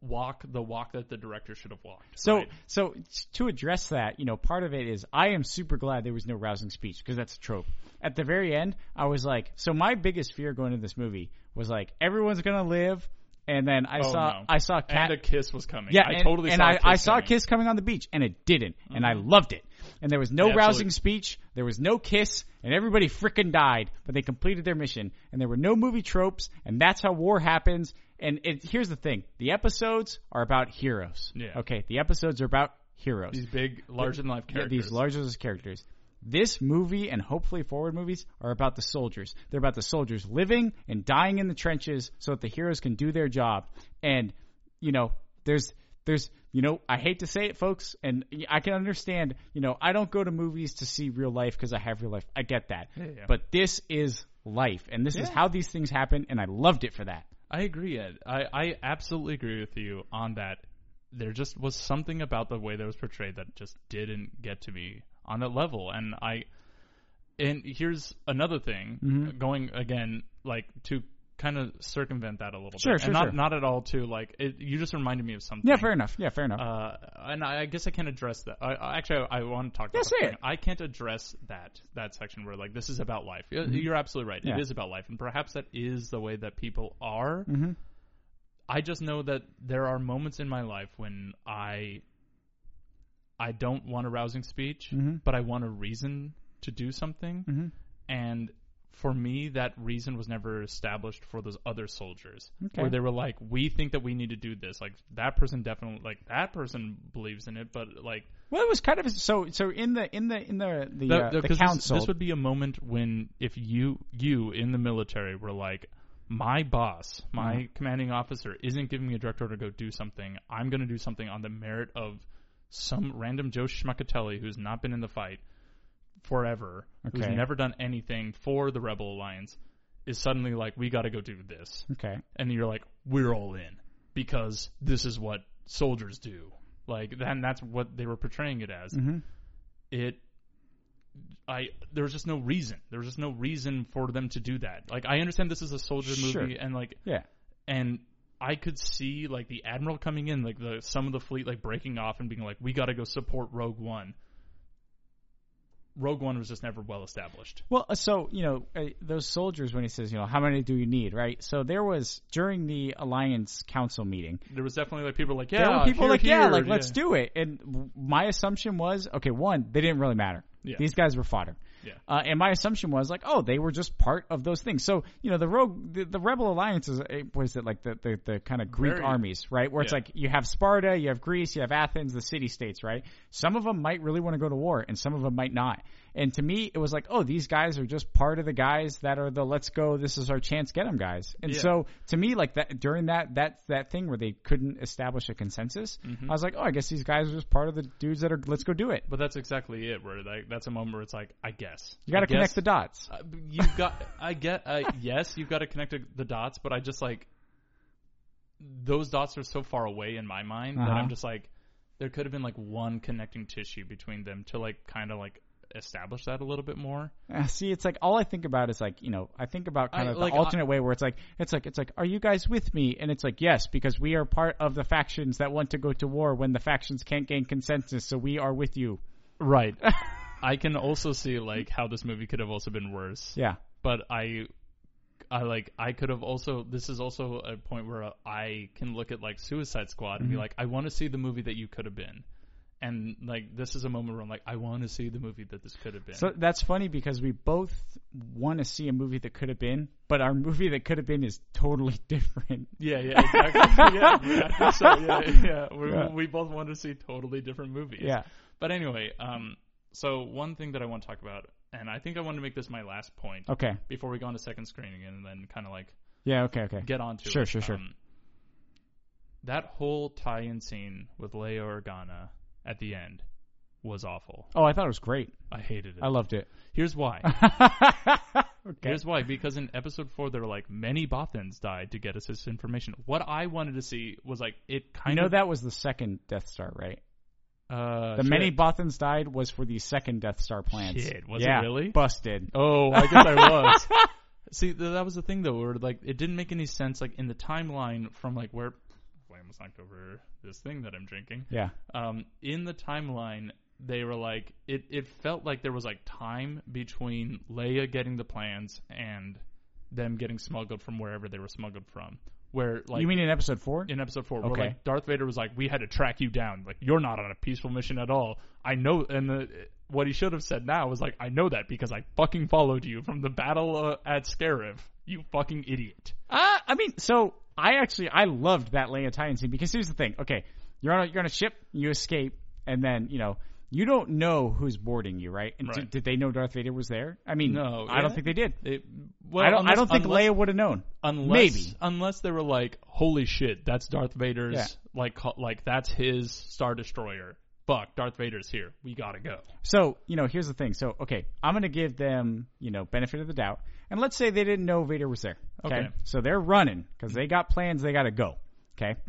walk the walk that the director should have walked.
So,
right?
so to address that, you know, part of it is I am super glad there was no rousing speech because that's a trope. At the very end, I was like, so my biggest fear going into this movie was like everyone's gonna live, and then I
Oh,
saw
no.
I saw cat.
and a kiss was coming.
yeah,
I
and,
totally
and
saw
I,
a kiss
I saw a
coming. Mm-hmm.
kiss coming on the beach, and it didn't, and I loved it. And there was no
Yeah,
rousing
absolutely.
speech, there was no kiss, and everybody frickin' died. But they completed their mission, and there were no movie tropes, and that's how war happens. And it, here's the thing: the episodes are about heroes.
Yeah.
Okay, the episodes are about heroes.
These big, larger than life
Yeah,
characters.
these larger as characters. This movie and hopefully forward movies are about the soldiers. They're about the soldiers living and dying in the trenches so that the heroes can do their job. And you know, there's there's you know, I hate to say it folks and I can understand, you know, I don't go to movies to see real life cuz I have real life. I get that.
yeah.
But this is life and this is
Yeah.
how these things happen and I loved it for that.
I agree, Ed. I, I absolutely agree with you on that. There just was something about the way that was portrayed that just didn't get to me on that level. And I, and here's another thing
Mm-hmm.
going again, like to kind of circumvent that a little
Sure,
bit.
sure,
and not,
sure.
not at all to like, it, you just reminded me of something.
Yeah, fair enough. Yeah, fair enough.
Uh, and I, I guess I can address that. I, I actually, I, want to talk. About
Yeah, say
that.
it.
I can't address that that section where like this is about life. Y- You're absolutely right.
Mm-hmm. Yeah. Mm-hmm.
It is about life, and perhaps that is the way that people are. I just know that there are moments in my life when I I don't want a rousing speech, but I want a reason to do something,
Mm-hmm.
and for me, that reason was never established for those other soldiers,
Okay.
where they were like, "We think that we need to do this." Like that person definitely, like that person believes in it, but like
well, it was kind of so so in the in the in the the, uh, the
'cause this-
council.
This, would be a moment when if you you in the military were like, my boss, my
Uh-huh.
commanding officer, isn't giving me a direct order to go do something. I'm going to do something on the merit of some random Joe Schmuckatelli who's not been in the fight forever,
Okay.
who's never done anything for the Rebel Alliance, is suddenly like, we got to go do this,
okay.
and you're like, we're all in because this is what soldiers do. Like, then that's what they were portraying it as
Mhm.
it I there was just no reason. There was just no reason for them to do that. Like I understand this is a soldier
Sure.
movie and like
Yeah.
and I could see like the admiral coming in, like the some of the fleet like breaking off and being like, We gotta go support Rogue One. Rogue One was just never well established.
Well, uh, so you know uh, those soldiers when he says, you know, how many do you need, right? So there was during the alliance council meeting,
There was definitely like people like, Yeah,
there were people
here,
like, yeah,
here,
like let's do it. And w- my assumption was, okay, one, they didn't really matter.
Yeah.
These guys were fodder.
Yeah.
Uh, and my assumption was like, oh, they were just part of those things. So you know, the rogue, the, the rebel alliance is eh, was it like the the, the kind of Greek
Very-
armies, right? Where it's
Yeah.
like you have Sparta, you have Greece, you have Athens, the city states, right? Some of them might really want to go to war, and some of them might not. And to me, it was like, oh, these guys are just part of the guys that are the let's go, this is our chance, get them guys. And
Yeah.
so to me, like that during that that that thing where they couldn't establish a consensus,
Mm-hmm.
I was like, oh, I guess these guys are just part of the dudes that are let's go do it.
But that's exactly it, where like that's a moment where it's like, I guess.
You got to
I guess
connect the dots.
Uh, you've got i get uh, yes you've got to connect the dots but i just like those dots are so far away in my mind
Uh-huh.
that i'm just like there could have been like one connecting tissue between them to like kind of like establish that a little bit more
Uh, see, it's like all I think about is like you know I think about kind
I-
of
like, uh,
the alternate way where it's like it's like it's like are you guys with me? And it's like yes because we are part of the factions that want to go to war when the factions can't gain consensus, so we are with you.
right i can also see like how this movie could have also been worse
Yeah,
but i i like i could have also this is also a point where i can look at like suicide squad
Mm-hmm.
and be like i want to see the movie that you could have been and like this is a moment where i'm like i want to see the movie that this could have been
so that's funny because we both want to see a movie that could have been, but our movie that could have been is totally different.
Yeah, yeah, exactly. yeah, yeah, so, yeah, yeah. We,
Yeah.
we both want to see totally different movies.
Yeah.
But anyway, um, so one thing that I want to talk about, and I think I want to make this my last point
Okay.
before we go on to second screening and then kind of like
Yeah. Okay. Okay.
get onto
Sure,
it.
sure, sure.
Um, that whole tie-in scene with Leia Organa at the end was awful.
Oh, I thought it was great.
I hated it.
I loved it.
Here's why.
okay.
Here's why, because in episode four they were like many Bothans died to get us this information. What I wanted to see was like it
I
kind
know
of
that was the second Death Star, right?
Uh,
The
shit.
many Bothans died was for the second Death Star plans.
Shit, was it
yeah,
really?
Busted.
Oh, I guess I was. See, th- that was the thing though, where like it didn't make any sense, like in the timeline from like where, where almost knocked over this thing that I'm drinking.
Yeah.
Um, in the timeline, they were like it. It felt like there was like time between Leia getting the plans and them getting smuggled from wherever they were smuggled from. Where like
you mean in episode four?
in episode four,
Okay.
where like Darth Vader was like, "We had to track you down. Like you're not on a peaceful mission at all. I know." And the, what he should have said now was like, "I know that because I fucking followed you from the battle uh, at Scarif. You fucking idiot."
Uh, I mean, so I actually I loved that Leia Titan scene because here's the thing. Okay, you're on a, you're on a ship, you escape, and then you know you don't know who's boarding you, right? And
Right.
Did, did they know Darth Vader was there? I mean,
No,
I don't
yeah.
think they did.
It, well,
I don't. I
unless-
don't think
unless,
Leia would have known.
unless,
maybe.
unless they were like, "Holy shit, that's Darth Vader's
Yeah.
like co- like that's his star destroyer." Fuck, Darth Vader's here. We gotta go.
So you know, here's the thing. So okay, I'm gonna give them you know benefit of the doubt, and let's say they didn't know Vader was there. Okay,
Okay.
so they're running because they got plans. They gotta go. Okay,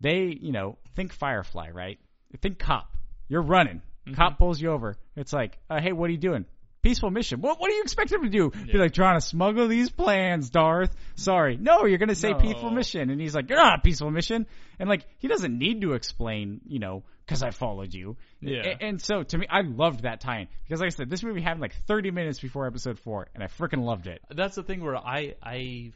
they you know think Firefly, right? Think cop. You're running. Cop pulls you over. It's like, uh, hey, what are you doing? Peaceful mission. What What do you expect him to do? Be like trying to smuggle these plans, Darth. Sorry, no, you're gonna say
No.
peaceful mission, and he's like, you're not a peaceful mission, and like he doesn't need to explain, you know, because I followed you.
Yeah.
A- and so to me, I loved that tie-in because, like I said, this movie happened like 30 minutes before episode four, and I freaking loved it.
that's the thing where I I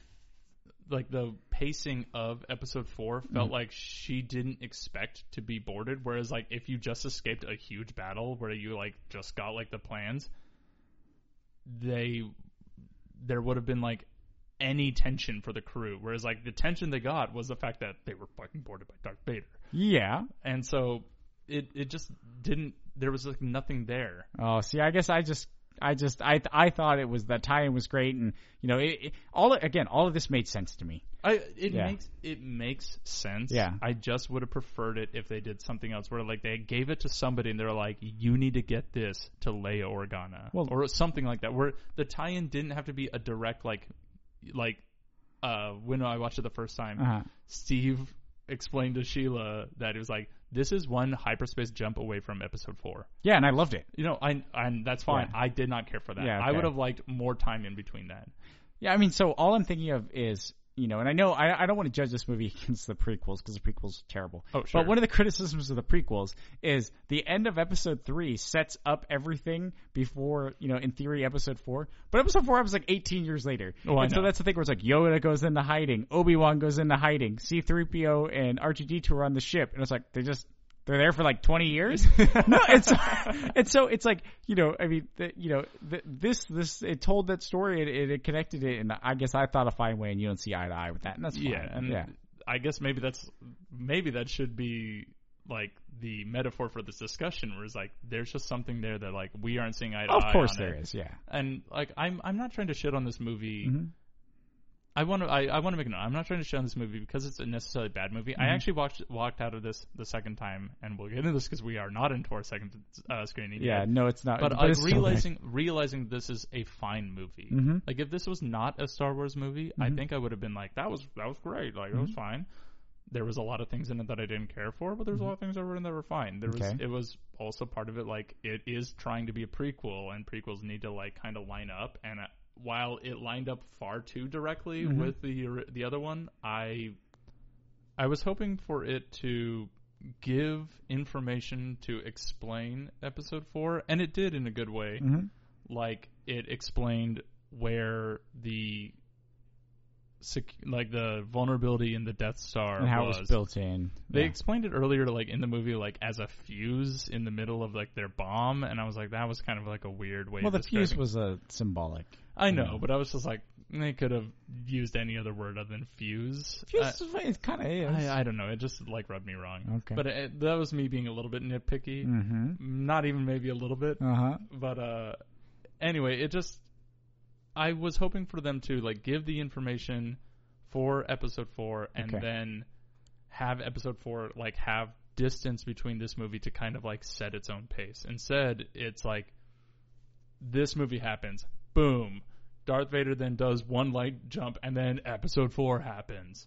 like the pacing of episode four felt like she didn't expect to be boarded. Whereas like if you just escaped a huge battle where you like just got like the plans, they there would have been like any tension for the crew. Whereas like the tension they got was the fact that they were fucking boarded by Darth Vader,
Yeah.
and so it it just didn't. There was like nothing there.
Oh, see, I guess I just, I just, I, I thought it was the tie-in was great, and you know, it, it, all again, all of this made sense to me.
I it
Yeah.
makes it makes sense.
Yeah.
I just would have preferred it if they did something else where like they gave it to somebody and they're like, You need to get this to Leia Organa.
Well-
or something like that. Where the tie in didn't have to be a direct like like uh when I watched it the first time,
Uh-huh.
Steve explained to Sheila that it was like this is one hyperspace jump away from episode four.
Yeah, and I loved it.
You know, I and that's fine.
Yeah.
I did not care for that.
Yeah,
I
okay.
would have liked more time in between that.
Yeah, I mean, so all I'm thinking of is, you know, and I know I, I don't want to judge this movie against the prequels because the prequels terrible.
Oh, sure.
But one of the criticisms of the prequels is the end of episode three sets up everything before, you know, in theory, episode four. But episode four was like 18 years later.
Oh, I
and so
know.
that's the thing where it's like Yoda goes into hiding, Obi Wan goes into hiding, C3PO and R2D2 are on the ship, and it's like they just. They're there for like twenty years. no, it's and so it's like you know, I mean, the, you know, the, this this it told that story, it, it connected it, and I guess I thought a fine way, and you don't see eye to eye with that, and that's fine.
Yeah, and
yeah.
I guess maybe that's maybe that should be like the metaphor for this discussion, where it's like there's just something there that like we aren't seeing eye to
Of
eye.
course
on
there
it. Mm-hmm.
is, Mm-hmm. yeah.
And like I'm I'm not trying to shit on this movie. I want to I, I want to make a note. I'm not trying to shit on this movie because it's a necessarily bad movie.
Mm-hmm.
I actually watched walked out of this the second time, and we'll get into this because we are not into our second uh, screening.
Yeah,
yet
no, it's not.
but, like
it's still Mm-hmm.
realizing realizing this is a fine movie. Like if this was not a Star Wars movie, I think I would have been like, that was that was great. Like it
Mm-hmm.
was fine. There was a lot of things in it that I didn't care for, but there's a lot of things that were in that were fine. There was
Mm-hmm. Okay.
it was also part of it like it is trying to be a prequel, and prequels need to like kind of line up. And uh, while it lined up far too directly
Mm-hmm.
with the or- the other one, I I was hoping for it to give information to explain episode four, and it did in a good way.
Mhm.
Like it explained where the sec- like the vulnerability in the Death Star
and how it
was.
was built in.
They
Yeah.
explained it earlier, like in the movie, like as a fuse in the middle of like their bomb, and I was like, that was kind of like a weird way.
well,
of
the fuse
describing-
was a symbolic.
I know, but I was just like, they could have used any other word other than fuse.
Fuse,
I-
is it kind of is.
I, I don't know. It just like rubbed me wrong.
Okay.
But it, that was me being a little bit nitpicky.
mm-hmm.
Not even maybe a little bit.
Uh huh.
But uh, anyway, it just I was hoping for them to like give the information for episode four and
Okay.
then have episode four like have distance between this movie to kind of like set its own pace. Instead, it's like this movie happens. Boom. Darth Vader then does one light jump and then episode 4 happens.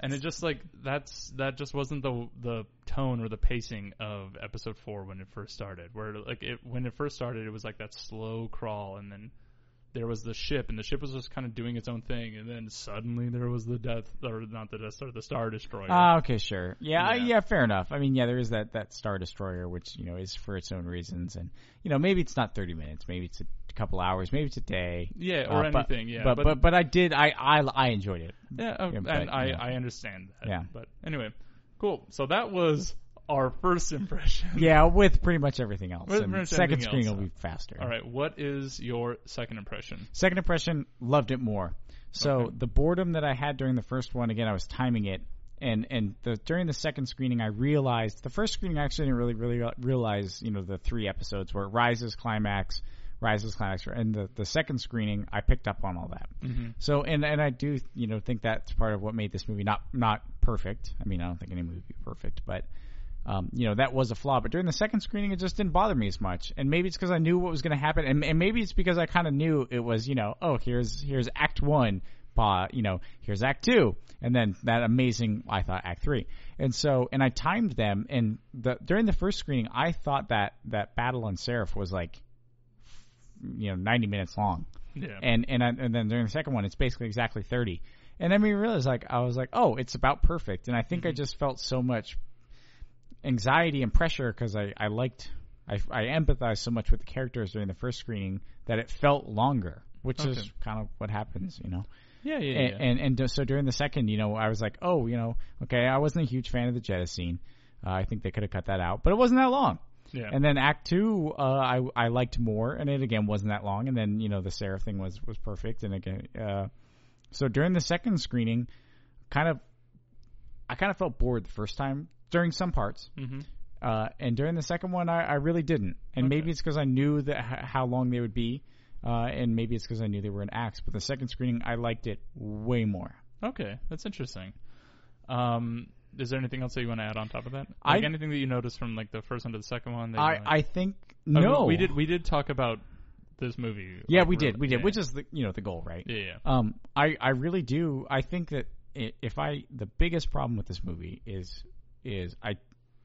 And it just like that's that just wasn't the the tone or the pacing of episode 4 when it first started. Where like it when it first started it was like that slow crawl and then there was the ship, and the ship was just kind of doing its own thing, and then suddenly there was the Death, or not the Death Star, the Star Destroyer.
Ah, okay, sure. Yeah, I-
Yeah.
yeah, fair enough. I mean, yeah, there is that that Star Destroyer, which you know is for its own reasons, and you know maybe it's not thirty minutes, maybe it's a couple hours, maybe it's a day,
yeah, or
Uh, but-
anything. yeah,
but, but but I did, I I I enjoyed it.
Yeah, uh,
Yeah,
and
but,
I,
yeah.
I understand that.
Yeah.
But anyway, cool. So that was our first impression.
Yeah, with pretty much everything else.
With
and
pretty much
second
everything
screen
else.
will be faster.
All right, what is your second impression?
Second impression, loved it more. So
Okay.
the boredom that I had during the first one, again, I was timing it, and and the, during the second screening, I realized the first screening I actually didn't really really re- realize you know the three episodes where it rises, climax, rises, climax, and the the second screening I picked up on all that. So and and I do you know think that's part of what made this movie not not perfect. I mean, I don't think any movie would be perfect, but um, you know, that was a flaw. But during the second screening, it just didn't bother me as much. And maybe it's because I knew what was going to happen, and, and maybe it's because I kind of knew it was, you know, oh, here's here's Act One, pa, you know, here's Act Two, and then that amazing, I thought Act Three, and so and I timed them, and the during the first screening, I thought that that battle on Seraph was like, you know, ninety minutes long
Yeah.
and and I, and then during the second one, it's basically exactly thirty. And I mean, realize like I was like, oh, it's about perfect. And I think
Mm-hmm.
I just felt so much anxiety and pressure because I I liked I I empathized so much with the characters during the first screening that it felt longer, which
Okay.
is kind of what happens, you know
yeah, yeah, yeah.
and, and and so during the second, you know, I was like, oh, you know, okay, I wasn't a huge fan of the Jetta scene. Uh, I think they could have cut that out, but it wasn't that long.
Yeah.
And then Act Two, uh, I I liked more, and it again wasn't that long. And then you know the Sarah thing was was perfect, and again, uh, so during the second screening, kind of, I kind of felt bored the first time during some parts.
hmm
Uh, and during the second one, I, I really didn't. And
Okay.
maybe it's because I knew that h- how long they would be, uh, and maybe it's because I knew they were in acts. But the second screening, I liked it way more.
Okay, that's interesting. Um, is there anything else that you want to add on top of that? Like
I-
anything that you noticed from like the first one to the second one? that you
I,
like-
I think
Oh, we-
no,
we did we did talk about this movie.
Yeah,
like,
we
really-
did, we did,
yeah.
which is the you know the goal, right?
yeah, yeah.
Um, I I really do. I think that i- if I the biggest problem with this movie is is I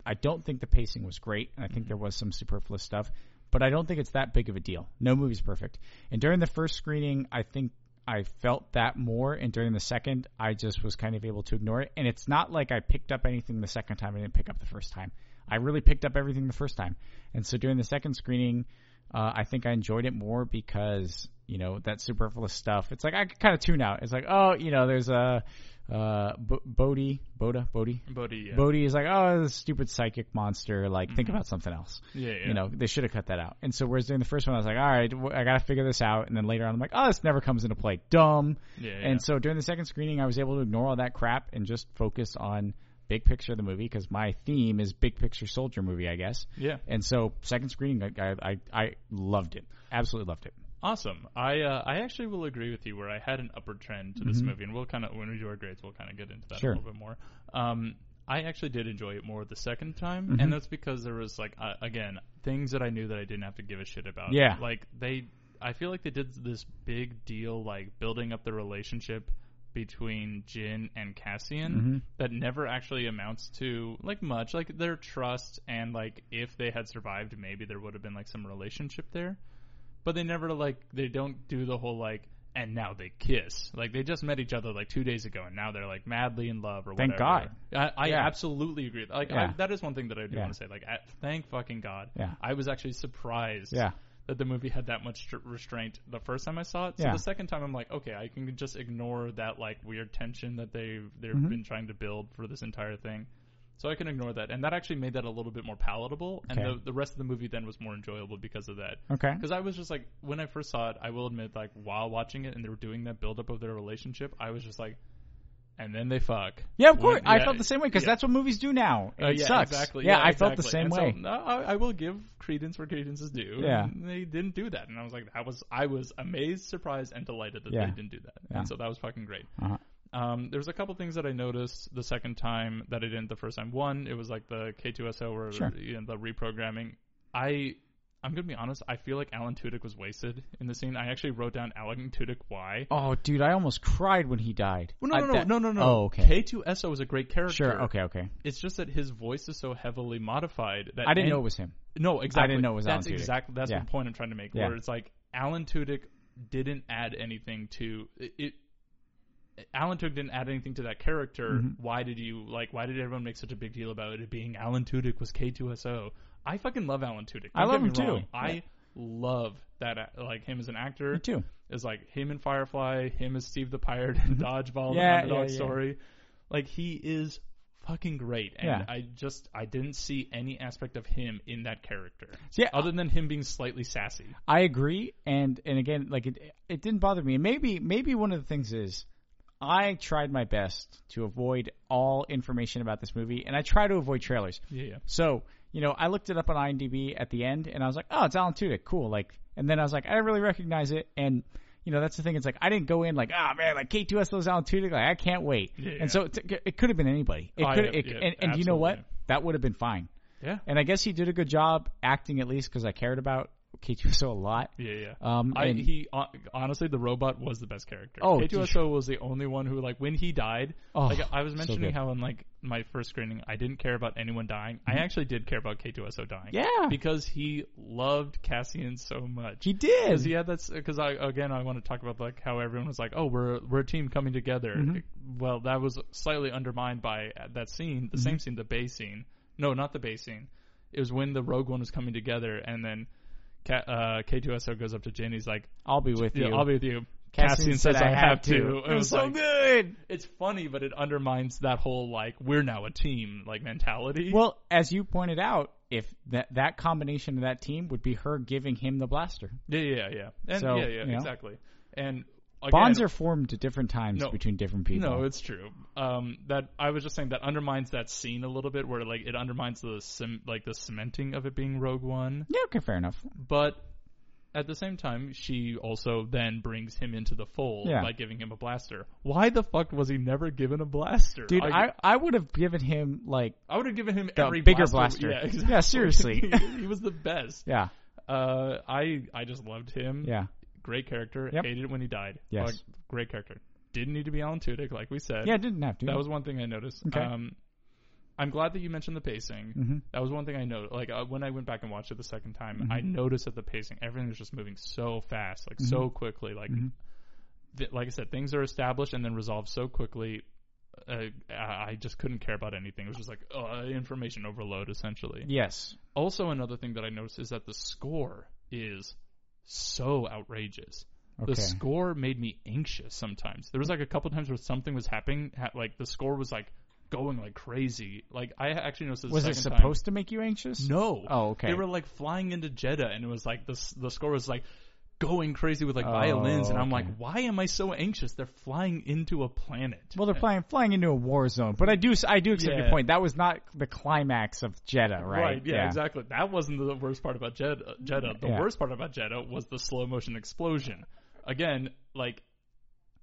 I don't think the pacing was great, and I think there was some superfluous stuff, but I don't think it's that big of a deal. No movie's perfect, and during the first screening, I think I felt that more, and during the second, I just was kind of able to ignore it. And it's not like I picked up anything the second time I didn't pick up the first time. I really picked up everything the first time, and so during the second screening, uh, I think I enjoyed it more because you know that superfluous stuff. It's like I kind of tune out. It's like oh, you know, there's a uh, Bo- Bodhi, Boda, Bodhi.
Bodhi, yeah.
Bodhi is like, oh, this stupid psychic monster. Like, think about something else.
yeah, yeah.
You know, they should have cut that out. And so, whereas during the first one, I was like, all right, wh- I got to figure this out. And then later on, I'm like, oh, this never comes into play. Dumb.
Yeah, yeah.
And so, during the second screening, I was able to ignore all that crap and just focus on big picture of the movie because my theme is big picture soldier movie, I guess.
yeah.
And so, second screening, I, I, I, I loved it. Absolutely loved it.
Awesome. I uh, I actually will agree with you where I had an upward trend to this movie, and we'll kind of when we do our grades, we'll kind of get into that
Mm-hmm. Sure.
a little bit more. Um, I actually did enjoy it more the second time,
Mm-hmm.
and that's because there was like uh, again things that I knew that I didn't have to give a shit about.
Yeah.
like they, I feel like they did this big deal, like building up the relationship between Jin and Cassian
Mm-hmm.
that never actually amounts to like much, like their trust and like if they had survived, maybe there would have been like some relationship there but they never like they don't do the whole like and now they kiss like they just met each other like two days ago and now they're like madly in love or
Thank
whatever. God I, I
Yeah.
absolutely agree like I,
Yeah.
that is one thing that I do
Yeah.
want to say like I, thank fucking God
Yeah.
I was actually surprised
Yeah.
that the movie had that much tr- restraint the first time I saw it so
Yeah.
the second time I'm like okay I can just ignore that like weird tension that they've they've
Mm-hmm.
been trying to build for this entire thing so I can ignore that and that actually made that a little bit more palatable
Okay.
and the, the rest of the movie then was more enjoyable because of that
Okay.
because I was just like, when I first saw it, I will admit, like while watching it and they were doing that buildup of their relationship, I was just like, and then they fuck.
Yeah, of
When-
course. I
yeah,
felt the same way because
yeah.
that's what movies do now. And
Uh,
it
yeah,
sucks.
exactly.
Yeah, I felt the
exactly.
same
And so,
way.
no, I, I will give credence where credence is due.
Yeah.
and they didn't do that, and I was like, that was I was amazed, surprised, and delighted that
Yeah.
they didn't do that,
Yeah.
and so that was fucking great.
Uh-huh.
Um, there was a couple things that I noticed the second time that I didn't the first time. One, it was like the K2SO or
Sure.
you know, the reprogramming. I I'm gonna be honest. I feel like Alan Tudyk was wasted in the scene. I actually wrote down Alan Tudyk why.
Oh, dude, I almost cried when he died.
Well, no,
I-
no, no,
that-
no, no, no.
Oh, okay.
K2SO is a great character.
Sure. Okay. Okay.
It's just that his voice is so heavily modified that
I didn't
any-
know it was him.
No, exactly.
know it was Alan
that's
Tudyk.
exactly that's
Yeah.
the point I'm trying to make.
Yeah.
Where it's like Alan Tudyk didn't add anything to it. it Alan Tudyk didn't add anything to that character.
Mm-hmm.
Why did you like? Why did everyone make such a big deal about it being Alan Tudyk was K2SO? I fucking love Alan Tudyk. Don't
I love
get me
him too.
wrong. I
Yeah.
love that a- like him as an actor
Me too.
is like him and Firefly, him as Steve the Pirate and Dodgeball,
Yeah,
the underdog
yeah, yeah.
story. Like he is fucking great, and
Yeah.
I just I didn't see any aspect of him in that character.
Yeah.
other than him being slightly sassy.
I agree, and and again, like it, it didn't bother me. Maybe maybe one of the things is I tried my best to avoid all information about this movie, and I try to avoid trailers.
Yeah, yeah.
So you know, I looked it up on IMDb at the end, and I was like, oh, it's Alan Tudyk, cool. Like, and then I was like, I don't really recognize it, and you know, that's the thing. It's like I didn't go in like, ah, man, like K2SO's Alan Tudyk, like I can't wait.
Yeah.
And so it, it could have been anybody. It
Oh,
could,
yeah,
it,
yeah,
and, and you know what?
absolutely.
That would have been fine.
Yeah,
And I guess he did a good job acting at least because I cared about K2SO a lot.
yeah, yeah.
Um,
I,
and-
he hon- honestly, the robot was the best character.
Oh,
K2SO was the only one who, like, when he died,
Oh,
like I was
so
mentioning
good.
how in like my first screening, I didn't care about anyone dying. I actually did care about K2SO dying.
Mm-hmm. Yeah.
because he loved Cassian so much.
He did.
Because yeah, that's because I again I want to talk about like how everyone was like, oh, we're we're a team coming together.
Mm-hmm.
Well, that was slightly undermined by uh, that scene, the
Mm-hmm.
same scene, the Bay scene. No, not the Bay scene. It was when the Rogue One was coming together, and then Ca uh, K2SO goes up to Jin. He's like,
I'll be with
yeah,
you.
I'll be with you.
Cassian, says I have to.
It was
so
like,
good.
It's funny, but it undermines that whole like we're now a team like mentality.
Well, as you pointed out, if that that combination of that team would be her giving him the blaster.
yeah, yeah, yeah, and
So,
yeah, yeah,
you know.
exactly. And again,
Bonds are formed at different times
No.
between different people.
No, it's true. Um, that I was just saying that undermines that scene a little bit, where like it undermines the sim- like the cementing of it being Rogue One.
yeah, okay, fair enough.
But at the same time, she also then brings him into the fold
Yeah.
by giving him a blaster. Why the fuck was he never given a blaster?
Dude,
Like,
I, I would have given him like
I would have given him
The
every
bigger blaster.
Yeah,
Yeah,
exactly.
seriously.
he, he was the best.
yeah
Uh, I I just loved him.
yeah
great character.
Yep.
Hated it when he died.
Yes.
Like, great character. Didn't need to be Alan Tudyk, like we said.
yeah it didn't have to.
That was one thing I noticed.
Hmm. Okay.
Um, I'm glad that you mentioned the pacing.
Mhm.
That was one thing I noticed. Like uh, when I went back and watched it the second time, I noticed that the pacing, everything was just moving so fast, like so quickly. Like, th- like I said, things are established and then resolved so quickly. Uh, I I just couldn't care about anything. It was just like uh, information overload, essentially.
yes
Also, another thing that I noticed is that the score is so outrageous.
Okay.
The score made me anxious sometimes. There was like a couple times where something was happening, ha- like the score was like going like crazy. Like I actually noticed this
was
the
it
second
supposed to make you anxious?
Time. No.
Oh, okay.
They were like flying into Jeddah, and it was like the s- the score was like going crazy with like violins, and I'm
Oh, okay.
like, why am I so anxious? They're flying into a planet.
Well, they're flying flying into a war zone, but I do I do accept
Yeah.
your point. That was not the climax of Jeddah, right?
yeah, exactly. That wasn't the worst part about Jed- Jeddah. The
Yeah.
worst part about Jeddah was the slow motion explosion. Again, like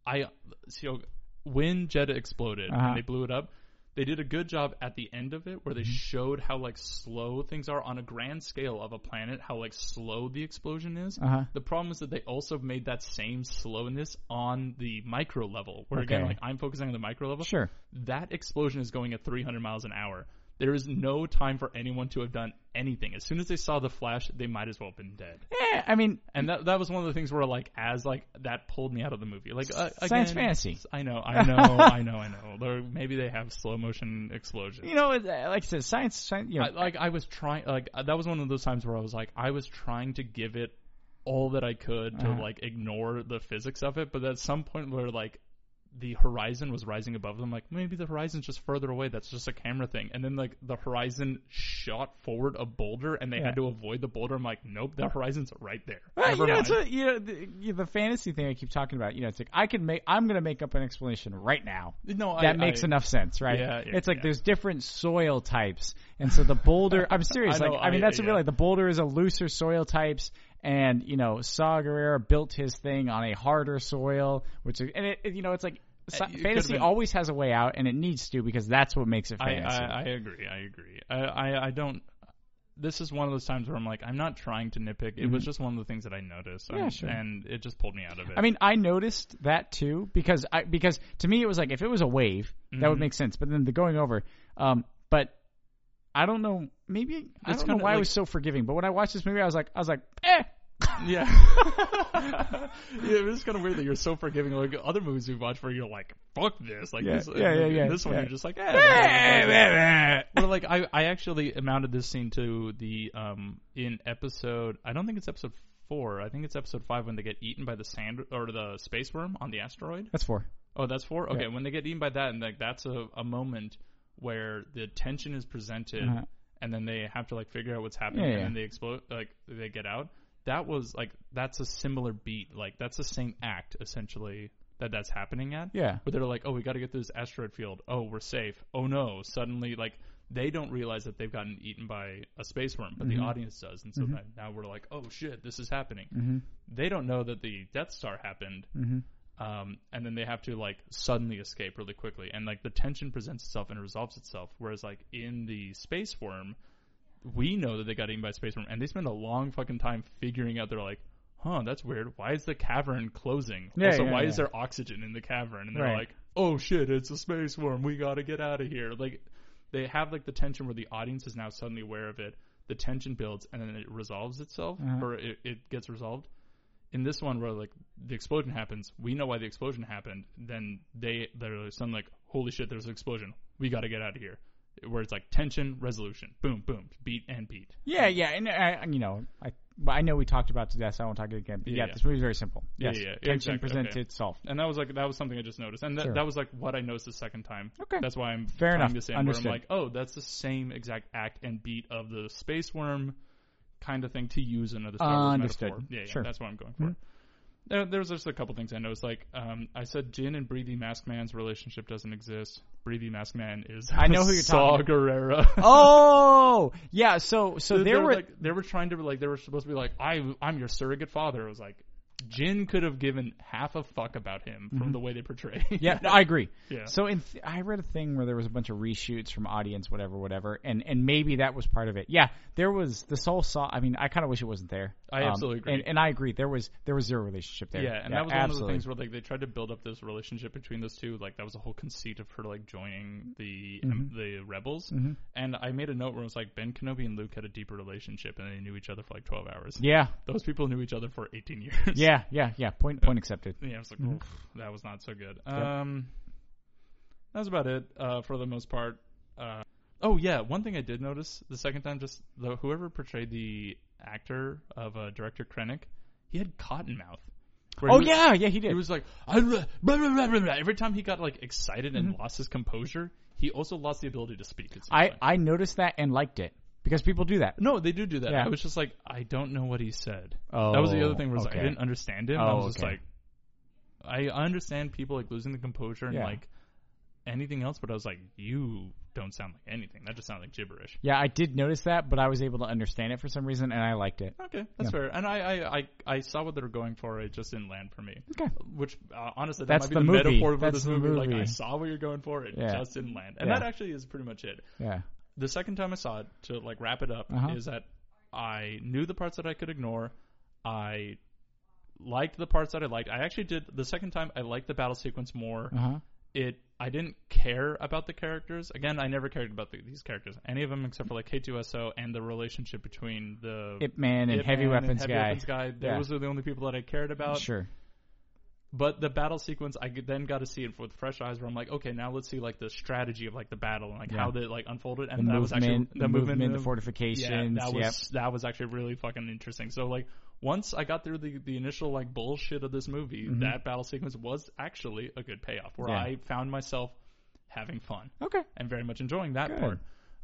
I so when Jeddah exploded
Uh-huh. Mm-hmm.
and they blew it up, they did a good job at the end of it where they showed how like slow things are on a grand scale of a planet, how like slow the explosion is.
Uh-huh.
The problem is that they also made that same slowness on the micro level, where again,
Okay.
like I'm focusing on the micro level
Sure.
that explosion is going at 300 miles an hour. There is no time for anyone to have done anything. As soon as they saw the flash, they might as well have been dead.
Yeah, I mean,
And that that was one of the things where like as like that pulled me out of the movie. Like uh,
Science
again,
fantasy.
I know, I know, I know, I know. There, maybe they have slow motion explosions.
you know, it- like I said, science, science you know,
I, like I was trying, like uh, that was one of those times where I was like, I was trying to give it all that I could
Uh-huh.
to like ignore the physics of it, but at some point where like the horizon was rising above them, like maybe the horizon's just further away. That's just a camera thing. And then like the horizon shot forward a boulder, and they
Yeah. Oh.
had to avoid the boulder. I'm like, nope, the horizon's right there.
Well,
Never
you know,
mind.
it's a, you know the, you- the fantasy thing I keep talking about. You know, it's like I can make. I'm going to make up an explanation right now.
no,
That
I-
makes
I-
enough sense, right?
Yeah, yeah,
it's like
yeah.
there's different soil types, and so the boulder. I'm serious.
I know,
like, I mean,
I-
that's
yeah.
really like the boulder is a looser soil types, and you know, Saw Gerrera built his thing on a harder soil, which is, and it, it- you know, it's like sci-
it could've
fantasy
been-
always has a way out, and it needs to because that's what makes it
I,
fantasy.
I, I agree. I agree. I, I, I don't. This is one of those times where I'm like, I'm not trying to nitpick. It was just one of the things that I noticed,
Mm-hmm. Yeah,
I'm-
sure.
and it just pulled me out of it.
I mean, I noticed that too because I because to me it was like if it was a wave that
Mm-hmm.
would make sense, but then the going over. Um, but I don't know. Maybe I
It's
don't know
kinda
why I
like-
was so forgiving, but when I watched this movie, I was like, I was like, eh.
Yeah. yeah, it is kind of weird that you're so forgiving. Like other movies we watch where you're like, fuck this. Like
Yeah,
this,
yeah, yeah, yeah,
this one
yeah.
you're just like, eh, whatever. Well, like I, I actually amounted this scene to the um in episode. I don't think it's episode four. I think it's episode five when they get eaten by the sand or the space worm on the asteroid.
That's four.
Oh, that's four. Okay, when they get eaten by that, and like that's a, a moment where the tension is presented,
Uh-huh.
and then they have to like figure out what's happening,
Yeah,
and
yeah.
then they explode. Like they get out. That was like that's a similar beat. Like that's the same act essentially that that's happening at.
Yeah.
But they're like, oh, we got to get through this asteroid field. Oh, we're safe. Oh no! Suddenly, like they don't realize that they've gotten eaten by a space worm, but
Mm-hmm.
the audience does, and so then now we're like, oh shit, this is happening. They don't know that the Death Star happened, um, and then they have to like suddenly escape really quickly, and like the tension presents itself and resolves itself. Whereas like in the space worm, we know that they got eaten by a space worm, and they spend a long fucking time figuring out. They're like. Huh, that's weird. Why is the cavern closing?
Yeah,
also,
yeah,
why
yeah.
is there oxygen in the cavern? And they're
Right.
like, oh shit, it's a space worm. We got to get out of here. Like, they have like the tension where the audience is now suddenly aware of it. The tension builds and then it resolves itself,
Uh-huh.
or it, it gets resolved. In this one, where like the explosion happens, we know why the explosion happened. Then they they're suddenly like, holy shit, there's an explosion. We got to get out of here. Where it's like tension, resolution, boom, boom, beat and beat.
Yeah, yeah, and I, and, you know, I, but I know we talked about to death. So I won't talk it again. But
Yeah,
yeah,
yeah.
this movie's very simple.
Yeah,
yes,
yeah, yeah,
tension
exactly,
presents
okay.
itself.
And that was like that was something I just noticed, and that,
Sure.
that was like what I noticed the second time.
Okay.
that's why I'm
Fair
tying
enough.
This in
Understood.
Where I'm like, oh, that's the same exact act and beat of the space worm kind of thing to use another Star Wars
Understood.
metaphor. Yeah, yeah,
Sure. Mm-hmm.
that's what I'm going for. There, there's just a couple things I noticed. Like, um, I said Jin and Breathy Mask Man's relationship doesn't exist. Breathy Mask Man is
I know who you're
Saw
talking
Gerrera.
Oh, yeah. So, so
they
there
were
were
like, they were trying to like they were supposed to be like I I'm your surrogate father. It was like Jin could have given half a fuck about him from the way they portray.
Mm-hmm. Yeah, no, I agree.
Yeah.
So in th- I read a thing where there was a bunch of reshoots from audience, whatever, whatever, and and maybe that was part of it. Yeah, there was the soul saw. I mean, I kind of wish it wasn't there. Um,
I absolutely agree.
And, and I agree. There was there was zero relationship there.
Yeah, and that was one
absolutely.
of the things where like they tried to build up this relationship between those two. Like that was the whole conceit of her like joining the
Mm-hmm.
um, the rebels. And I made a note where it was like Ben Kenobi and Luke had a deeper relationship, and they knew each other for like twelve hours.
Yeah,
Those people knew each other for eighteen years.
yeah, Mm-hmm. yeah, yeah. Point point accepted.
yeah. I was like, "Oof, that was not so good. Um, that's about it uh, for the most part. Uh, oh yeah, one thing I did notice the second time, just the, whoever portrayed the actor of uh, director Krennic, he had cotton mouth. Where
Oh
he-
yeah, yeah, he did.
he was like, I, blah, blah, blah, blah, blah. every time he got like excited and lost his composure, he also lost the ability to speak. It seems
Mm-hmm. I
like.
I noticed that and liked it because people do that.
no, they do do that.
Yeah.
I was just like, I don't know what he said. that was the
Oh,
other thing. Was like, I
okay.
didn't understand him. I
Oh,
was just
okay.
like, I understand people like losing the composure and
Yeah.
like anything else, but I was like, you don't sound like anything. That just sounds like gibberish.
Yeah, I did notice that, but I was able to understand it for some reason, and I liked it.
Okay, that's fair. And I, I, I, I saw what they were going for. It just didn't land for me.
Okay.
Which uh, honestly, that
That's
might be
the
the,
movie.
metaphor for
That's
this
the
movie. Like
movie.
I saw what you're going for. It
Yeah.
just didn't land. And
Yeah.
that actually is pretty much it.
Yeah.
The second time I saw it, to like wrap it up,
Uh-huh.
is that I knew the parts that I could ignore. I liked the parts that I liked. I actually did the second time. I liked the battle sequence more
Uh huh.
it I didn't care about the characters. Again, I never cared about the, these characters, any of them except for like K2SO and the relationship between the
Ip Man and
Ip
heavy
Man
weapons
heavy
guy.
Weapons guy.
Yeah.
Those are the only people that I cared about.
Sure.
But the battle sequence, I g- then got to see it with fresh eyes, where I'm like, okay, now let's see like the strategy of like the battle and like
Yeah.
how they like unfolded, and
The
that
movement,
was actually
the movement, the
of-
fortifications.
yeah, that
yep.
was that was actually really fucking interesting. So like once I got through the the initial like bullshit of this movie, that battle sequence was actually a good payoff where
Mm-hmm. Yeah.
I found myself having fun
Okay.
and very much enjoying that
Good.
part.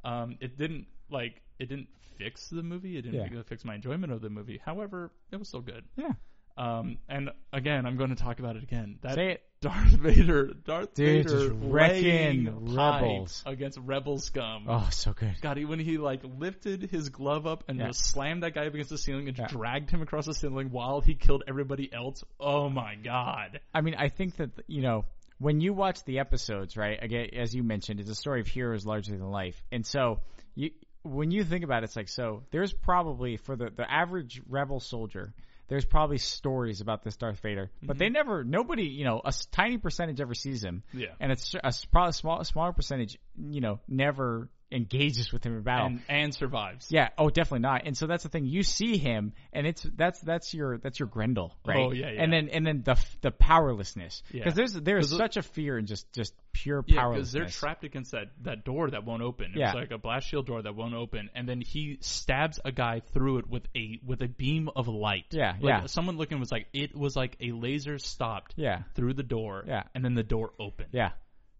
Um, it didn't like it didn't fix the movie. It didn't
Yeah.
fix my enjoyment of the movie. However, it was still good.
Yeah.
Um, and again, I'm going to talk about it again. That
Say it.
Darth Vader, Darth
Dude,
Vader,
just wrecking
laying pipe
rebels.
against rebel scum.
Oh, so good.
God, he- when he like lifted his glove up and
Yeah.
just slammed that guy up against the ceiling and
Yeah.
dragged him across the ceiling while he killed everybody else. Oh my god!
I mean, I think that you know when you watch the episodes, right? Again, as you mentioned, it's a story of heroes larger than life, and so you when you think about it, it's like so. There's probably for the the average rebel soldier. There's probably stories about this Darth Vader, but they never, nobody, you know, a s- tiny percentage ever sees him,
Yeah.
and it's a s- probably small, smaller percentage, you know, never engages with him in battle.
and, and survives.
yeah, oh, definitely not. And so that's the thing. You see him, and it's that's that's your that's your Grendel, right?
Oh, yeah, yeah.
And then and then the f- the powerlessness because
Yeah.
there's there is
'Cause the-
such a fear and just just pure
Yeah, because
powerlessness.
they're trapped against that, that door that won't open. It's
Yeah.
like a blast shield door that won't open, and then he stabs a guy through it with a with a beam of light.
Yeah,
like,
yeah.
Someone looking was like it was like a laser stopped
yeah,
through the door.
Yeah.
and then the door opened.
yeah.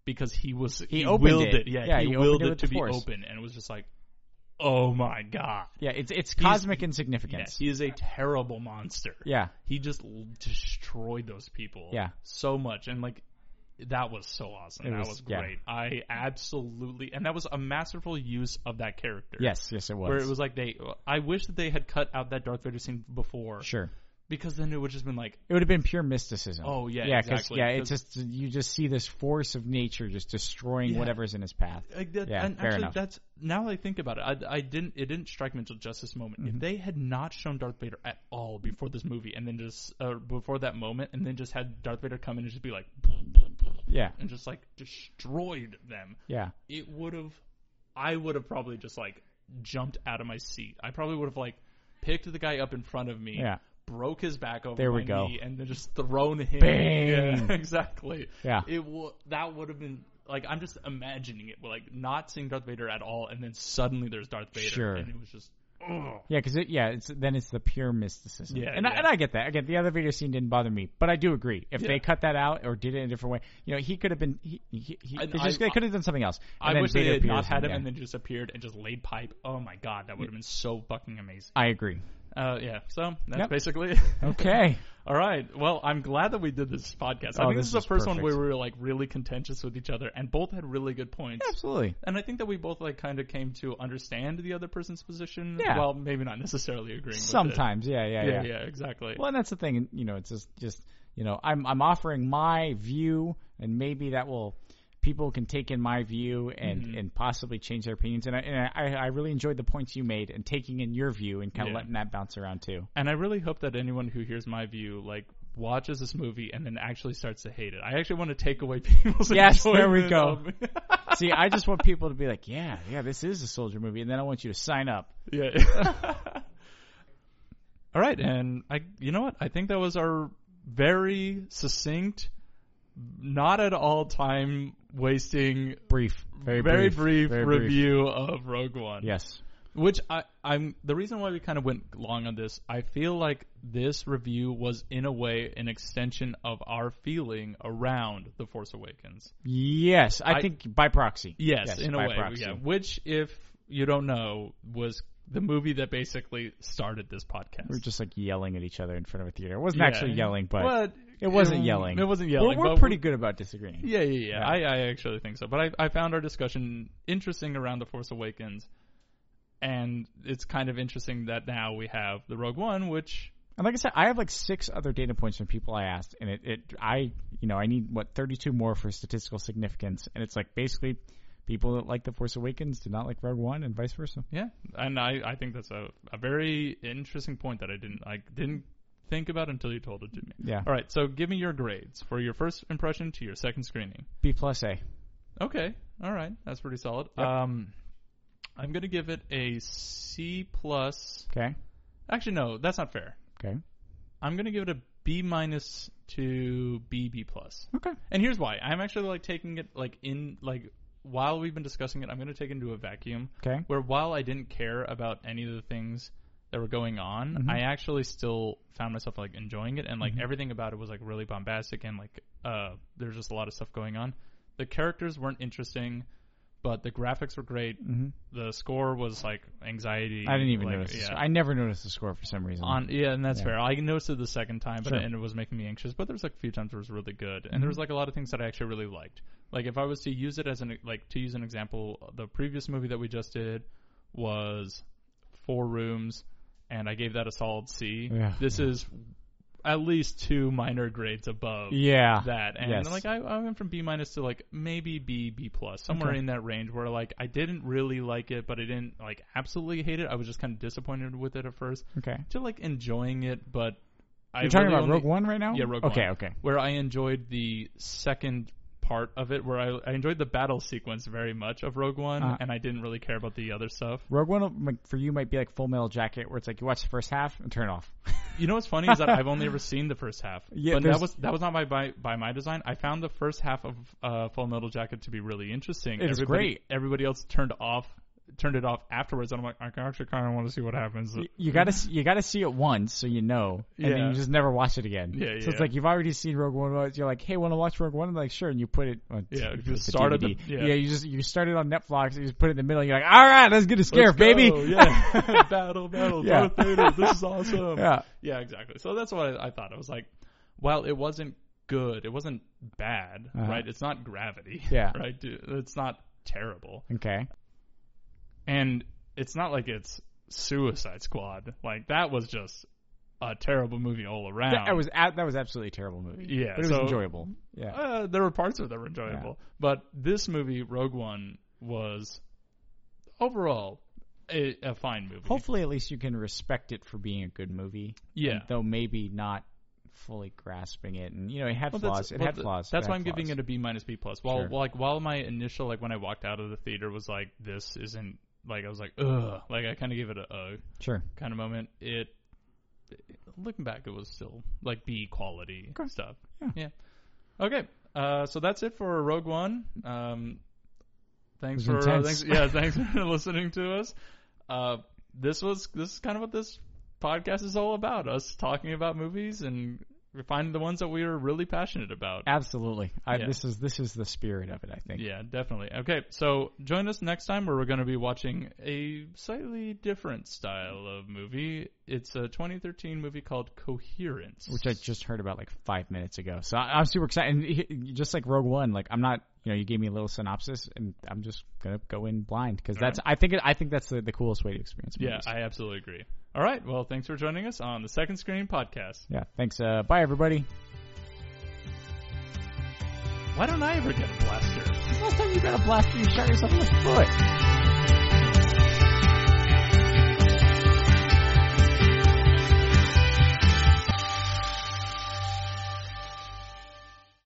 because he was he,
opened
willed it.
it.
Yeah,
Yeah,
he,
he opened
willed
it
it,
with
to
the
be
force.
open, and it was just like, oh my god,
Yeah, it's it's cosmic
yeah,
insignificance.
he is a terrible monster.
Yeah,
he just l- destroyed those people.
Yeah.
so much, and like that was so awesome.
It
that
was-
was,
yeah.
great. I absolutely, and that was a masterful use of that character.
yes, yes, it was.
Where it was like they, I wish that they had cut out that Darth Vader scene before,
sure.
because then it would just been like,
It would have been pure mysticism.
Oh, yeah,
yeah, 'cause-
exactly.
yeah. It's just you just see this force of nature just destroying
Yeah.
whatever's in his path.
Like that,
Yeah,
and
fair
actually,
enough.
that's now that I think about it, I, I didn't. It didn't strike me until just this moment.
Mm-hmm.
If they had not shown Darth Vader at all before this movie, and then just uh, before that moment, and then just had Darth Vader come in and just be like,
Yeah,
and just like destroyed them,
yeah,
it would have. I would have probably just like jumped out of my seat. I probably would have like picked the guy up in front of me,
yeah,
broke his back over
There we
my
go.
knee, and then just thrown him.
Bang!
Yeah, exactly
yeah.
it w- that would have been like I'm just imagining it, like not seeing Darth Vader at all, and then suddenly there's Darth Vader,
Sure.
and it was just, ugh.
Yeah, because it, yeah, it's then it's the pure mysticism.
Yeah,
and I,
yeah.
and I get that. Again, the other video scene didn't bother me, but I do agree. If they
Yeah.
cut that out or did it in a different way, you know, he could have been. He, he, he
I-
they just
I-
they could have done something else. And
I
then
wish they
Vader
had not
appears
had him,
yeah.
and then just appeared and just laid pipe. Oh my god, that would have been so fucking amazing.
I agree.
Uh, yeah, so that's
Yep.
basically it.
Okay.
All right. Well, I'm glad that we did this podcast. I
Oh,
think this
this
is the
is
first one
perfect.
where we were like really contentious with each other, and both had really good points.
Absolutely.
And I think that we both like kind of came to understand the other person's position.
Yeah.
Well, maybe not necessarily agreeing.
Sometimes, yeah, yeah,
With it.
yeah,
Yeah, yeah, exactly.
Well, and that's the thing. and, You know, it's just just you know, I'm I'm offering my view, and maybe that will people can take in my view and
Mm-hmm.
and possibly change their opinions. And I and I, I really enjoyed the points you made and taking in your view and kind of
Yeah.
letting that bounce around too.
and I really hope that anyone who hears my view like watches this movie and then actually starts to hate it. I actually want to take away people's
Yes, there we
enjoyment of-
See, I just want people to be like, yeah, yeah, this is a soldier movie, and then I want you to sign up.
yeah. All right, and I you know what? I think that was our very succinct not at all time wasting
Brief, very,
very, brief,
brief, very brief.
review of Rogue One.
Yes,
Which I, I'm the reason why we kind of went long on this. I feel like this review was in a way an extension of our feeling around The Force Awakens.
yes, I,
I-
think by proxy.
Yes, in a
by
way.
proxy.
Yeah. Which, if you don't know, was the movie that basically started this podcast.
We We're just like yelling at each other in front of a theater. It wasn't
Yeah.
actually yelling, but
But
it wasn't yelling.
It wasn't
We're-
yelling.
We're,
but
pretty good about disagreeing.
Yeah, yeah, yeah. I, I actually think so. But I, I found our discussion interesting around The Force Awakens. And it's kind of interesting that now we have the Rogue One, which
And like I said, I have like six other data points from people I asked, and it, it I you know I need what thirty two more for statistical significance, and it's like basically people that like The Force Awakens did not like Rogue One, and vice versa.
Yeah, and I, I think that's a, a very interesting point that I didn't I didn't think about until you told it to me.
Yeah,
All right, so give me your grades for your first impression to your second screening.
B plus A.
Okay, all right, that's pretty solid.
Yep.
Um, I'm gonna give it a C plus.
Okay,
Actually, no, that's not fair.
okay,
I'm gonna give it a B minus to B B plus.
okay.
And here's why. I'm actually like taking it like in like while we've been discussing it, I'm gonna take it into a vacuum.
Okay.
Where while I didn't care about any of the things that were going on,
Mm-hmm.
I actually still found myself like enjoying it and like everything about it was like really bombastic and like uh there's just a lot of stuff going on. The characters weren't interesting, but the graphics were great.
Mm-hmm.
The score was like anxiety.
I didn't even
like,
notice. The
yeah.
score. I never noticed the score for some reason.
On yeah, and that's
Mm. Yeah.
fair. I noticed it the second time, but
Sure. Mm-hmm.
and it was making me anxious. But there's like a few times where it was really good, and there was like a lot of things that I actually really liked. Like if I was to use it as an like to use an example, the previous movie that we just did was Four Rooms, and I gave that a solid C.
Yeah.
This is at least two minor grades above
yeah,
that and
Yes.
like I, I went from b minus to like maybe b b plus somewhere
Okay.
in that range where like i didn't really like it but i didn't like absolutely hate it i was just kind of disappointed with it at first
okay.
to like enjoying it but i
You're talking
really
about
only-
Rogue One right now?
yeah rogue
okay,
One.
Okay,
where i enjoyed the second part of it where I, I enjoyed the battle sequence very much of Rogue One,
Uh-huh.
and I didn't really care about the other stuff.
Rogue One like, for you might be like Full Metal Jacket, where it's like you watch the first half and turn it off.
You know what's funny is that I've only ever seen the first half.
Yeah,
but
there's-
that was that was not by, by by my design. I found the first half of uh, Full Metal Jacket to be really interesting.
It's
everybody,
great.
Everybody else turned off turned it off afterwards, and I'm like, I actually kind of want to see what happens.
you gotta s- you gotta see it once so you know, and then
Yeah.
you just never watch it again.
Yeah,
So
yeah.
it's like you've already seen Rogue One. once, You're like, hey, want to watch Rogue One? And like, sure. And you put it. On,
Yeah,
you
just
put the
start at the-
DVD.
yeah.
you just you start it on Netflix. You just put it in the middle. And you're like, all right, let's get a scare,
Let's
baby.
go, yeah, battle, battle,
Yeah.
Darth Vader, this is awesome.
yeah.
Yeah, exactly. So that's what I, I thought. I was like, well, it wasn't good. It wasn't bad,
Uh-huh.
right? It's not gravity,
Yeah.
right? Dude, It's not terrible,
Okay.
and it's not like it's Suicide Squad. Like that was just a terrible movie all around.
That was a- that was absolutely a terrible movie.
Yeah,
but it was
so-
enjoyable. Yeah.
Uh, there were parts of it that were enjoyable, but this movie, Rogue One, was overall a, a fine movie.
Hopefully, at least you can respect it for being a good movie.
yeah.
and though maybe not fully grasping it, and you know, it had
Well,
flaws. It
well,
had
th-
flaws.
That's
It
why
had
I'm giving
flaws.
it a B minus B plus. While
Sure.
while, like while my initial like when I walked out of the theater was like this isn't like I was like ugh like I kind of gave it a uh,
Sure.
kind of moment. It looking back, it was still like B quality
Okay.
stuff.
Yeah.
Okay. Uh, so that's it for Rogue One. Um, thanks
It was
for
intense.
thanks, yeah thanks for listening to us. Uh, this was this is kind of what this podcast is all about: us talking about movies and finding the ones that we are really passionate about.
Absolutely. I,
Yeah.
This is this is the spirit of it. I think.
Yeah, definitely. Okay, so join us next time where we're going to be watching a slightly different style of movie. It's a 2013 movie called Coherence.
Which I just heard about like five minutes ago, so I, I'm super excited. And he- just like Rogue One, like I'm not, you know, you gave me a little synopsis, and I'm just gonna go in blind because that's I think it, I think that's the, the coolest way to experience.
yeah,
Movies.
I absolutely agree. All right, well, thanks for joining us on the Second Screen Podcast.
yeah. Thanks. Uh, bye, everybody.
Why don't I ever get a blaster?
Last time you got a blaster, you shot yourself in the foot.